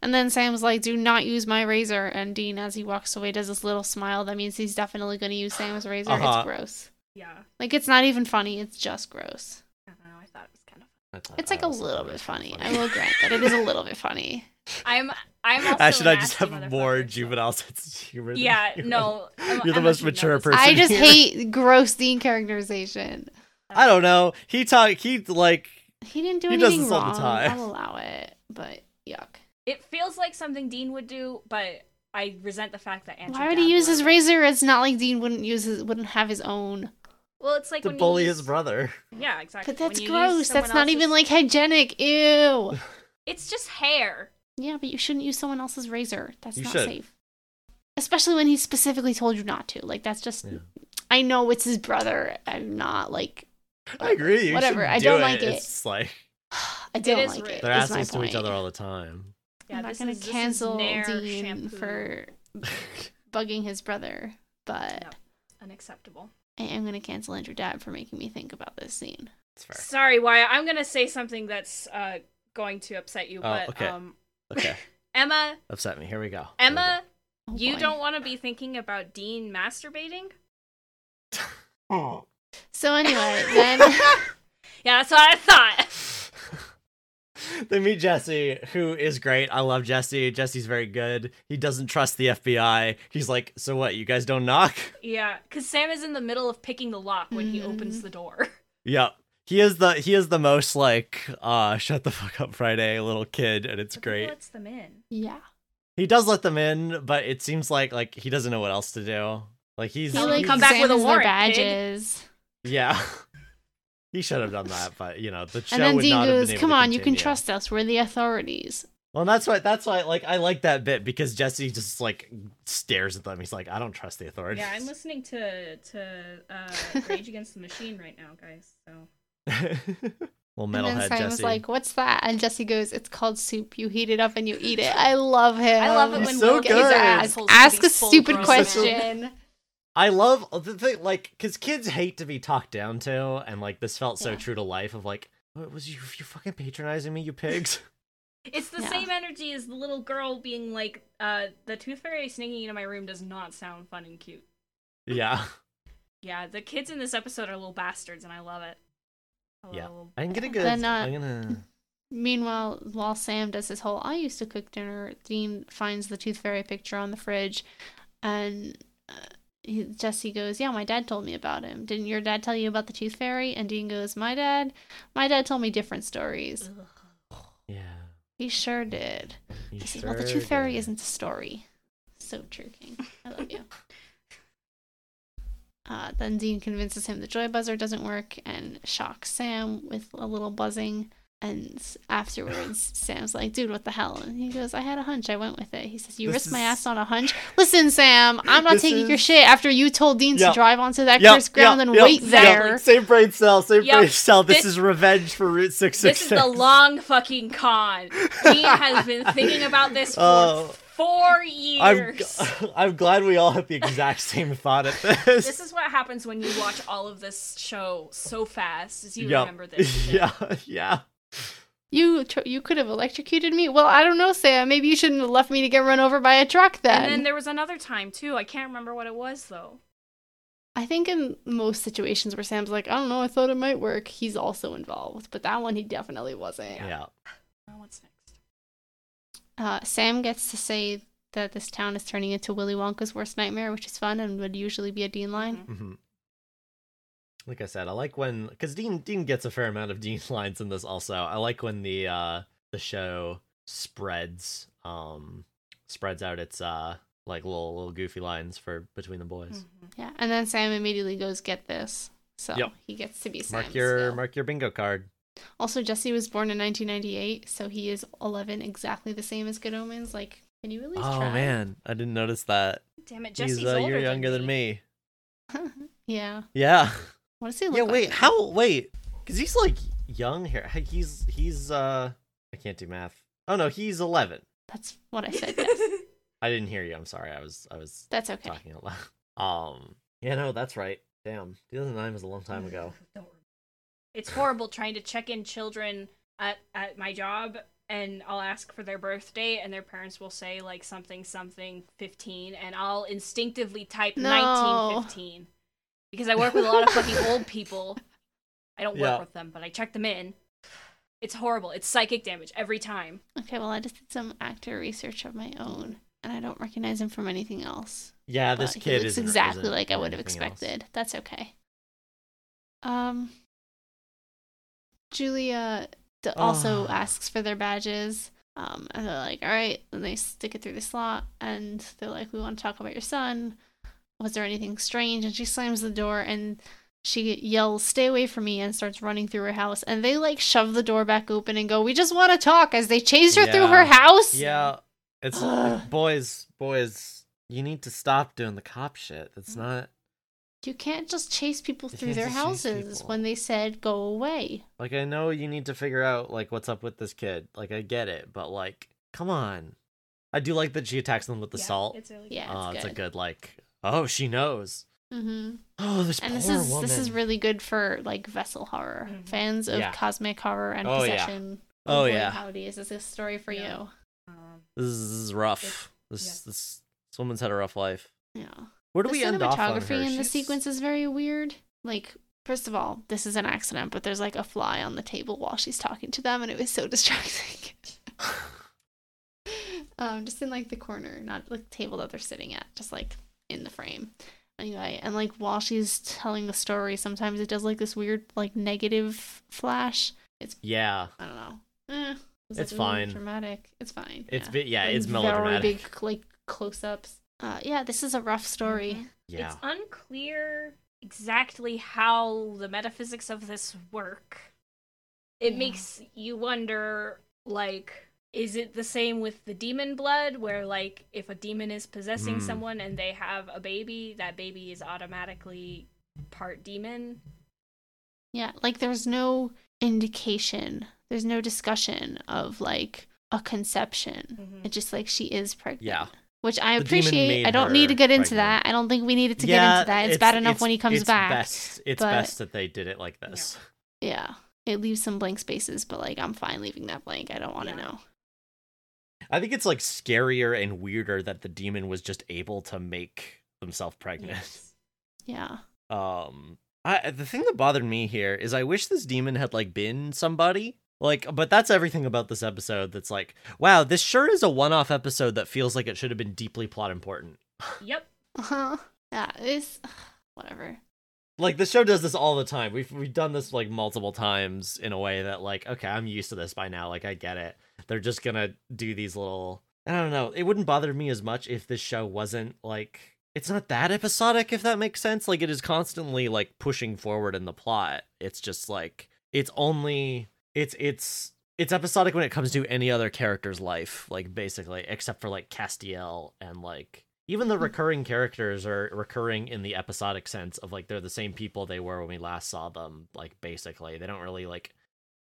S2: And then Sam's like, "Do not use my razor." And Dean, as he walks away, does this little smile. That means he's definitely going to use Sam's razor.
S3: Uh-huh.
S2: It's gross.
S1: Yeah.
S2: Like it's not even funny. It's just gross.
S1: I don't know. I thought it was kind of.
S2: It's like a little bit funny. I will grant that it is a little bit funny.
S1: I'm. I'm also.
S3: Actually,
S1: a
S3: I just
S1: nasty
S3: have more
S1: motherfucker, so-
S3: juvenile sense of humor. than
S1: Yeah.
S3: you.
S1: No. I'm-
S3: You're the
S1: I'm a
S3: most mature
S1: juvenile.
S3: person.
S2: I just
S3: here.
S2: hate gross Dean characterization.
S3: I don't know. He talk. He like.
S2: He didn't do
S3: He does
S2: anything
S3: this all the
S2: wrong.
S3: time.
S2: I'll allow it, but yuck.
S1: It feels like something Dean would do, but I resent the fact that Andrew.
S2: Why would
S1: Dabb
S2: he use his
S1: would.
S2: razor? It's not like Dean wouldn't use his, wouldn't have his own.
S1: Well, it's like
S3: to
S1: when you
S3: bully
S1: use-
S3: his brother.
S1: Yeah, exactly.
S2: But
S1: When
S2: that's
S1: you use
S2: gross. That's
S1: someone
S2: not even
S1: else's-
S2: like hygienic. Ew.
S1: It's just hair.
S2: yeah, but you shouldn't use someone else's razor. That's
S3: You
S2: not
S3: should.
S2: safe. Especially when he specifically told you not to. Like that's just.
S3: Yeah.
S2: I know it's his brother. I'm not like.
S3: I agree. You
S2: Whatever,
S3: should
S2: I
S3: do
S2: don't like it.
S3: It's just like
S2: I don't
S1: is
S2: like
S1: rude.
S2: it.
S3: they're
S2: is my
S3: assholes to each
S2: point.
S3: other all the time.
S1: Yeah,
S2: I'm not
S1: this
S2: gonna
S1: is- this is
S2: cancel
S1: Nair
S2: Dean
S1: shampoo.
S2: for bugging his brother, but
S1: No. Unacceptable.
S2: I am gonna cancel Andrew Dad for making me think about this scene.
S3: it's fair.
S1: Sorry, Wyatt. I'm gonna say something that's uh, going to upset you,
S3: Oh,
S1: but
S3: okay.
S1: um,
S3: Okay.
S1: Emma,
S3: Upset me. Here we go. Here we
S1: Emma,
S2: Oh,
S1: you
S2: boy.
S1: don't want to be thinking about Dean masturbating.
S3: go.
S2: So anyway, then
S1: Yeah, that's what I thought.
S3: Then meet Jesse, who is great. I love Jesse. Jesse's very good. He doesn't trust the FBI. He's like, so what? You guys don't knock?
S1: Yeah, because Sam is in the middle of picking the lock when he opens
S2: Mhm.
S1: the door.
S3: Yep. He is the he is the most like uh shut the fuck up Friday little kid, and it's
S1: But then
S3: great.
S1: lets them in.
S2: yeah,
S3: He does let them in, but it seems like like he doesn't know what else to do. Like he's
S2: he
S1: Tell them
S2: like
S1: to come back with a
S2: examines their
S1: warrant, kid.
S2: badges,
S3: yeah. he should have done that, but you know the show
S2: and then
S3: would
S2: Dean
S3: not have been
S2: goes,
S3: able
S2: "Come
S3: to
S2: on, you can
S3: continue.
S2: trust us. We're the authorities."
S3: Well, and that's why that's why like I like that bit because Jesse just like stares at them. He's like, I don't trust the authorities.
S1: Yeah, I'm listening to to uh, Rage Against the Machine right now, guys. So
S3: Well,
S2: and then
S3: metalhead
S2: Simon
S3: Jesse.
S2: was like, "What's that?" And Jesse goes, "It's called soup. You heat it up and you eat it." I love him.
S1: I love it when
S3: He's so
S1: Will gets his
S3: good.
S2: ask,
S1: asshole
S2: ask a
S1: being full
S2: stupid
S1: grown.
S2: question.
S3: I love the thing, like, because kids hate to be talked down to, and like this felt so
S2: Yeah.
S3: true to life. Of like, what was you you fucking patronizing me, you pigs?
S1: It's the
S2: Yeah.
S1: same energy as the little girl being like, uh, "The tooth fairy sneaking into my room does not sound fun and cute."
S3: yeah,
S1: Yeah, the kids in this episode are little bastards, and I love it. I love
S3: Yeah.
S1: the little-
S3: I'm gonna go.
S2: Then, uh,
S3: I'm gonna.
S2: Meanwhile, while Sam does his whole "I used to cook dinner," Dean finds the Tooth Fairy picture on the fridge, and uh, he, Jesse goes, "Yeah, my dad told me about him. Didn't your dad tell you about the Tooth Fairy?" And Dean goes, "My dad, my dad told me different stories.
S1: Ugh.
S3: Yeah.
S2: He sure did."
S3: you
S2: I said, "Well, the
S3: sure
S2: Tooth Fairy
S3: did.
S2: isn't a story." So true, King. I love you. Uh, then Dean convinces him the joy buzzer doesn't work and shocks Sam with a little buzzing. And s- afterwards, Sam's like, dude, what the hell? And he goes, I had a hunch. I went with it. He says, You
S3: This
S2: risked my
S3: is-
S2: ass on a hunch? Listen, Sam, I'm not
S3: This
S2: taking your
S3: is-
S2: shit after you told Dean
S3: Yeah.
S2: to drive onto that
S3: Yep,
S2: cursed ground
S3: yep,
S2: and
S3: yep,
S2: wait
S3: yep.
S2: there.
S3: Same brain cell. Same
S1: Yep.
S3: brain cell. This,
S1: This-
S3: is revenge for Route Six Six
S1: This is
S3: Six.
S1: the long fucking con. Dean has been thinking about this for
S3: Oh.
S1: four
S3: I'm,
S1: years.
S3: g- I'm glad we all had the exact same thought at this.
S1: This is what happens when you watch all of this show so fast. Is you
S3: Yep.
S1: remember this? shit.
S3: Yeah, yeah.
S2: You tr- you could have electrocuted me. Well, I don't know, Sam. Maybe you shouldn't have left me to get run over by a truck then.
S1: And then there was another time too. I can't remember what it was though.
S2: I think in most situations where Sam's like, I don't know, I thought it might work, he's also involved. But that one, he definitely wasn't.
S3: Yeah.
S1: Oh, what's next?
S2: Uh, Sam gets to say that this town is turning into Willy Wonka's worst nightmare, which is fun and would usually be a Dean line.
S3: hmm Like I said, I like when because Dean Dean gets a fair amount of Dean lines in this. Also, I like when the uh the show spreads um spreads out its uh like little little goofy lines for between the boys.
S1: Hmm. Mm-hmm.
S2: Yeah. And then Sam immediately goes, Get this. So
S3: Yep.
S2: he gets to be Sam.
S3: Mark your
S2: still.
S3: mark your bingo card.
S2: Also, Jesse was born in 1998, so he is 11, exactly the same as Good Omens. Like, can you at least
S3: Oh
S2: try?
S3: man, I didn't notice that.
S1: Damn it, Jesse's
S3: He's uh,
S1: older
S3: you're younger
S1: than
S3: than me.
S2: yeah.
S3: Yeah.
S2: What does he look
S3: yeah.
S2: like?
S3: Wait.
S2: now?
S3: How? Wait. Because he's like young here. He- He's he's uh. I can't do math. Oh no, he's eleven.
S2: That's what I said.
S3: I didn't hear you. I'm sorry. I was I was
S2: That's okay.
S3: talking out loud. Um, yeah, no, that's right. Damn, 2009 was a long time ago.
S1: Don't worry. It's horrible trying to check in children at, at my job and I'll ask for their birthday and their parents will say like something something 15 and I'll instinctively type
S2: No.
S1: 1915 because I work with a lot of fucking old people. I don't work
S3: Yeah.
S1: with them, but I check them in. It's horrible. It's psychic damage every time.
S2: Okay, well, I just did some actor research of my own, and I don't recognize him from anything else.
S3: Yeah, this
S2: but
S3: kid
S2: he looks
S3: isn't-
S2: exactly
S3: isn't
S2: like I
S3: in
S2: would have
S3: anything else.
S2: expected. That's okay. Um, Julia d- also
S3: Ah.
S2: asks for their badges. Um, and they're like, "All right," and they stick it through the slot, and they're like, "We want to talk about your son. Was there anything strange?" And she slams the door, and she yells, "Stay away from me!" and starts running through her house. And they like shove the door back open and go, "We just want to talk." As they chase her through her
S3: Yeah.
S2: house.
S3: Yeah, it's
S2: Ugh.
S3: boys, boys. You need to stop doing the cop shit. That's
S2: Mm-hmm.
S3: not
S2: You can't just chase people
S3: You
S2: through
S3: can't
S2: their
S3: just chase
S2: houses
S3: people.
S2: when they said go away.
S3: like I know you need to figure out like what's up with this kid. Like I get it, but like, come on. I do like that she attacks them with the salt.
S1: It's really
S2: Yeah,
S3: uh,
S2: it's
S3: it's a
S2: good.
S3: good like. Oh, she knows.
S2: hmm
S3: Oh, this
S2: And
S3: poor
S2: this is
S3: woman.
S2: this is really good for like vessel horror
S1: Mhm.
S2: fans of
S3: Yeah.
S2: cosmic horror and
S3: Oh, yeah.
S2: possession.
S3: Oh,
S2: boy,
S3: yeah.
S2: howdy, is this a story for
S1: Yeah.
S2: you?
S1: Um,
S3: This is, this is rough. This this this woman's had a rough life.
S2: Yeah.
S3: Where do
S2: The
S3: we end off on her?
S2: cinematography in the
S3: She's-
S2: sequence is very weird. Like, first of all, this is an accident, but there's like a fly on the table while she's talking to them, and it was so distracting. um, just in like the corner, not like the table that they're sitting at, just like in the frame. Anyway, and like while she's telling the story, sometimes it does like this weird like negative flash.
S3: Yeah,
S2: I don't know. Eh, it was,
S3: It's
S2: like, ooh,
S3: fine.
S2: Dramatic. It's fine.
S3: it's
S2: yeah.
S3: bit yeah,
S2: Like,
S3: it's melodramatic.
S2: Very big like close-ups. Uh, yeah, this is a rough story.
S3: yeah,
S1: It's unclear exactly how the metaphysics of this work. It
S2: Yeah.
S1: makes you wonder like is it the same with the demon blood where like if a demon is possessing
S3: Mm.
S4: Hmm.
S1: someone and they have a baby, that baby is automatically part demon?
S2: Yeah, like there's no indication, there's no discussion of like a conception. It's just like she is pregnant.
S3: yeah.
S2: Which I
S3: The demon
S2: appreciate.
S3: made
S2: I don't need to
S3: her
S2: get into
S3: pregnant.
S2: that. I don't think we needed to get
S3: Yeah,
S2: into that. It's, bad enough when he comes
S3: it's
S2: back.
S3: Best, it's
S2: but-
S3: best that they did it like this.
S2: Yeah. It leaves some blank spaces, but like I'm fine leaving that blank. I don't want to
S1: Yeah.
S2: know.
S3: I think it's like scarier and weirder that the demon was just able to make himself pregnant.
S1: Yes.
S2: Yeah.
S3: Um, I the thing that bothered me here is I wish this demon had like been somebody. Like, but that's everything about this episode that's like, wow, this sure is a one-off episode that feels like it should have been deeply plot important.
S1: Yep.
S2: Uh-huh. Yeah. It's whatever.
S3: Like the show does this all the time. We've we've done this like multiple times in a way that like, okay, I'm used to this by now. Like I get it. They're just gonna do these little. I don't know. It wouldn't bother me as much if this show wasn't like. It's not that episodic, if that makes sense. Like it is constantly like pushing forward in the plot. It's just like it's only it's it's it's episodic when it comes to any other character's life, like basically, except for like Castiel and like even
S2: Hmm.
S3: the recurring characters are recurring in the episodic sense of like they're the same people they were when we last saw them, like basically. They don't really like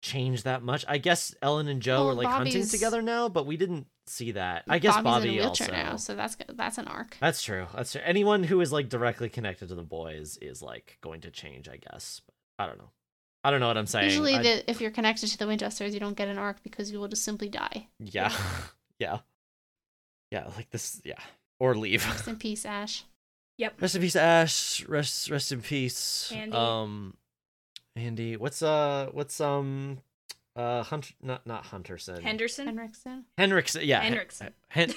S3: change that much. I guess Ellen and Joe
S2: Well,
S3: are like hunting
S2: Bobby's-
S3: together now, but we didn't see that. I guess
S2: Bobby's
S3: Bobby
S2: in a
S3: also.
S2: wheelchair now, so that's go- that's an arc.
S3: That's true. That's true. Anyone who is like directly connected to the boys is like going to change, I guess. But I don't know. I don't know what I'm saying.
S2: Usually,
S3: I-
S2: the, if you're connected to the Winchesters, you don't get an arc because you will just simply die.
S3: Yeah. Yeah. Yeah, like this yeah. Or leave.
S2: Rest in peace, Ash.
S1: Yep.
S3: Rest in peace, Ash. Rest rest in peace.
S1: Andy.
S3: Um Andy. What's uh what's um uh Hunter not not Hunterson.
S1: Henderson.
S2: Henriksen.
S3: Henriksen yeah. Hen-
S1: Henriksen.
S3: Hen-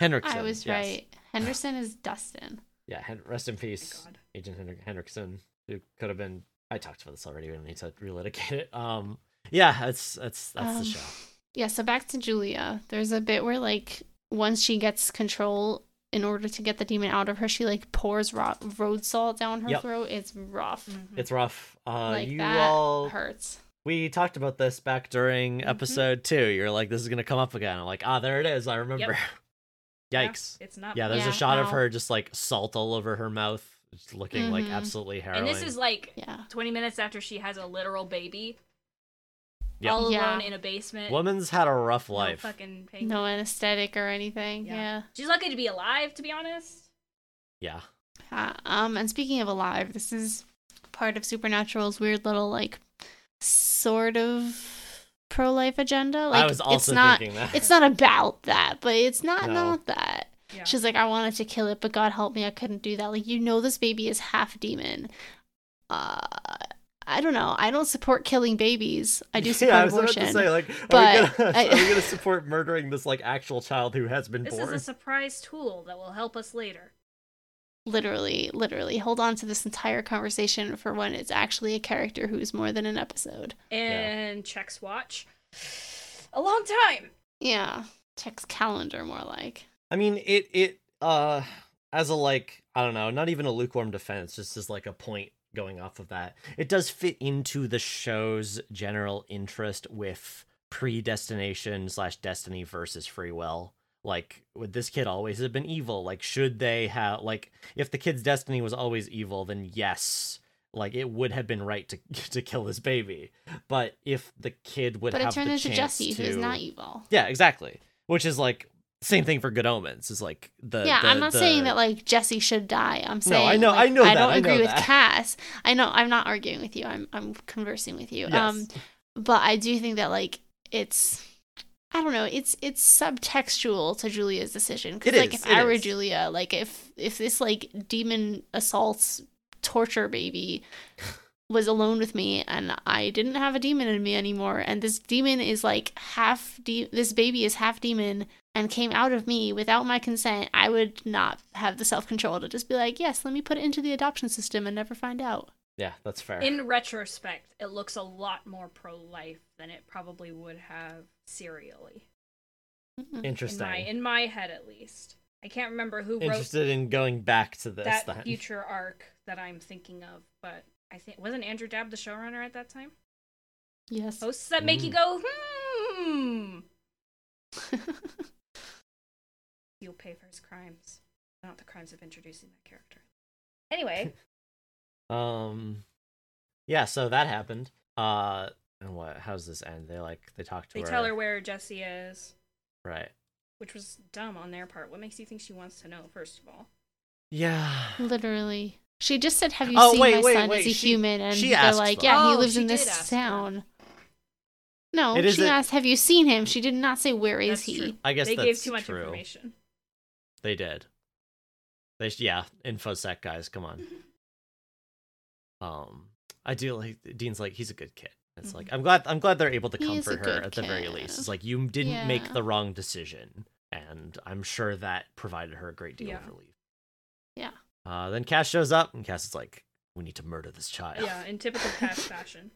S3: Henriksen.
S2: I was
S3: yes.
S2: right. Henderson is Dustin.
S3: Yeah, Hen- rest in peace.
S1: God.
S3: Agent Henrik- Henriksen, who could have been I talked about this already, we don't need to relitigate it. Um yeah, that's that's that's
S2: Um,
S3: the show.
S2: Yeah, so back to Julia. There's a bit where like once she gets control in order to get the demon out of her, she like pours ro- road salt down her
S3: Yep.
S2: throat. It's rough.
S1: Mm-hmm.
S3: It's rough. Uh
S2: like
S3: you
S2: that
S3: all
S2: hurts.
S3: we talked about this back during
S2: Mm-hmm.
S3: episode two. You're like, this is gonna come up again. I'm like, ah, there it is. I remember.
S1: Yeah,
S3: Yikes.
S1: It's not
S3: Yeah, there's
S2: Yeah,
S3: a shot of
S2: ow.
S3: her just like salt all over her mouth, just looking like
S2: Mhm.
S3: absolutely harrowing.
S1: And this is like
S2: Yeah.
S1: 20 minutes after she has a literal baby.
S3: Yep.
S1: All
S2: Yeah.
S1: alone in a basement.
S3: woman's had a rough
S1: No
S3: life.
S1: fucking pain.
S2: No anesthetic or anything.
S1: Yeah.
S2: Yeah.
S1: She's lucky to be alive, to be honest.
S3: yeah,
S2: Uh, um, and speaking of alive, this is part of Supernatural's weird little like sort of pro life agenda. Like
S3: I was also
S2: it's not
S3: thinking that.
S2: it's not about that, but it's not
S3: No.
S2: not that.
S1: Yeah.
S2: She's like, I wanted to kill it, but God help me, I couldn't do that. Like, you know, this baby is half demon. Uh, I don't know. I don't support killing babies. I do support
S3: yeah, I was
S2: abortion.
S3: about to say, like, are,
S2: but
S3: we, gonna,
S2: I-
S3: are we gonna support murdering this like actual child who has been
S1: this
S3: born?
S1: is a surprise tool that will help us later.
S2: literally, literally, hold on to this entire conversation for when it's actually a character who's more than an episode.
S1: And checks watch. A long time.
S2: Yeah, checks calendar more like.
S3: I mean, it it uh as a like I don't know, not even a lukewarm defense, just as like a point going off of that. It does fit into the show's general interest with predestination slash destiny versus free will. Like, would this kid always have been evil? Like, should they have like if the kid's destiny was always evil, then yes, like it would have been right to to kill this baby. But if the kid would
S2: But
S3: have
S2: it turned
S3: the
S2: into
S3: chance
S2: Jesse,
S3: to...
S2: who's not evil.
S3: Yeah, exactly. Which is like same thing for good omens. Is like the
S2: yeah,
S3: the-
S2: I'm not saying
S3: the-
S2: that like Jesse should die. I'm
S3: No,
S2: saying
S3: I know-
S2: like,
S3: I know that,
S2: don't
S3: I know
S2: agree with
S3: that.
S2: Cass. I know I'm not arguing Um, with you. I'm I'm conversing with you.
S3: Yes.
S2: Um, but I do think that like it's I don't know. It's it's subtextual to Julia's decision
S3: It
S2: because like
S3: is,
S2: if
S3: it
S2: I were
S3: is.
S2: Julia, like if if this like demon assaults torture baby was alone with me and I didn't have a demon in me anymore, and this demon is like half de- this baby is half demon and came out of me without my consent, I would not have the self control to just be like, yes, let me put it into the adoption system and never find out.
S3: Yeah, that's fair.
S1: In retrospect, it looks a lot more pro life than it probably would have serially.
S2: Mm-mm.
S1: In my,
S3: Interesting.
S1: in my head, at least. I can't remember who wrote
S3: Interested in going back to this
S1: that
S3: then.
S1: future arc that I'm thinking of, but I think wasn't Andrew Dabb the showrunner at that time?
S2: Yes.
S1: Posts that make you
S3: Mm.
S1: go, hmm. You'll pay for his crimes, not the crimes of introducing that character. Anyway,
S3: Um, yeah. So that happened. Uh, and what? How does this end? They like they talk to
S1: they
S3: her.
S1: tell her where Jesse is,
S3: Right.
S1: which was dumb on their part. What makes you think she wants to know? First of all,
S3: Yeah.
S2: Literally. She just said, Have you
S3: Oh,
S2: seen
S3: wait,
S2: my
S3: wait,
S2: son
S3: wait,
S2: as a
S3: she-
S2: human? And
S3: she
S2: they're
S3: asked
S2: like,
S3: that.
S2: Yeah, he
S1: Oh,
S2: lives
S1: she
S2: in
S1: did ask
S2: this
S1: that.
S2: town. No,
S3: It is
S2: she
S3: a-
S2: asked, Have you seen him? She did not say, Where is
S1: That's
S2: he?
S1: true.
S3: I guess
S1: they
S3: that's
S1: gave too much
S3: true.
S1: information.
S3: They did. They sh- yeah, infosec guys, come on. Um, I do like Dean's like he's a good kid. It's like I'm glad I'm glad they're able to
S2: Mm-hmm. He is a
S3: comfort her
S2: good
S3: at the very least.
S2: kid.
S3: It's like you didn't
S2: Yeah.
S3: make the wrong decision, and I'm sure that provided her a great deal of
S1: Yeah.
S3: relief.
S2: Yeah.
S3: Uh, then Cass shows up, and Cass is like, "We need to murder this child."
S1: Yeah, in typical past fashion.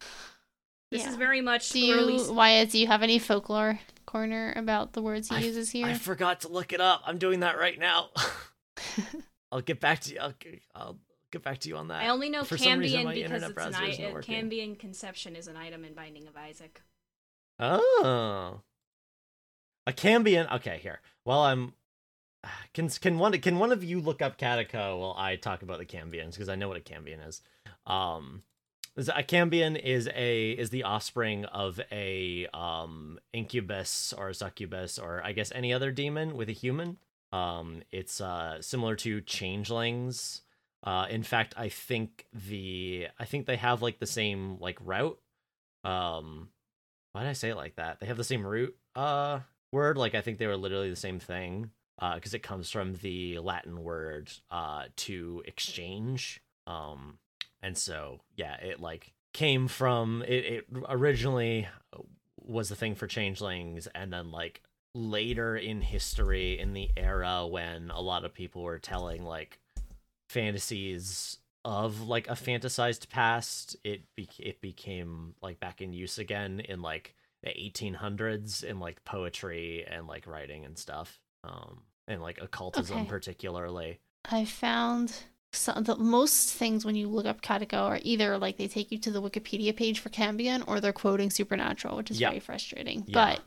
S1: This
S2: Yeah.
S1: is very much
S2: Do
S1: the release.
S2: you, Wyatt, do you have any folklore corner about the words he
S3: I-
S2: uses here?
S3: I forgot to look it up. I'm doing that right now. I'll get back to you. I'll, I'll get back to you on that.
S1: I only know
S3: For some reason,
S1: Cambian
S3: my
S1: because
S3: internet
S1: it's uh, an
S3: browser isn't
S1: I-
S3: working.
S1: Cambian conception is an item in Binding of Isaac.
S3: Oh. A Cambian. Okay, here. Well, I'm ah, can can one can one of you look up Catico while I talk about the Cambians because I know what a Cambian is. Um is- a Cambian is a is the offspring of a um incubus or succubus or I guess any other demon with a human. Um it's uh similar to changelings. Uh in fact, I think the I think they have like the same like route. Um why did I say it like that? They have the same root uh word. Like I think they were literally the same thing. Uh, because it comes from the Latin word uh to exchange. Um, and so yeah, it like came from it. It originally uh, was the thing for changelings, and then like later in history, in the era when a lot of people were telling like fantasies of like a fantasized past it be- it became like back in use again in like the 1800s in like poetry and like writing and stuff um and like occultism
S2: Okay.
S3: particularly
S2: I found some, the most things when you look up Katako are either like they take you to the Wikipedia page for Cambion or they're quoting Supernatural, which is
S3: Yeah.
S2: very frustrating.
S3: Yeah.
S2: But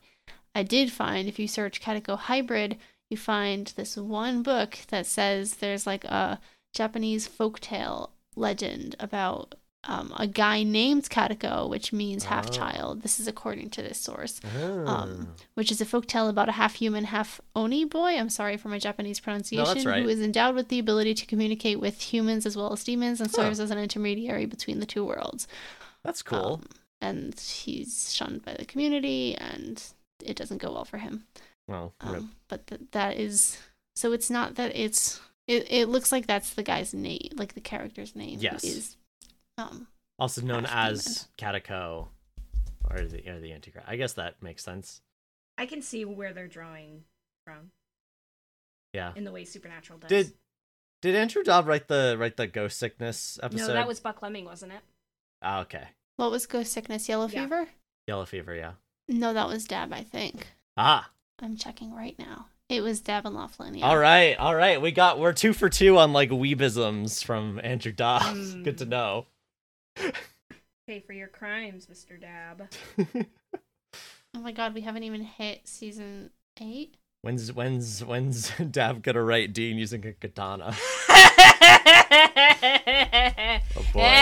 S2: I did find if you search Katako hybrid, you find this one book that says there's like a Japanese folktale legend about um, a guy named Katako, which means half
S3: Oh.
S2: child. This is according to this source
S3: Ah,
S2: um, which is a folktale about a half human, half oni boy. I'm sorry for my Japanese pronunciation.
S3: right.
S2: Who is endowed with the ability to communicate with humans as well as demons and
S3: Huh.
S2: serves as an intermediary between the two worlds.
S3: that's cool
S2: Um, and he's shunned by the community, and it doesn't go well for him.
S3: well
S2: Um,
S3: rip.
S2: But th- that is so. It's not that it's. It, it looks like that's the guy's name, like the character's name. who
S3: Yes.
S2: Is, um,
S3: also known
S2: half
S3: as Katako or the or the Antichrist. I guess that makes sense.
S1: I can see where they're drawing from
S3: Yeah.
S1: in the way Supernatural does.
S3: Ah. Did did Andrew Dobb write the write the ghost sickness
S1: no,
S3: episode?
S1: that was Buck Lemming, wasn't it?
S3: Ah, okay.
S2: what was ghost sickness? Yellow
S1: Yeah.
S2: fever?
S3: Yellow fever, yeah.
S2: No, that was dab. I think.
S3: Ah,
S2: I'm checking right now. It was Dab and Laughlin. Yeah.
S3: All right, all right. We got we're two for two on like weebisms from Andrew Dobb.
S1: Mm.
S3: Good to know.
S1: Pay for your crimes, Mr. Dab.
S2: Oh my god, we haven't even hit season eight.
S3: When's when's when's Dab gonna write Dean using a katana? Oh boy.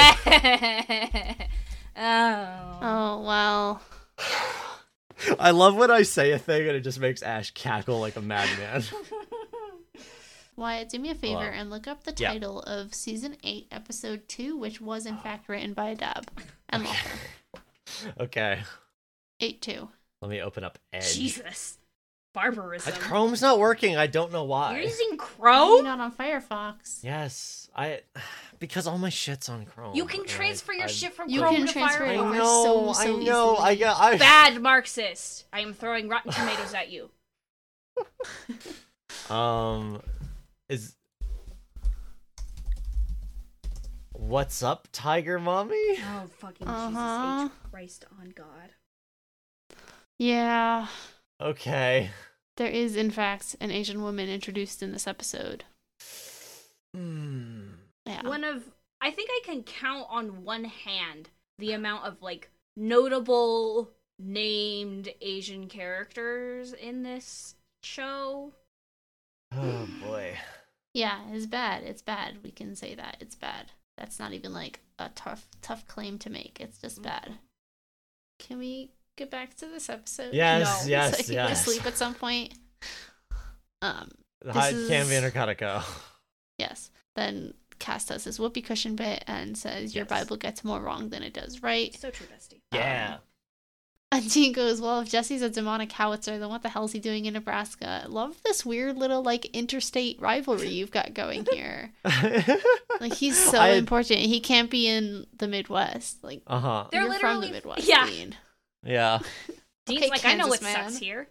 S1: oh.
S2: Oh well.
S3: I love when I say a thing and it just makes Ash cackle like a madman.
S2: Wyatt, do me a favor
S3: Hello.
S2: and look up the
S3: Yeah.
S2: title of season eight, episode two, which was in fact written by Dab and Laughlin.
S3: okay.
S2: Eight two.
S3: Let me open up Edge.
S1: Jesus.
S3: My
S1: Barbarism.
S3: Chrome's not working. I don't know
S1: You're
S3: why.
S1: using
S2: Why are you
S3: Oh,
S1: Chrome?
S2: not on Firefox.
S3: Yes, I because all my shit's on Chrome.
S1: You can
S3: and I-
S1: transfer your
S3: I've-
S1: shit from
S2: You
S1: Chrome
S2: can
S1: to
S2: transfer
S3: I
S2: it over
S1: Firefox.
S3: know.
S2: so, so
S3: I know. I
S2: easily.
S3: got. I,
S1: Bad Marxist. I am throwing Rotten Tomatoes at you.
S3: Um, is what's up, Tiger Mommy?
S1: Oh, fucking
S2: Uh-huh.
S1: Jesus H. Christ on God.
S2: Yeah.
S3: Okay.
S2: There is, in fact, an Asian woman introduced in this episode.
S3: Hmm.
S2: Yeah.
S1: One of, I think I can count on one hand the amount of, like, notable named Asian characters in this show.
S3: Oh boy.
S2: Yeah, it's bad. It's bad. We can say that. It's bad. That's not even like a tough tough claim to make. It's just bad. Can we get back to this episode?
S3: Yes,
S2: So
S3: yes,
S2: I can go to
S3: yes.
S2: sleep at some point. Um,
S3: The Hide
S2: is-
S3: Canvey and Narcotico.
S2: yes. Then Cass does his whoopee cushion bit and says your
S3: Yes.
S2: Bible gets more wrong than it does right.
S1: So true, bestie. Um,
S3: Yeah.
S2: And Dean goes, Well, if Jesse's a demonic howitzer, then what the hell's he doing in Nebraska? I love this weird little like interstate rivalry you've got going here. Like he's so
S3: I-
S2: important. He can't be in the Midwest. Like
S3: uh huh.
S1: They're
S2: you're from the
S1: literally-
S2: Midwest.
S1: yeah.
S2: Dean.
S3: Yeah.
S1: Dean's
S2: Okay,
S1: like, I know what
S2: Kansas man.
S1: sucks here.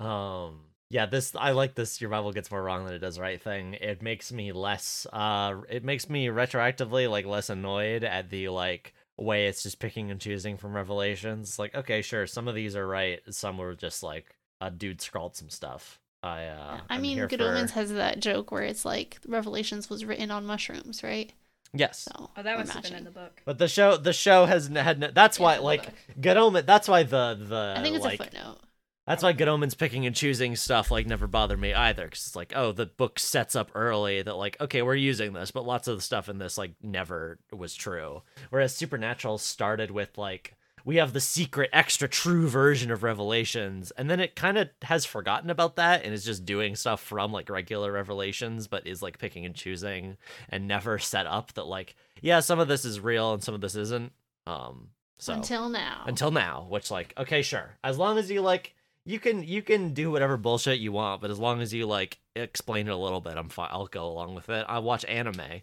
S3: Um. Yeah. This I like this. Your Bible gets more wrong than it does right thing. It makes me less. Uh. It makes me retroactively like less annoyed at the like way it's just picking and choosing from Revelations. Like, okay, sure, some of these are right. Some were just like a dude scrawled some stuff. I. Uh,
S2: I
S3: I'm
S2: mean,
S3: here
S2: Good
S3: for-
S2: Omens has that joke where it's like Revelations was written on mushrooms, right?
S3: Yes.
S2: So
S1: Oh, that
S2: we're
S1: must have been in
S2: matching.
S1: the book.
S3: But the show, the show has n- had. No, that's
S2: Yeah,
S3: why,
S2: the
S3: like,
S2: book.
S3: Good Omen. That's why the the
S2: I think it's
S3: like
S2: a footnote.
S3: That's why Good Omens picking and choosing stuff like never bothered me either, because it's like, oh, the book sets up early that like, okay, we're using this, but lots of the stuff in this like never was true. Whereas Supernatural started with like, we have the secret extra true version of Revelations, and then it kind of has forgotten about that and is just doing stuff from like regular Revelations, but is like picking and choosing and never set up that like, yeah, some of this is real and some of this isn't. Um, so
S2: Until now.
S3: until now which like okay sure as long as you like you can you can do whatever bullshit you want but as long as you like explain it a little bit i'm fine i'll go along with it i watch anime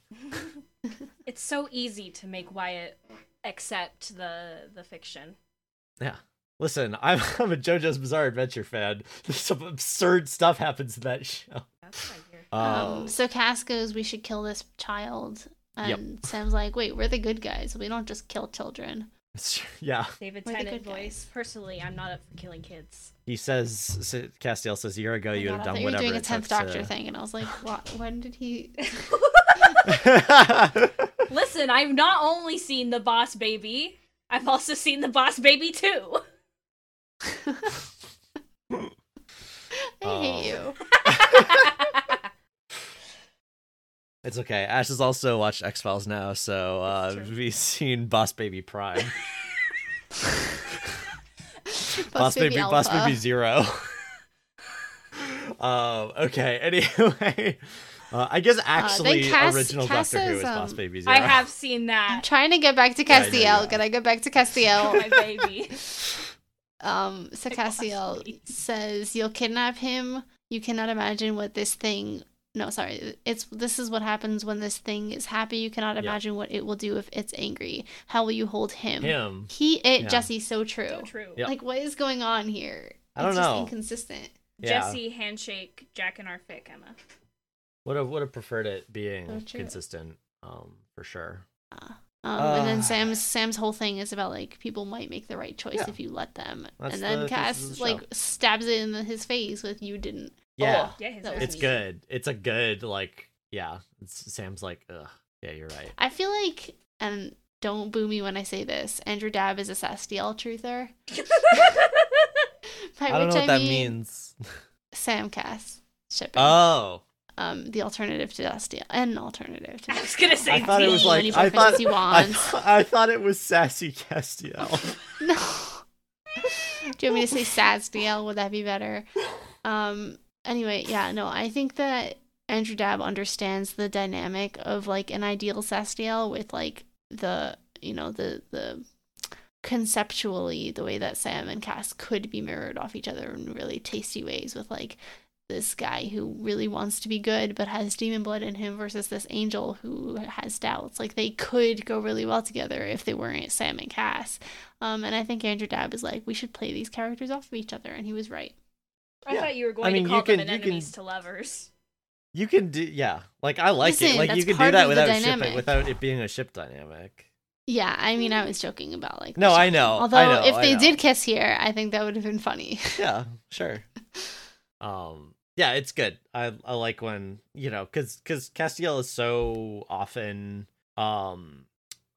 S1: It's so easy to make Wyatt accept the the fiction.
S3: yeah listen i'm, I'm a jojo's bizarre adventure fan some absurd stuff happens in that show
S1: That's what I hear.
S2: Um, so Cass goes, "We should kill this child."
S3: Yep.
S2: And Sam's like, "Wait, we're the good guys. We don't just kill children."
S3: yeah
S1: David
S2: We're the
S1: Tennant
S2: good
S1: voice. Personally, I'm not up for killing kids.
S3: he says S- castiel says a year ago
S2: Oh my
S3: you would
S2: God, I
S3: have
S2: thought
S3: done
S2: you were
S3: whatever
S2: doing a
S3: it took
S2: tenth doctor
S3: to...
S2: thing, and I was like, what? "When did he?"
S1: Listen, I've not only seen The Boss Baby, I've also seen The Boss Baby too.
S2: I hate
S3: Oh.
S2: you.
S3: it's okay ash has also watched x-files now so uh,
S1: That's true.
S3: we've seen boss baby prime
S2: Boss,
S3: Boss Baby, Boss
S2: Alpha.
S3: Baby Zero. um. Okay. Anyway, uh, I guess actually
S2: Cass-
S3: original
S2: Cass
S3: Doctor Who
S2: says,
S3: is Boss
S2: um,
S3: Baby Zero.
S1: I have seen
S2: I'm
S1: that.
S2: trying to get back to
S3: Yeah, I know you
S2: Castiel.
S3: are.
S2: Can I get back to
S1: My
S2: Castiel?
S1: baby.
S2: um, so
S1: Gosh,
S2: Castiel
S1: please.
S2: says, "You'll kidnap him. You cannot imagine what this thing." No, sorry. It's this is what happens when this thing is happy. You cannot
S3: Yeah.
S2: imagine what it will do if it's angry. How will you hold him?
S3: him.
S2: He, it,
S3: Yeah.
S2: Jesse. So true.
S1: So true.
S3: Yep.
S2: Like, what is going on here?
S3: I don't
S2: it's
S3: know.
S2: Just inconsistent.
S3: Yeah.
S1: Jesse, handshake, Jack and our fic, Emma.
S3: Would have would have preferred it
S2: So
S3: being
S2: true.
S3: consistent. Um. For sure.
S2: Um, and
S3: Ah.
S2: then Sam's Sam's whole thing is about like people might make the right choice
S3: Yeah.
S2: if you let them.
S3: That's
S2: and
S3: the
S2: then
S3: thesis
S2: Cass
S3: of the show.
S2: like stabs it in the, his face with "You didn't."
S3: Yeah.
S2: Oh,
S1: Yeah, his
S2: that was
S3: it's
S2: me.
S3: good. It's a good like. Yeah. It's, Sam's like. Ugh. Yeah. You're right.
S2: I feel like, and don't boo me when I say this. Andrew Dabb is a Sastiel truther. By
S3: I don't
S2: which
S3: know what that
S2: mean
S3: means.
S2: Sam Cass shipping.
S3: Oh.
S2: um, the alternative to Sastiel, an alternative to.
S1: I was gonna say
S3: I thought it was
S1: Dean.
S3: like.
S2: Dean.
S3: I thought.
S2: He
S3: I,
S2: wants.
S3: thought I thought it was sassy Castiel.
S2: No. Do you want me to say sad steel? Would that be better? Um. Anyway, yeah. No, I think that Andrew Dabb understands the dynamic of like an ideal Sastiel with like the you know the the conceptually the way that Sam and Cass could be mirrored off each other in really tasty ways with like this guy who really wants to be good but has demon blood in him versus this angel who has doubts. Like they could go really well together if they weren't Sam and Cass. Um, and I think Andrew Dabb is like, we should play these characters off of each other, and he was right.
S1: I
S3: Yeah.
S1: thought you were going
S3: mean,
S1: to
S3: you
S1: call
S3: can-
S1: them an
S3: you can-
S1: enemies to lovers.
S3: You can do, yeah. Like I like
S2: Listen,
S3: it. Like
S2: that's
S3: you can
S2: part
S3: do that
S2: of the
S3: without shipping,
S2: dynamic.
S3: without it being a ship dynamic.
S2: Yeah, I mean, I was joking about like.
S4: No,
S2: the
S4: I
S2: shipping.
S4: know, I
S2: Although,
S4: know,
S2: if
S4: I
S2: they
S4: know.
S2: did kiss here, I think that would have been funny.
S3: Yeah, sure. um, yeah, it's good. I I like when you know because because Castiel is so often um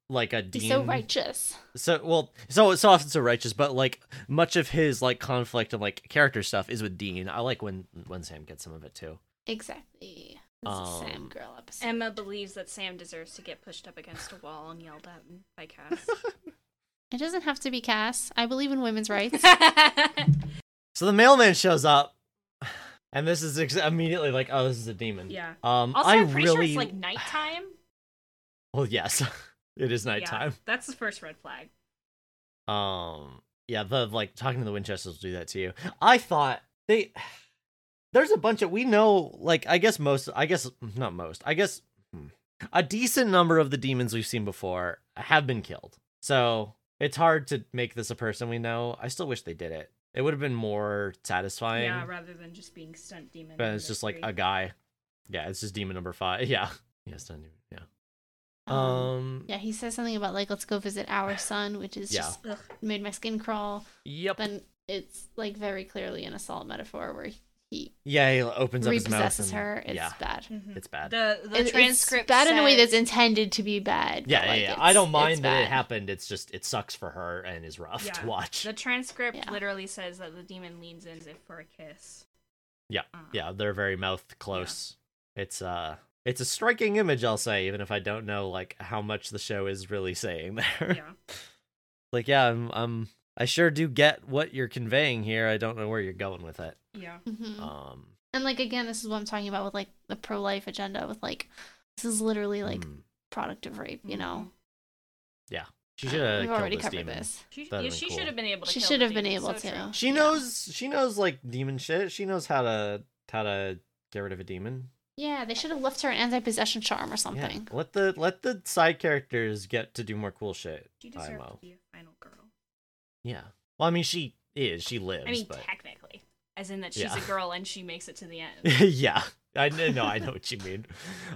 S3: like a dean
S2: He's so righteous.
S3: so well so so often so righteous but like much of his like conflict and like character stuff is with dean i like when when sam gets some of it too
S2: Exactly. This is a Sam
S3: Um,
S2: girl episode.
S1: Emma believes that Sam deserves to get pushed up against a wall and yelled at by Cass.
S2: It doesn't have to be Cass. I believe in women's rights.
S3: so the mailman shows up and this is ex- immediately like oh this is a demon
S1: yeah.
S3: um
S1: Also,
S3: i
S1: I'm pretty sure
S3: really
S1: it's like nighttime.
S3: well yes it is nighttime
S1: Yeah, that's the first red flag.
S3: Um, yeah, the like talking to the Winchesters will do that to you. I thought they there's a bunch of we know like I guess most I guess not most I guess hmm, a decent number of the demons we've seen before have been killed. So it's hard to make this a person we know. I still wish they did it. It would have been more satisfying.
S1: yeah, rather than just being stunt demon.
S3: but
S1: number
S3: it's just like
S1: three.
S3: a guy. Yeah, it's just demon number five. Yeah, yeah, it's not demon. Yeah.
S2: Um,
S3: Um.
S2: yeah, he says something about like, let's go visit our son, which is
S3: Yeah.
S2: just
S1: Ugh.
S2: made my skin crawl.
S3: Yep.
S2: Then it's like very clearly an assault metaphor where he, he
S3: Yeah, he opens up his mouth.
S2: repossesses
S3: and-
S2: her. It's mm,
S3: yeah,
S2: bad.
S1: Mhm.
S3: it's bad.
S1: The the
S2: It- it's
S1: transcript
S2: bad in a way
S1: says-
S2: that's intended to be bad. but,
S3: Yeah, yeah,
S2: like,
S3: yeah. I
S2: it's-
S3: don't mind
S2: it's
S3: that it
S2: bad.
S3: happened. It's just it sucks for her and is rough
S1: Yeah.
S3: to watch.
S1: The transcript
S2: Yeah.
S1: literally says that the demon leans in as if for a kiss.
S3: Yeah,
S1: Um,
S3: yeah. They're very mouth close. It's uh, it's a striking image. I'll say, even if I don't know like how much the show is really saying there.
S1: Yeah.
S3: like, yeah, I'm, I'm, I sure do get what you're conveying here. I don't know where you're going with it.
S1: Yeah.
S2: Mhm.
S3: Um,
S2: And like again, this is what I'm talking about with like the pro life agenda with like this is literally like
S3: mm.
S2: product of rape, you
S1: Mm-hmm.
S2: know.
S3: she should have
S2: uh, We've
S3: killed
S2: already
S3: this
S2: covered
S3: demon.
S2: this.
S1: She,
S3: That'd
S1: yeah,
S3: have been
S1: she
S3: cool.
S1: should have been able to.
S2: She
S1: kill
S2: should
S1: the
S2: have been
S1: demon,
S2: able
S1: so true.
S2: to.
S3: She knows. She knows like demon shit. She knows how to how to get rid of a demon.
S2: Yeah, they should have left her an anti possession charm or
S3: Yeah,
S2: something.
S3: let the let the side characters get to do more cool shit.
S1: She
S3: IMO.
S1: deserved to be a final girl.
S3: Yeah. Well, I mean, she is. She lives.
S1: I mean,
S3: but
S1: technically, as in that she's
S3: Yeah.
S1: a girl and she makes it to the end.
S3: yeah, I kn- no, I know what you mean.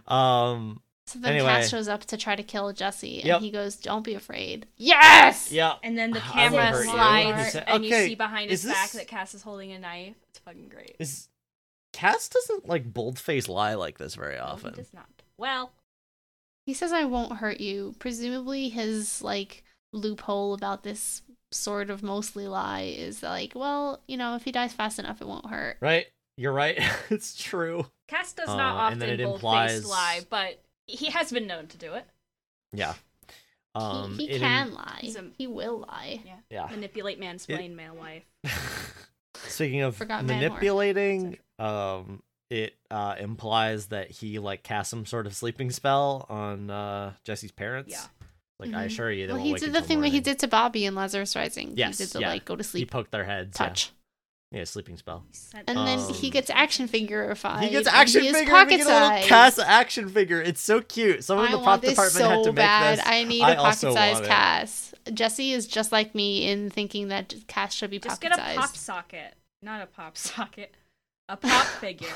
S3: Um,
S2: So then
S3: Anyway.
S2: Cass shows up to try to kill Jesse, and
S3: Yep.
S2: he goes, "Don't be afraid." Yes.
S3: yeah,
S1: And then the
S3: I
S2: will
S1: camera
S2: hurt you.
S3: He
S1: slides,
S3: said-
S1: and you
S3: okay,
S1: see behind
S3: is
S1: his back
S3: this-
S1: that Cass is holding a knife. It's fucking great.
S3: is Cass doesn't like boldface lie like this very
S1: No, he
S3: often.
S1: does not. Well,
S2: He says, "I won't hurt you." Presumably, his like loophole about this sort of mostly lie is like, well, you know, if he dies fast enough, it won't hurt.
S3: Right? You're right. it's true.
S1: Cass does
S3: Uh,
S1: not
S3: and then
S1: often
S3: it
S1: bold
S3: implies-
S1: lie, but he has been known to do it.
S3: Yeah. Um,
S2: he he
S3: it
S2: can
S3: im-
S2: lie.
S1: He's a-
S2: He will lie.
S3: yeah.
S1: Manipulate, mansplain, male wife.
S3: Speaking of
S2: Forgot Manmore.
S3: manipulating, um, it uh implies that he like cast some sort of sleeping spell on uh Jesse's parents.
S1: Yeah.
S3: Like I
S2: Mhm.
S3: assure you, they
S2: Well,
S3: won't
S2: he
S3: wake
S2: did the
S3: until
S2: thing that he
S3: morning.
S2: did to Bobby in Lazarus Rising.
S3: Yes,
S2: he did the
S3: yeah.
S2: like go to
S3: He
S2: sleep
S3: poked their heads. yeah.
S2: touch,
S3: Yeah, sleeping spell.
S1: He sent
S2: and then
S3: Um,
S2: he gets action figurified.
S3: He gets
S2: and
S3: action
S2: he is
S3: figure. We get a little
S2: pocket-sized.
S3: Cass action figure. It's so cute. Someone
S2: I
S3: in the
S2: want
S3: prop
S2: this
S3: department had
S2: so
S3: to make
S2: bad.
S3: this.
S2: I need
S3: I
S2: a
S3: also
S2: pocket-sized
S3: want it.
S2: Cass. Jesse is just like me in thinking that Cass should be
S1: Just get a
S2: pocket-sized.
S1: pop socket, not a pop socket, a pop figure.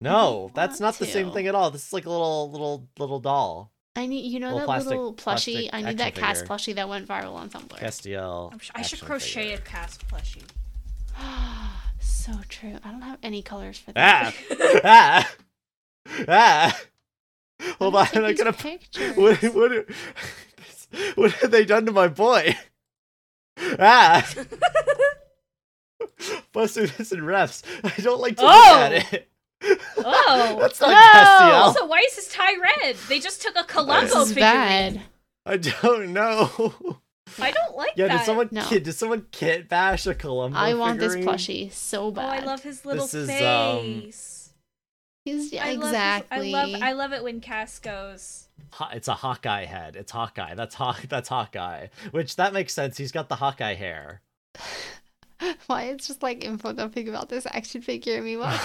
S3: No,
S2: I
S3: that's
S2: want
S3: not the same
S2: to.
S3: thing at all. This is like a little little little doll.
S2: I need you know
S3: Little
S2: that
S3: plastic-
S2: little plushie.
S3: plastic
S2: I need that
S3: action
S2: Cass
S3: figure.
S2: plushie that went viral on Tumblr.
S3: Castiel.
S1: I'm sh- I should
S3: action
S1: crochet
S3: figure.
S1: a Cass plushie.
S2: so true. I don't have any colors for
S3: Ah,
S2: that.
S3: ah, ah. Hold on,
S2: don't
S3: I'm
S2: take
S3: gonna.
S2: these pictures.
S3: What what what have they done to my boy? Ah. Busted this in refs. I don't like to look at it.
S1: Oh.
S3: that's not Castiel.
S1: Also, why is his tie red? They just took a
S2: This
S1: Columbo
S2: is
S1: figurine.
S2: bad.
S3: I don't know.
S1: I don't like
S3: Yeah,
S1: that.
S3: did someone
S2: no.
S3: kid? Did someone kit bash a Columbo?
S2: I want this
S3: figurine?
S2: plushie so
S1: Oh,
S2: bad.
S1: I love his little
S3: This is, um,
S1: face.
S2: He's yeah,
S1: I love-
S2: exactly.
S1: I love I love it when Cass goes.
S3: Ho- It's a Hawkeye head. It's Hawkeye. That's Haw- That's Hawkeye. Which that makes sense. He's got the Hawkeye hair.
S2: Why it's just like info dumping about this action figure. Meanwhile,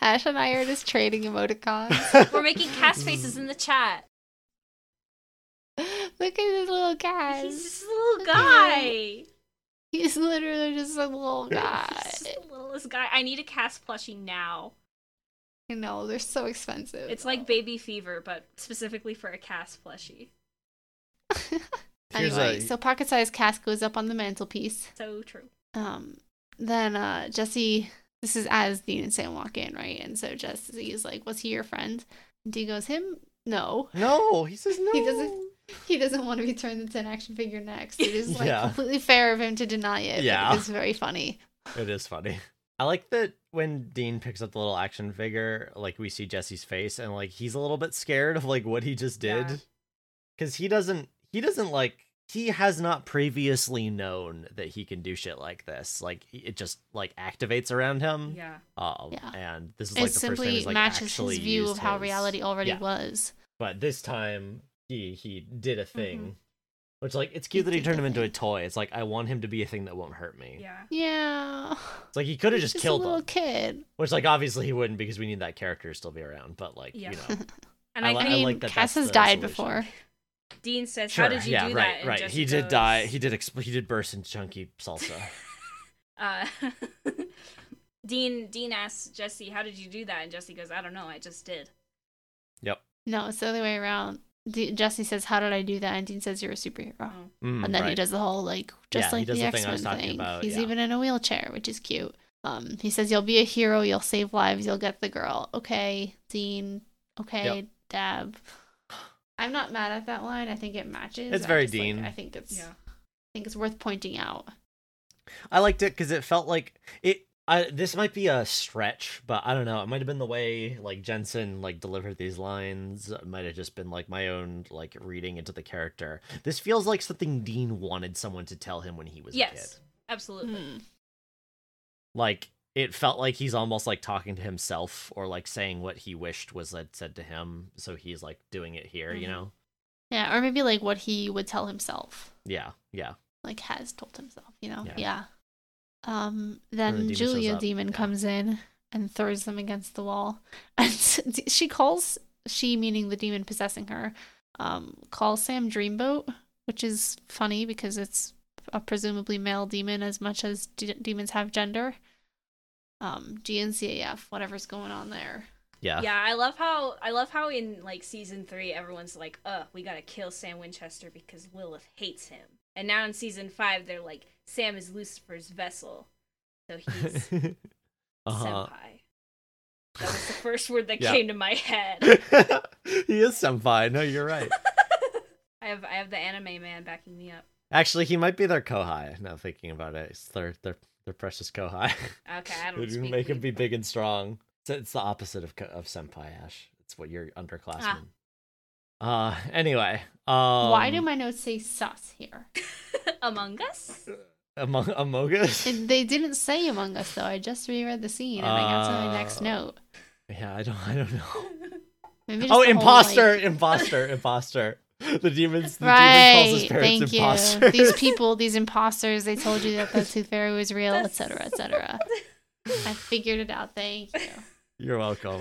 S2: Ash and I are just trading emoticons.
S1: We're making Cass faces in the chat.
S2: Look at this little guy.
S1: He's just a little guy.
S2: He's literally just a little guy.
S1: He's just the littlest guy. I need a Cass plushie now.
S2: You know, they're so expensive.
S1: It's like baby fever, but specifically for a Cass plushie.
S3: Here's
S2: anyway,
S3: a-
S2: so pocket sized cask goes up on the mantelpiece.
S1: So true.
S2: Um, then uh, Jesse, this is as Dean and Sam walk in, right? And so Jesse is like, "Was he your friend?" And Dean goes, "Him? No,
S3: No, he says no.
S2: he doesn't. He doesn't want to be turned into an action figure next. It is like
S3: Yeah.
S2: completely fair of him to deny it.
S3: Yeah.
S2: it's very funny.
S3: It is funny. I like that when Dean picks up the little action figure, like we see Jesse's face and like he's a little bit scared of like what he just did.
S1: Yeah.
S3: Cause he doesn't he doesn't like he has not previously known that he can do shit like this. Like he- it just like activates around him.
S5: Yeah.
S3: Um,
S2: Yeah.
S3: and this is
S2: It
S3: like the first time
S2: simply
S3: he's like
S2: matches
S3: actually
S2: his view of
S3: used
S2: how
S3: his-
S2: reality already
S3: Yeah.
S2: was.
S3: But this time he he did a thing. Which like it's
S2: Mm-hmm. He
S3: cute that he
S2: did
S3: turned
S2: the
S3: him into a
S2: thing.
S3: toy. It's like I want him to be a thing that won't hurt me.
S5: Yeah.
S2: Yeah,
S3: It's like he could have just,
S2: just
S3: killed
S2: a little
S3: him.
S2: kid.
S3: Which, like, obviously he wouldn't because we need that character to still be around. But, like,
S5: Yeah.
S3: you know,
S1: And
S3: I
S1: I,
S3: li-
S2: I
S1: think
S2: mean,
S3: like that
S2: Cass
S3: that's
S2: has
S3: the
S2: died
S3: solution.
S2: before.
S1: Dean says,
S3: sure,
S1: "How did you
S3: yeah,
S1: do
S3: right,
S1: that?" And
S3: right.
S1: Jesse
S3: he did
S1: goes,
S3: die. He did. Exp- he did burst into chunky salsa.
S1: Uh, Dean Dean asks Jesse, "How did you do that?" And Jesse goes, "I don't know. I just did."
S2: No, it's the other way around. D- Jesse says, "How did I do that?" And Dean says, "You're a superhero."
S3: Mm,
S2: and then he
S3: right.
S2: does the whole like just
S3: Yeah, he
S2: like
S3: does
S2: the
S3: the thing
S2: X
S3: I
S2: Men
S3: was
S2: thing.
S3: talking about,
S2: He's
S3: yeah.
S2: even in a wheelchair, which is cute. Um, he says, "You'll be a hero. You'll save lives. You'll get the girl." Okay, Dean. Okay, Dab. I'm not mad at that line. I think it matches.
S3: It's
S2: I
S3: very
S2: just, like,
S3: Dean.
S2: I think it's.
S5: Yeah.
S2: I think it's worth pointing out.
S3: I liked it because it felt like it. I, this might be a stretch, but I don't know. It might have been the way like Jensen like delivered these lines. It might have just been like my own like reading into the character. This feels like something Dean wanted someone to tell him when he was a kid. Hmm.
S1: Yes, absolutely.
S3: like it felt like he's almost like talking to himself or like saying what he wished was like, said to him so he's like doing it here you
S1: Mhm.
S3: know
S2: Yeah, or maybe like what he would tell himself,
S3: yeah yeah
S2: like has told himself. You know.
S3: Yeah.
S2: Yeah. Um.
S3: the
S2: Then
S3: demon shows
S2: Julia
S3: up,
S2: Demon
S3: yeah.
S2: comes in and throws them against the wall, and she calls she meaning the demon possessing her um, calls Sam Dreamboat, which is funny because it's a presumably male demon as much as d- demons have gender. Um, GNCAF, whatever's going on there.
S3: yeah
S1: Yeah, I love how I love how in like season three everyone's like, "Uh, we gotta kill Sam Winchester because Lilith hates him," and now in season five they're like, "Sam is Lucifer's vessel, so he's
S3: uh-huh
S1: senpai." That was the first word that
S3: Yeah.
S1: came to my head.
S3: he is senpai no you're right
S1: I have I have the anime man backing me up.
S3: actually he might be their kohai now thinking about it it's their their their precious kohai
S1: Okay, I
S3: They
S1: don't
S3: do
S1: speak.
S3: make him
S1: Greek.
S3: be big and strong it's, it's the opposite of, ko- of senpai ash it's what you're underclassman uh anyway um
S2: Why do my notes say sus here?
S1: Among Us.
S3: among among us
S2: And they didn't say Among Us though. I just reread the scene and I got to my next
S3: Uh,
S2: note.
S3: yeah i don't i don't know
S2: Maybe just
S3: Oh,
S2: the whole,
S3: imposter,
S2: like-
S3: imposter, imposter. The demons, the demon calls
S2: Right.
S3: his parents
S2: Thank
S3: imposters.
S2: you. These people, these imposters, they told you that the tooth fairy was real, etc., etc. I figured it out. Thank you.
S3: You're welcome.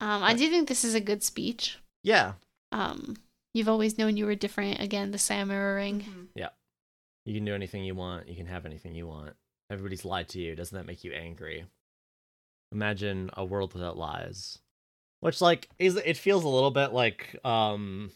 S2: Um, I do think this is a good speech.
S3: Yeah,
S2: Um, you've always known you were different. Again, the Samara ring.
S1: Mhm.
S3: you can do anything you want. You can have anything you want. Everybody's lied to you. Doesn't that make you angry? Imagine a world without lies. Which like is it feels a little bit like um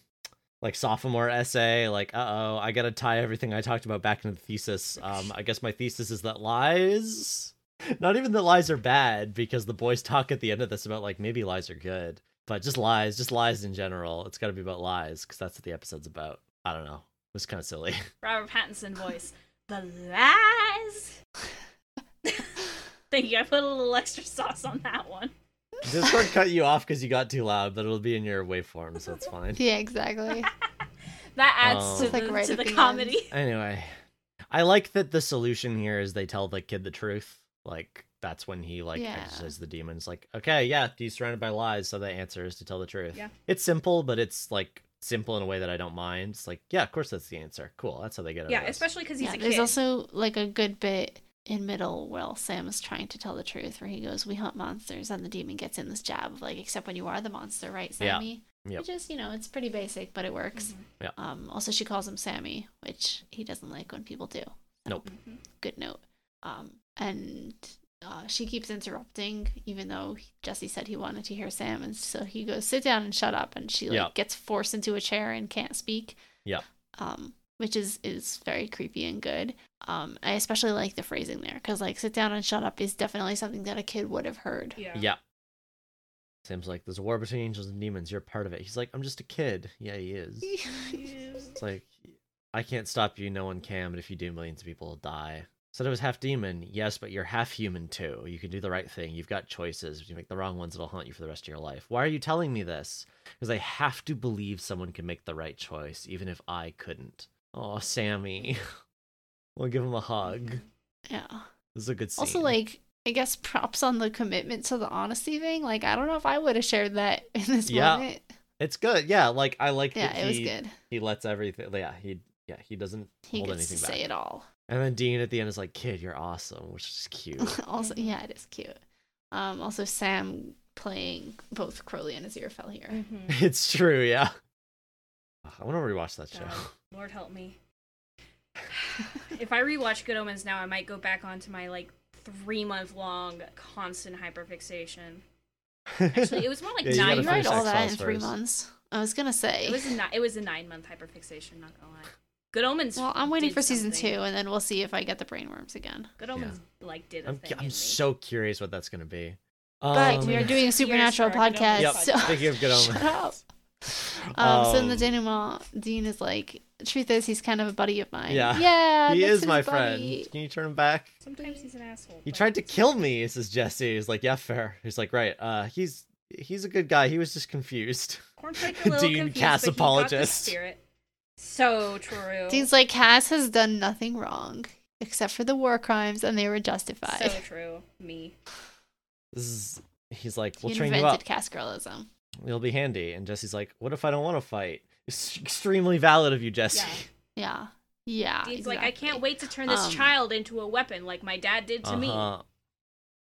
S3: like sophomore essay like uh-oh, I got to tie everything I talked about back into the thesis. Um I guess my thesis is that lies not even that lies are bad because the boys talk at the end of this about like maybe lies are good, but just lies, just lies in general. It's got to be about lies cuz that's what the episode's about. I don't know. It was kind of silly.
S1: Robert Pattinson voice. The lies. Thank you. I put a little extra sauce on that one.
S3: Discord cut you off because you got too loud, but it'll be in your waveform, so it's fine.
S2: Yeah, exactly.
S1: That adds
S3: Oh.
S1: to
S3: Just,
S1: the,
S2: like, right
S1: to
S2: at
S1: the
S2: the end.
S1: comedy.
S3: Anyway, I like that the solution here is they tell the kid the truth. Like, that's when he like
S2: Yeah.
S3: exorcises the demons. Like, okay, yeah, he's surrounded by lies, so the answer is to tell the truth.
S5: Yeah.
S3: It's simple, but it's like simple in a way that I don't mind. It's like, yeah, of course that's the answer. Cool. That's how they get out
S5: Yeah,
S3: of this.
S5: especially because he's
S2: yeah,
S5: a
S2: there's
S5: kid.
S2: also like a good bit in middle where Sam is trying to tell the truth, where he goes, "We hunt monsters," and the demon gets in this jab of like, "Except when you are the monster, right,
S3: Yeah.
S2: Sammy?"
S3: Yep.
S2: Which is, you know, it's pretty basic, but it works.
S3: Yeah.
S2: Um, also, she calls him Sammy, which he doesn't like when people do.
S3: Nope.
S1: Mm-hmm.
S2: Good note. Um, and uh, she keeps interrupting, even though he- Jesse said he wanted to hear Sam, and so he goes, "Sit down and shut up," and she like
S3: Yeah.
S2: gets forced into a chair and can't speak um, which is is very creepy and good. Um, I especially like the phrasing there because like "sit down and shut up" is definitely something that a kid would have heard.
S5: yeah.
S3: Yeah. Sam's like, there's a war between angels and demons. You're part of it. He's like, I'm just a kid. Yeah, he is. It's like, I can't stop you. No one can. But if you do, millions of people will die. Said I was half demon. Yes, but you're half human too. You can do the right thing. You've got choices. If you make the wrong ones, it'll haunt you for the rest of your life. Why are you telling me this? Because I have to believe someone can make the right choice, even if I couldn't. Oh, Sammy. we'll give him a hug.
S2: yeah.
S3: This is a good scene.
S2: Also, like I guess props on the commitment to the honesty thing. Like I don't know if I would have shared that in this
S3: Yeah.
S2: moment.
S3: it's good. Yeah, like I like.
S2: Yeah,
S3: that
S2: it was
S3: he-
S2: good.
S3: He lets everything. Yeah, he. Yeah, he doesn't
S2: He
S3: hold
S2: gets to
S3: anything back.
S2: say it all.
S3: And then Dean at the end is like, "Kid, you're awesome," which is cute.
S2: also, yeah, it is cute. Um, also Sam playing both Crowley and Azir fell here.
S1: Mm-hmm.
S5: Mhm.
S3: it's true, yeah. Ugh, I want to rewatch that show.
S5: God, Lord help me. if I rewatch Good Omens now, I might go back onto my like three month long constant hyperfixation. Actually, it was more like
S3: Yeah, you
S2: Nah,
S5: nine.
S3: gotta
S2: you read
S3: finish
S2: all that
S3: Exiles
S2: in three
S3: first.
S2: months. I was gonna say
S5: It was a ni- it was a nine month hyperfixation. Not gonna lie. Good Omens.
S2: Well, I'm waiting
S5: did
S2: for season
S5: something.
S2: two, and then we'll see if I get the brainworms again.
S5: Good Omens like did a
S3: I'm,
S5: thing. in
S3: I'm
S5: me.
S3: so curious what that's gonna be.
S2: But
S3: Um,
S2: we are doing a
S5: Years for
S2: supernatural
S5: our good omens
S2: podcast.
S3: Yep.
S2: So
S3: Speaking of good
S2: shut up.
S3: omens.
S2: Um, so in the
S3: Um,
S2: denouement, Dean is like, "Truth is, he's kind of a buddy of mine."
S3: Yeah.
S2: yeah,
S3: he
S2: this
S3: is my
S2: buddy.
S3: friend. Can you turn him back?
S5: Sometimes he's an asshole.
S3: He
S5: but-
S3: tried to kill me. Says Jesse. He's like, "Yeah, fair." He's like, "Right. Uh, he's he's a good guy. He was just confused."
S5: Cornflake a little
S3: Dean
S5: confused, but he got
S3: Cass
S5: the
S3: apologist.
S5: spirit. So true.
S2: Dean's like, "Cass has done nothing wrong except for the war crimes, and they were justified."
S5: so true. Me.
S3: This is. He's like, "We'll
S2: he
S3: train you up.
S2: invented Cass girlism.
S3: You'll be handy." And Jesse's like, "What if I don't want to fight?" It's extremely valid of you, Jesse.
S5: Yeah.
S2: Yeah, yeah.
S5: Dean's like, I can't wait to turn this
S2: Um,
S5: child into a weapon like my dad did to me.
S3: Uh-huh.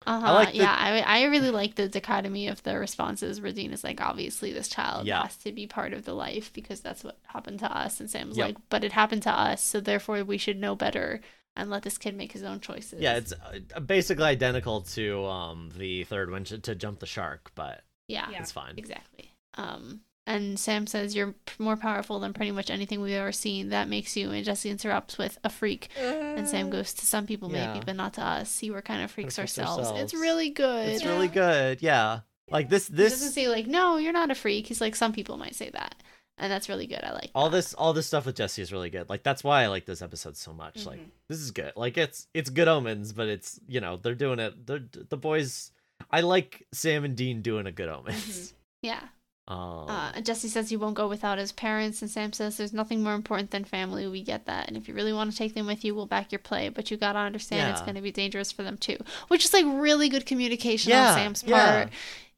S2: Uh-huh.
S3: like the-
S2: yeah, I, I really like the dichotomy of the responses. where Dean is like, obviously, this child
S3: Yeah.
S2: has to be part of the life because that's what happened to us. And Sam's
S3: Yep.
S2: like, but it happened to us, so therefore we should know better and let this kid make his own choices.
S3: Yeah, it's uh, basically identical to um the third one to, to jump the shark, but
S2: yeah,
S5: Yeah.
S3: it's fine.
S2: exactly. Um, and Sam says, "You're p- more powerful than pretty much anything we've ever seen. That makes you." And Jesse interrupts with, "A freak."
S5: Uh,
S2: And
S1: Mm.
S2: Sam goes, "To some people,
S3: Yeah.
S2: maybe, but not to us. See, we're kind of freaks
S3: freaks
S2: ourselves. It's
S3: ourselves.
S2: really good.
S3: It's really good. Yeah, like this
S2: he doesn't
S3: this
S2: say like no you're not a freak he's like some people might say that and that's really good i like
S3: all this all this stuff with Jesse is really good. Like that's why I like this episode so much. Like
S2: Mm-hmm.
S3: this is good. Like it's it's good omens, but it's you know they're doing it. They're the boys. I like Sam and Dean doing a good omens.
S2: yeah
S3: Um,
S2: uh, and jesse says he won't go without his parents and sam says there's nothing more important than family we get that and if you really want to take them with you we'll back your play but you gotta understand it's
S3: Yeah.
S2: going to be dangerous for them too which is like really good communication
S3: Yeah,
S2: on sam's part
S3: yeah.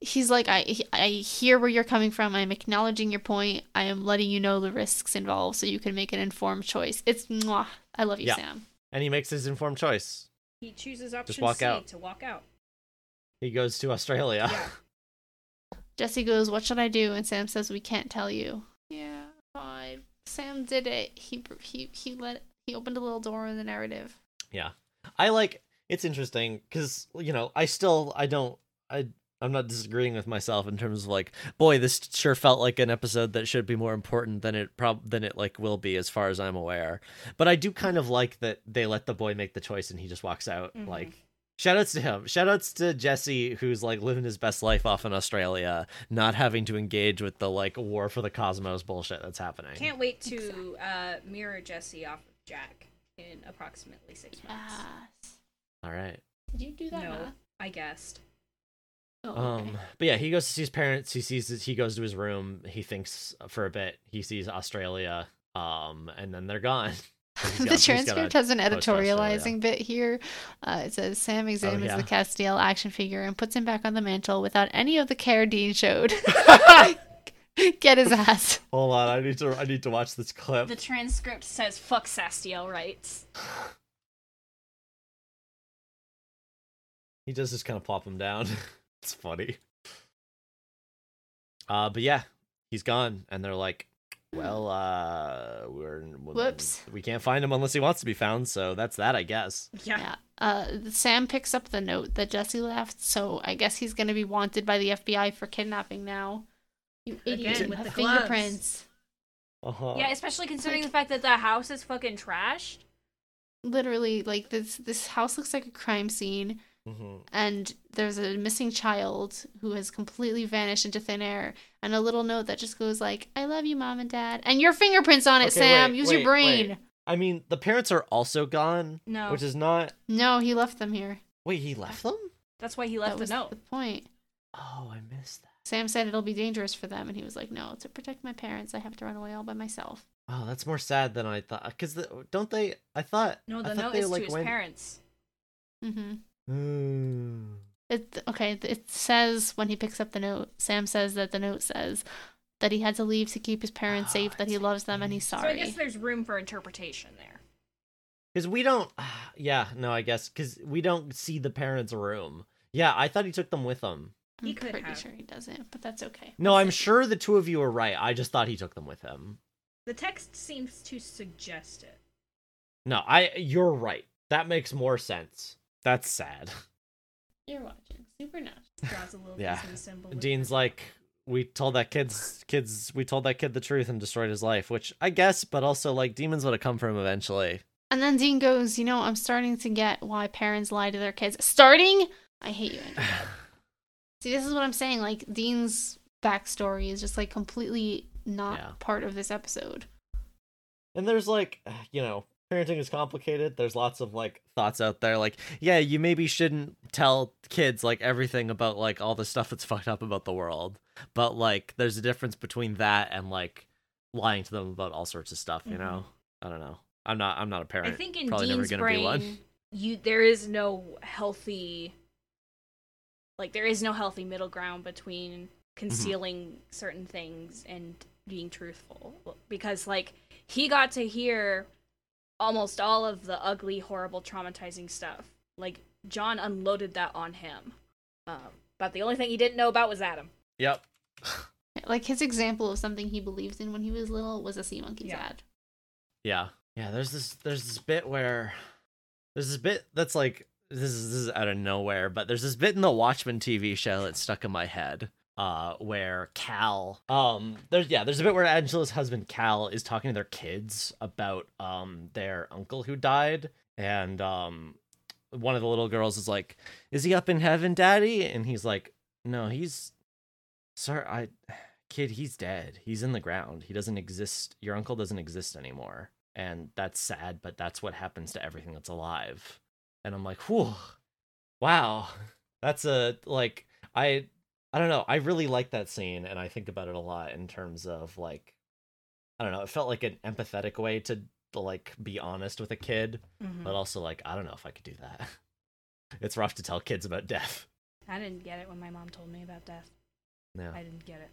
S2: he's like I, he- I hear where you're coming from i'm acknowledging your point i am letting you know the risks involved so you can make an informed choice it's mwah. i love you
S3: Yeah.
S2: sam
S3: and he makes his informed choice.
S5: He chooses option
S3: walk
S5: C
S3: out.
S5: to walk out.
S3: He goes to Australia.
S5: Yeah.
S2: Jesse goes, "What should I do?" And Sam says, "We can't tell you." Yeah, fine. Sam did it. He he he let he opened a little door in the narrative.
S3: Yeah. I like it's interesting cuz you know, I still I don't I I'm not disagreeing with myself in terms of like boy this sure felt like an episode that should be more important than it prob than it like will be as far as I'm aware. But I do kind of like that they let the boy make the choice and he just walks out
S5: Mhm.
S3: like Shoutouts to him. Shoutouts to Jesse, who's like living his best life off in Australia, not having to engage with the like war for the cosmos bullshit that's happening.
S5: Can't wait to uh, mirror Jesse off of Jack in approximately six
S1: Ah,
S5: months.
S2: Yes.
S3: All right.
S2: Did you do that?
S5: No.
S2: math?
S5: I guessed.
S2: Oh, okay.
S3: Um, but yeah, he goes to see his parents. He sees he goes to his room. He thinks for a bit. He sees Australia. Um, and then they're gone. He's got-
S2: the
S3: he's got
S2: transcript
S3: a-
S2: has an
S3: post-processor, yeah. Oh,
S2: editorializing bit here. Uh, it says Sam examines
S3: yeah.
S2: the Castiel action figure and puts him back on the mantle without any of the care Dean showed. Get his ass.
S3: Hold on, I need to I need to watch this clip.
S1: The transcript says fuck Sastiel rights.
S3: He does just kind of plop him down. it's funny. Uh, but yeah, he's gone, and they're like, "Well, uh, we're we-
S2: Whoops.
S3: We can't find him unless he wants to be found. So that's that, I guess."
S5: Yeah.
S2: Yeah. Uh, Sam picks up the note that Jesse left, so I guess he's going to be wanted by the FBI for kidnapping now. You idiot!
S5: Again,
S2: you
S5: with
S2: have
S5: the gloves.
S2: fingerprints.
S3: Uh-huh.
S1: Yeah, especially considering the fact that the house is fucking trashed.
S2: Literally, like this. This house looks like a crime scene.
S3: Mhm.
S2: and there's a missing child who has completely vanished into thin air and a little note that just goes like i love you mom and dad and your fingerprints on it
S3: Okay,
S2: sam
S3: wait,
S2: use your
S3: wait,
S2: brain
S3: wait. I mean, the parents are also gone,
S1: No.
S3: which is not.
S2: no he left them here
S3: Wait, he left them?
S1: That's why he
S2: that
S1: left the
S2: was
S1: note.
S2: the point
S3: Oh, I missed that.
S2: sam said it'll be dangerous for them and he was like no to protect my parents i have to run away all by myself
S3: Oh, that's more sad than I thought. Because the, don't they? I thought.
S1: No,
S3: I
S1: the
S3: thought
S1: note
S3: they,
S1: is
S3: like,
S1: to his
S3: went-
S1: parents.
S2: mm-hmm
S3: Mm.
S2: It okay. It says when he picks up the note, Sam says that the note says that he had to leave to keep his parents
S3: Oh,
S2: safe, that he
S3: it's-
S2: loves them, and he's
S1: So I
S2: sorry.
S1: guess there's room for interpretation there.
S3: Because we don't. ah, yeah, no, I guess because we don't see the parents' room. Yeah, I thought he took them with him.
S2: I'm
S5: He could
S2: pretty
S5: have.
S2: sure he doesn't, but that's okay.
S3: No, I'm sure the two of you are right. I just thought he took them with him.
S5: The text seems to suggest it.
S3: No, I. You're right. That makes more sense. That's sad.
S2: You're watching Supernatural.
S5: Draws a little
S3: Yeah.
S5: piece of the symbol.
S3: Dean's like, we told that kid's kids. We told that kid the truth and destroyed his life, which I guess, but also like demons would have come for him eventually.
S2: And then Dean goes, You know, I'm starting to get why parents lie to their kids. Starting? I hate you. Andrew. See, this is what I'm saying. Like, Dean's backstory is just like completely not
S3: Yeah.
S2: part of this episode.
S3: And there's like, you know, parenting is complicated. There's lots of like thoughts out there like, yeah, you maybe shouldn't tell kids like everything about like all the stuff that's fucked up about the world. But like there's a difference between that and like lying to them about all sorts of stuff, you
S5: Mhm.
S3: know? I don't know. I'm not I'm not a
S1: Mm-hmm. I
S3: parent.
S1: think in
S3: Probably never
S1: Dean's
S3: gonna be one.
S1: brain, you there is no healthy, like there is no healthy middle ground
S3: Mm-hmm.
S1: between concealing certain things and being truthful, because like he got to hear almost all of the ugly, horrible, traumatizing stuff. Like John unloaded that on him, um, but the only thing he didn't know about was Adam.
S3: Yep.
S2: Like, his example of something he believed in when he was little was a sea monkey's
S5: Yeah.
S2: ad.
S3: Yeah. Yeah, there's this there's this bit where there's this bit that's like this is this is out of nowhere, but there's this bit in the Watchmen TV show that's stuck in my head. Uh, where Cal, um, there's yeah, there's a bit where Angela's husband Cal is talking to their kids about um their uncle who died, and um, one of the little girls is like, "Is he up in heaven, Daddy?" And he's like, "No, he's, sir, I, kid, he's dead. He's in the ground. He doesn't exist. Your uncle doesn't exist anymore. And that's sad, but that's what happens to everything that's alive. And I'm like, whew, wow. That's a, like, I, I don't know. I really like that scene. And I think about it a lot in terms of, like, I don't know. It felt like an empathetic way to, to like, be honest with a kid, but
S1: Mm-hmm.
S3: also, like, I don't know if I could do that. It's rough to tell kids about death.
S1: I didn't get it when my mom told me about death.
S3: No.
S1: I didn't get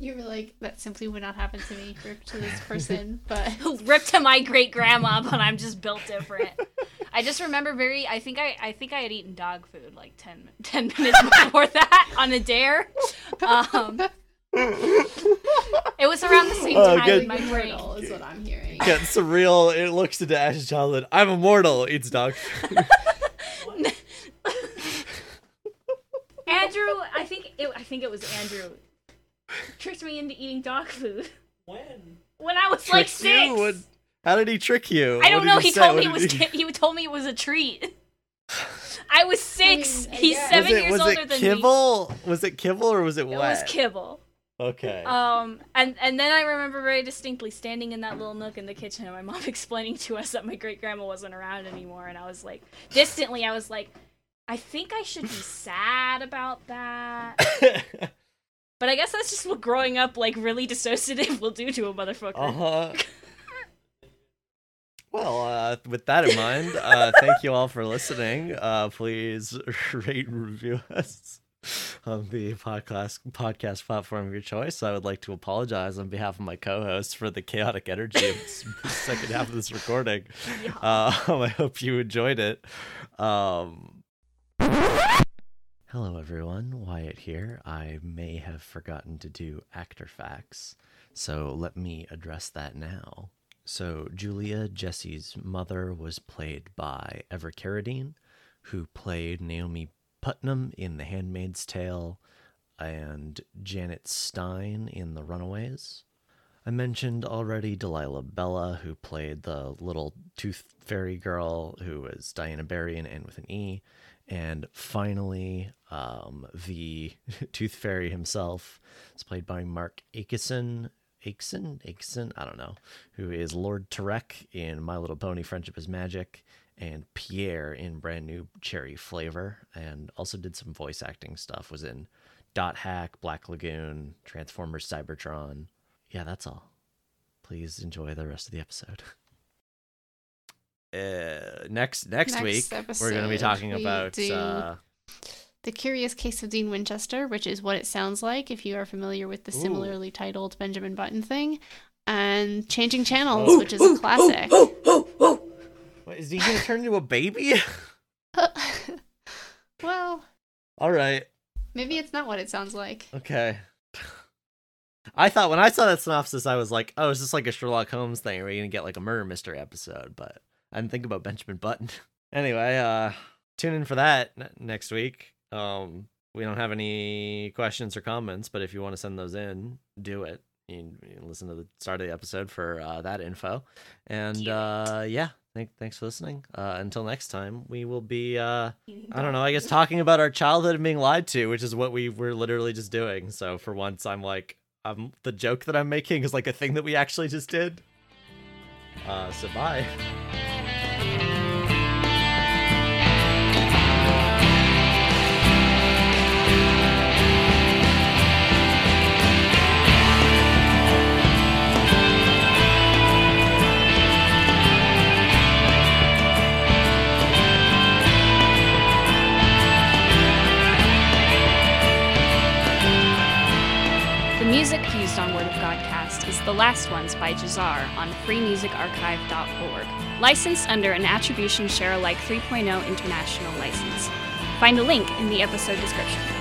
S2: You were like, That simply would not happen to me, or to this person, but.
S1: it. Ripped to my great grandma, but I'm just built different. I just remember very. I think I. I think I had eaten dog food like 10, 10 minutes before that on a dare. Um, it was around the same
S3: Oh,
S1: time
S3: good.
S1: in my brain.
S2: Mortal is what I'm hearing.
S3: Get surreal. It looks into Ash's childhood. I'm immortal. Eats dog.
S1: Andrew, I think it. I think it was Andrew. Tricked me into eating dog food
S3: When?
S1: when I was like six.
S3: how did he trick you?
S1: I don't know. He told me it
S3: it
S1: was. ki- He told me it was a treat. I was six.
S2: I mean, I
S1: He's
S2: guess.
S1: seven
S3: was it,
S1: years
S3: was
S1: older
S3: it
S1: than me.
S3: kibble? Was it kibble or was it
S1: It
S3: what?
S1: was kibble.
S3: Okay.
S1: Um, and and then I remember very distinctly standing in that little nook in the kitchen, and my mom explaining to us that my great grandma wasn't around anymore, and I was like, distantly, I was like, I think I should be sad about that. Uh, But I guess that's just what
S3: Uh-huh.
S1: growing up like really dissociative will do to a motherfucker.
S3: uh huh. Well, uh, with that in mind, uh, thank you all for listening. Uh, please rate and review us on the podcast podcast platform of your choice. I would like to apologize on behalf of my co-hosts for the chaotic energy of this second half of this recording. Um, I hope you enjoyed it. Um, hello, everyone. Wyatt here. I may have forgotten to do actor facts, so let me address that now. So, Julia Jesse's mother was played by Ever Carradine, who played Naomi Putnam in The Handmaid's Tale and Janet Stein in The Runaways. I mentioned already Delilah Bella, who played the little tooth fairy girl who was Diana Berry in N with an E. And finally, um, the tooth fairy himself is played by Mark Akeson. Akeson? Akeson? I don't know. Who is Lord Tarek in My Little Pony Friendship is Magic and Pierre in Brand New Cherry Flavor. And also did some voice acting stuff, was in Dot Hack, Black Lagoon, Transformers Cybertron yeah, that's all. Please enjoy the rest of the episode. Uh, next next,
S2: Next
S3: week we're going to be
S2: episode,
S3: talking
S2: we
S3: about
S2: do-
S3: uh,
S2: The Curious Case of Dean Winchester, which is what it sounds like if you are familiar with the
S3: Ooh.
S2: similarly titled Benjamin Button thing, and Changing Channels, which is a classic.
S3: what, is he going to turn into a baby?
S2: well,
S3: all right,
S2: maybe it's not what it sounds like.
S3: okay. I thought when I saw that synopsis, I was like, "Oh, is this like a Sherlock Holmes thing? Are we going to get like a murder mystery episode?" But I didn't think about Benjamin Button. anyway, uh, tune in for that n- next week. Um, we don't have any questions or comments, but if you want to send those in, do it. You, you can listen to the start of the episode for uh, that info. And uh, yeah, thank, thanks for listening. Uh, until next time, we will be, uh, I don't know, I guess talking about our childhood and being lied to, which is what we were literally just doing. So for once, I'm like, I'm, the joke that I'm making is like a thing that we actually just did. Uh, so bye.
S1: The music used on Word of Godcast is The Last Ones by Jazar on freemusicarchive.org, licensed under an oh Attribution Share Alike 3.0 International License. Find a link in the episode description.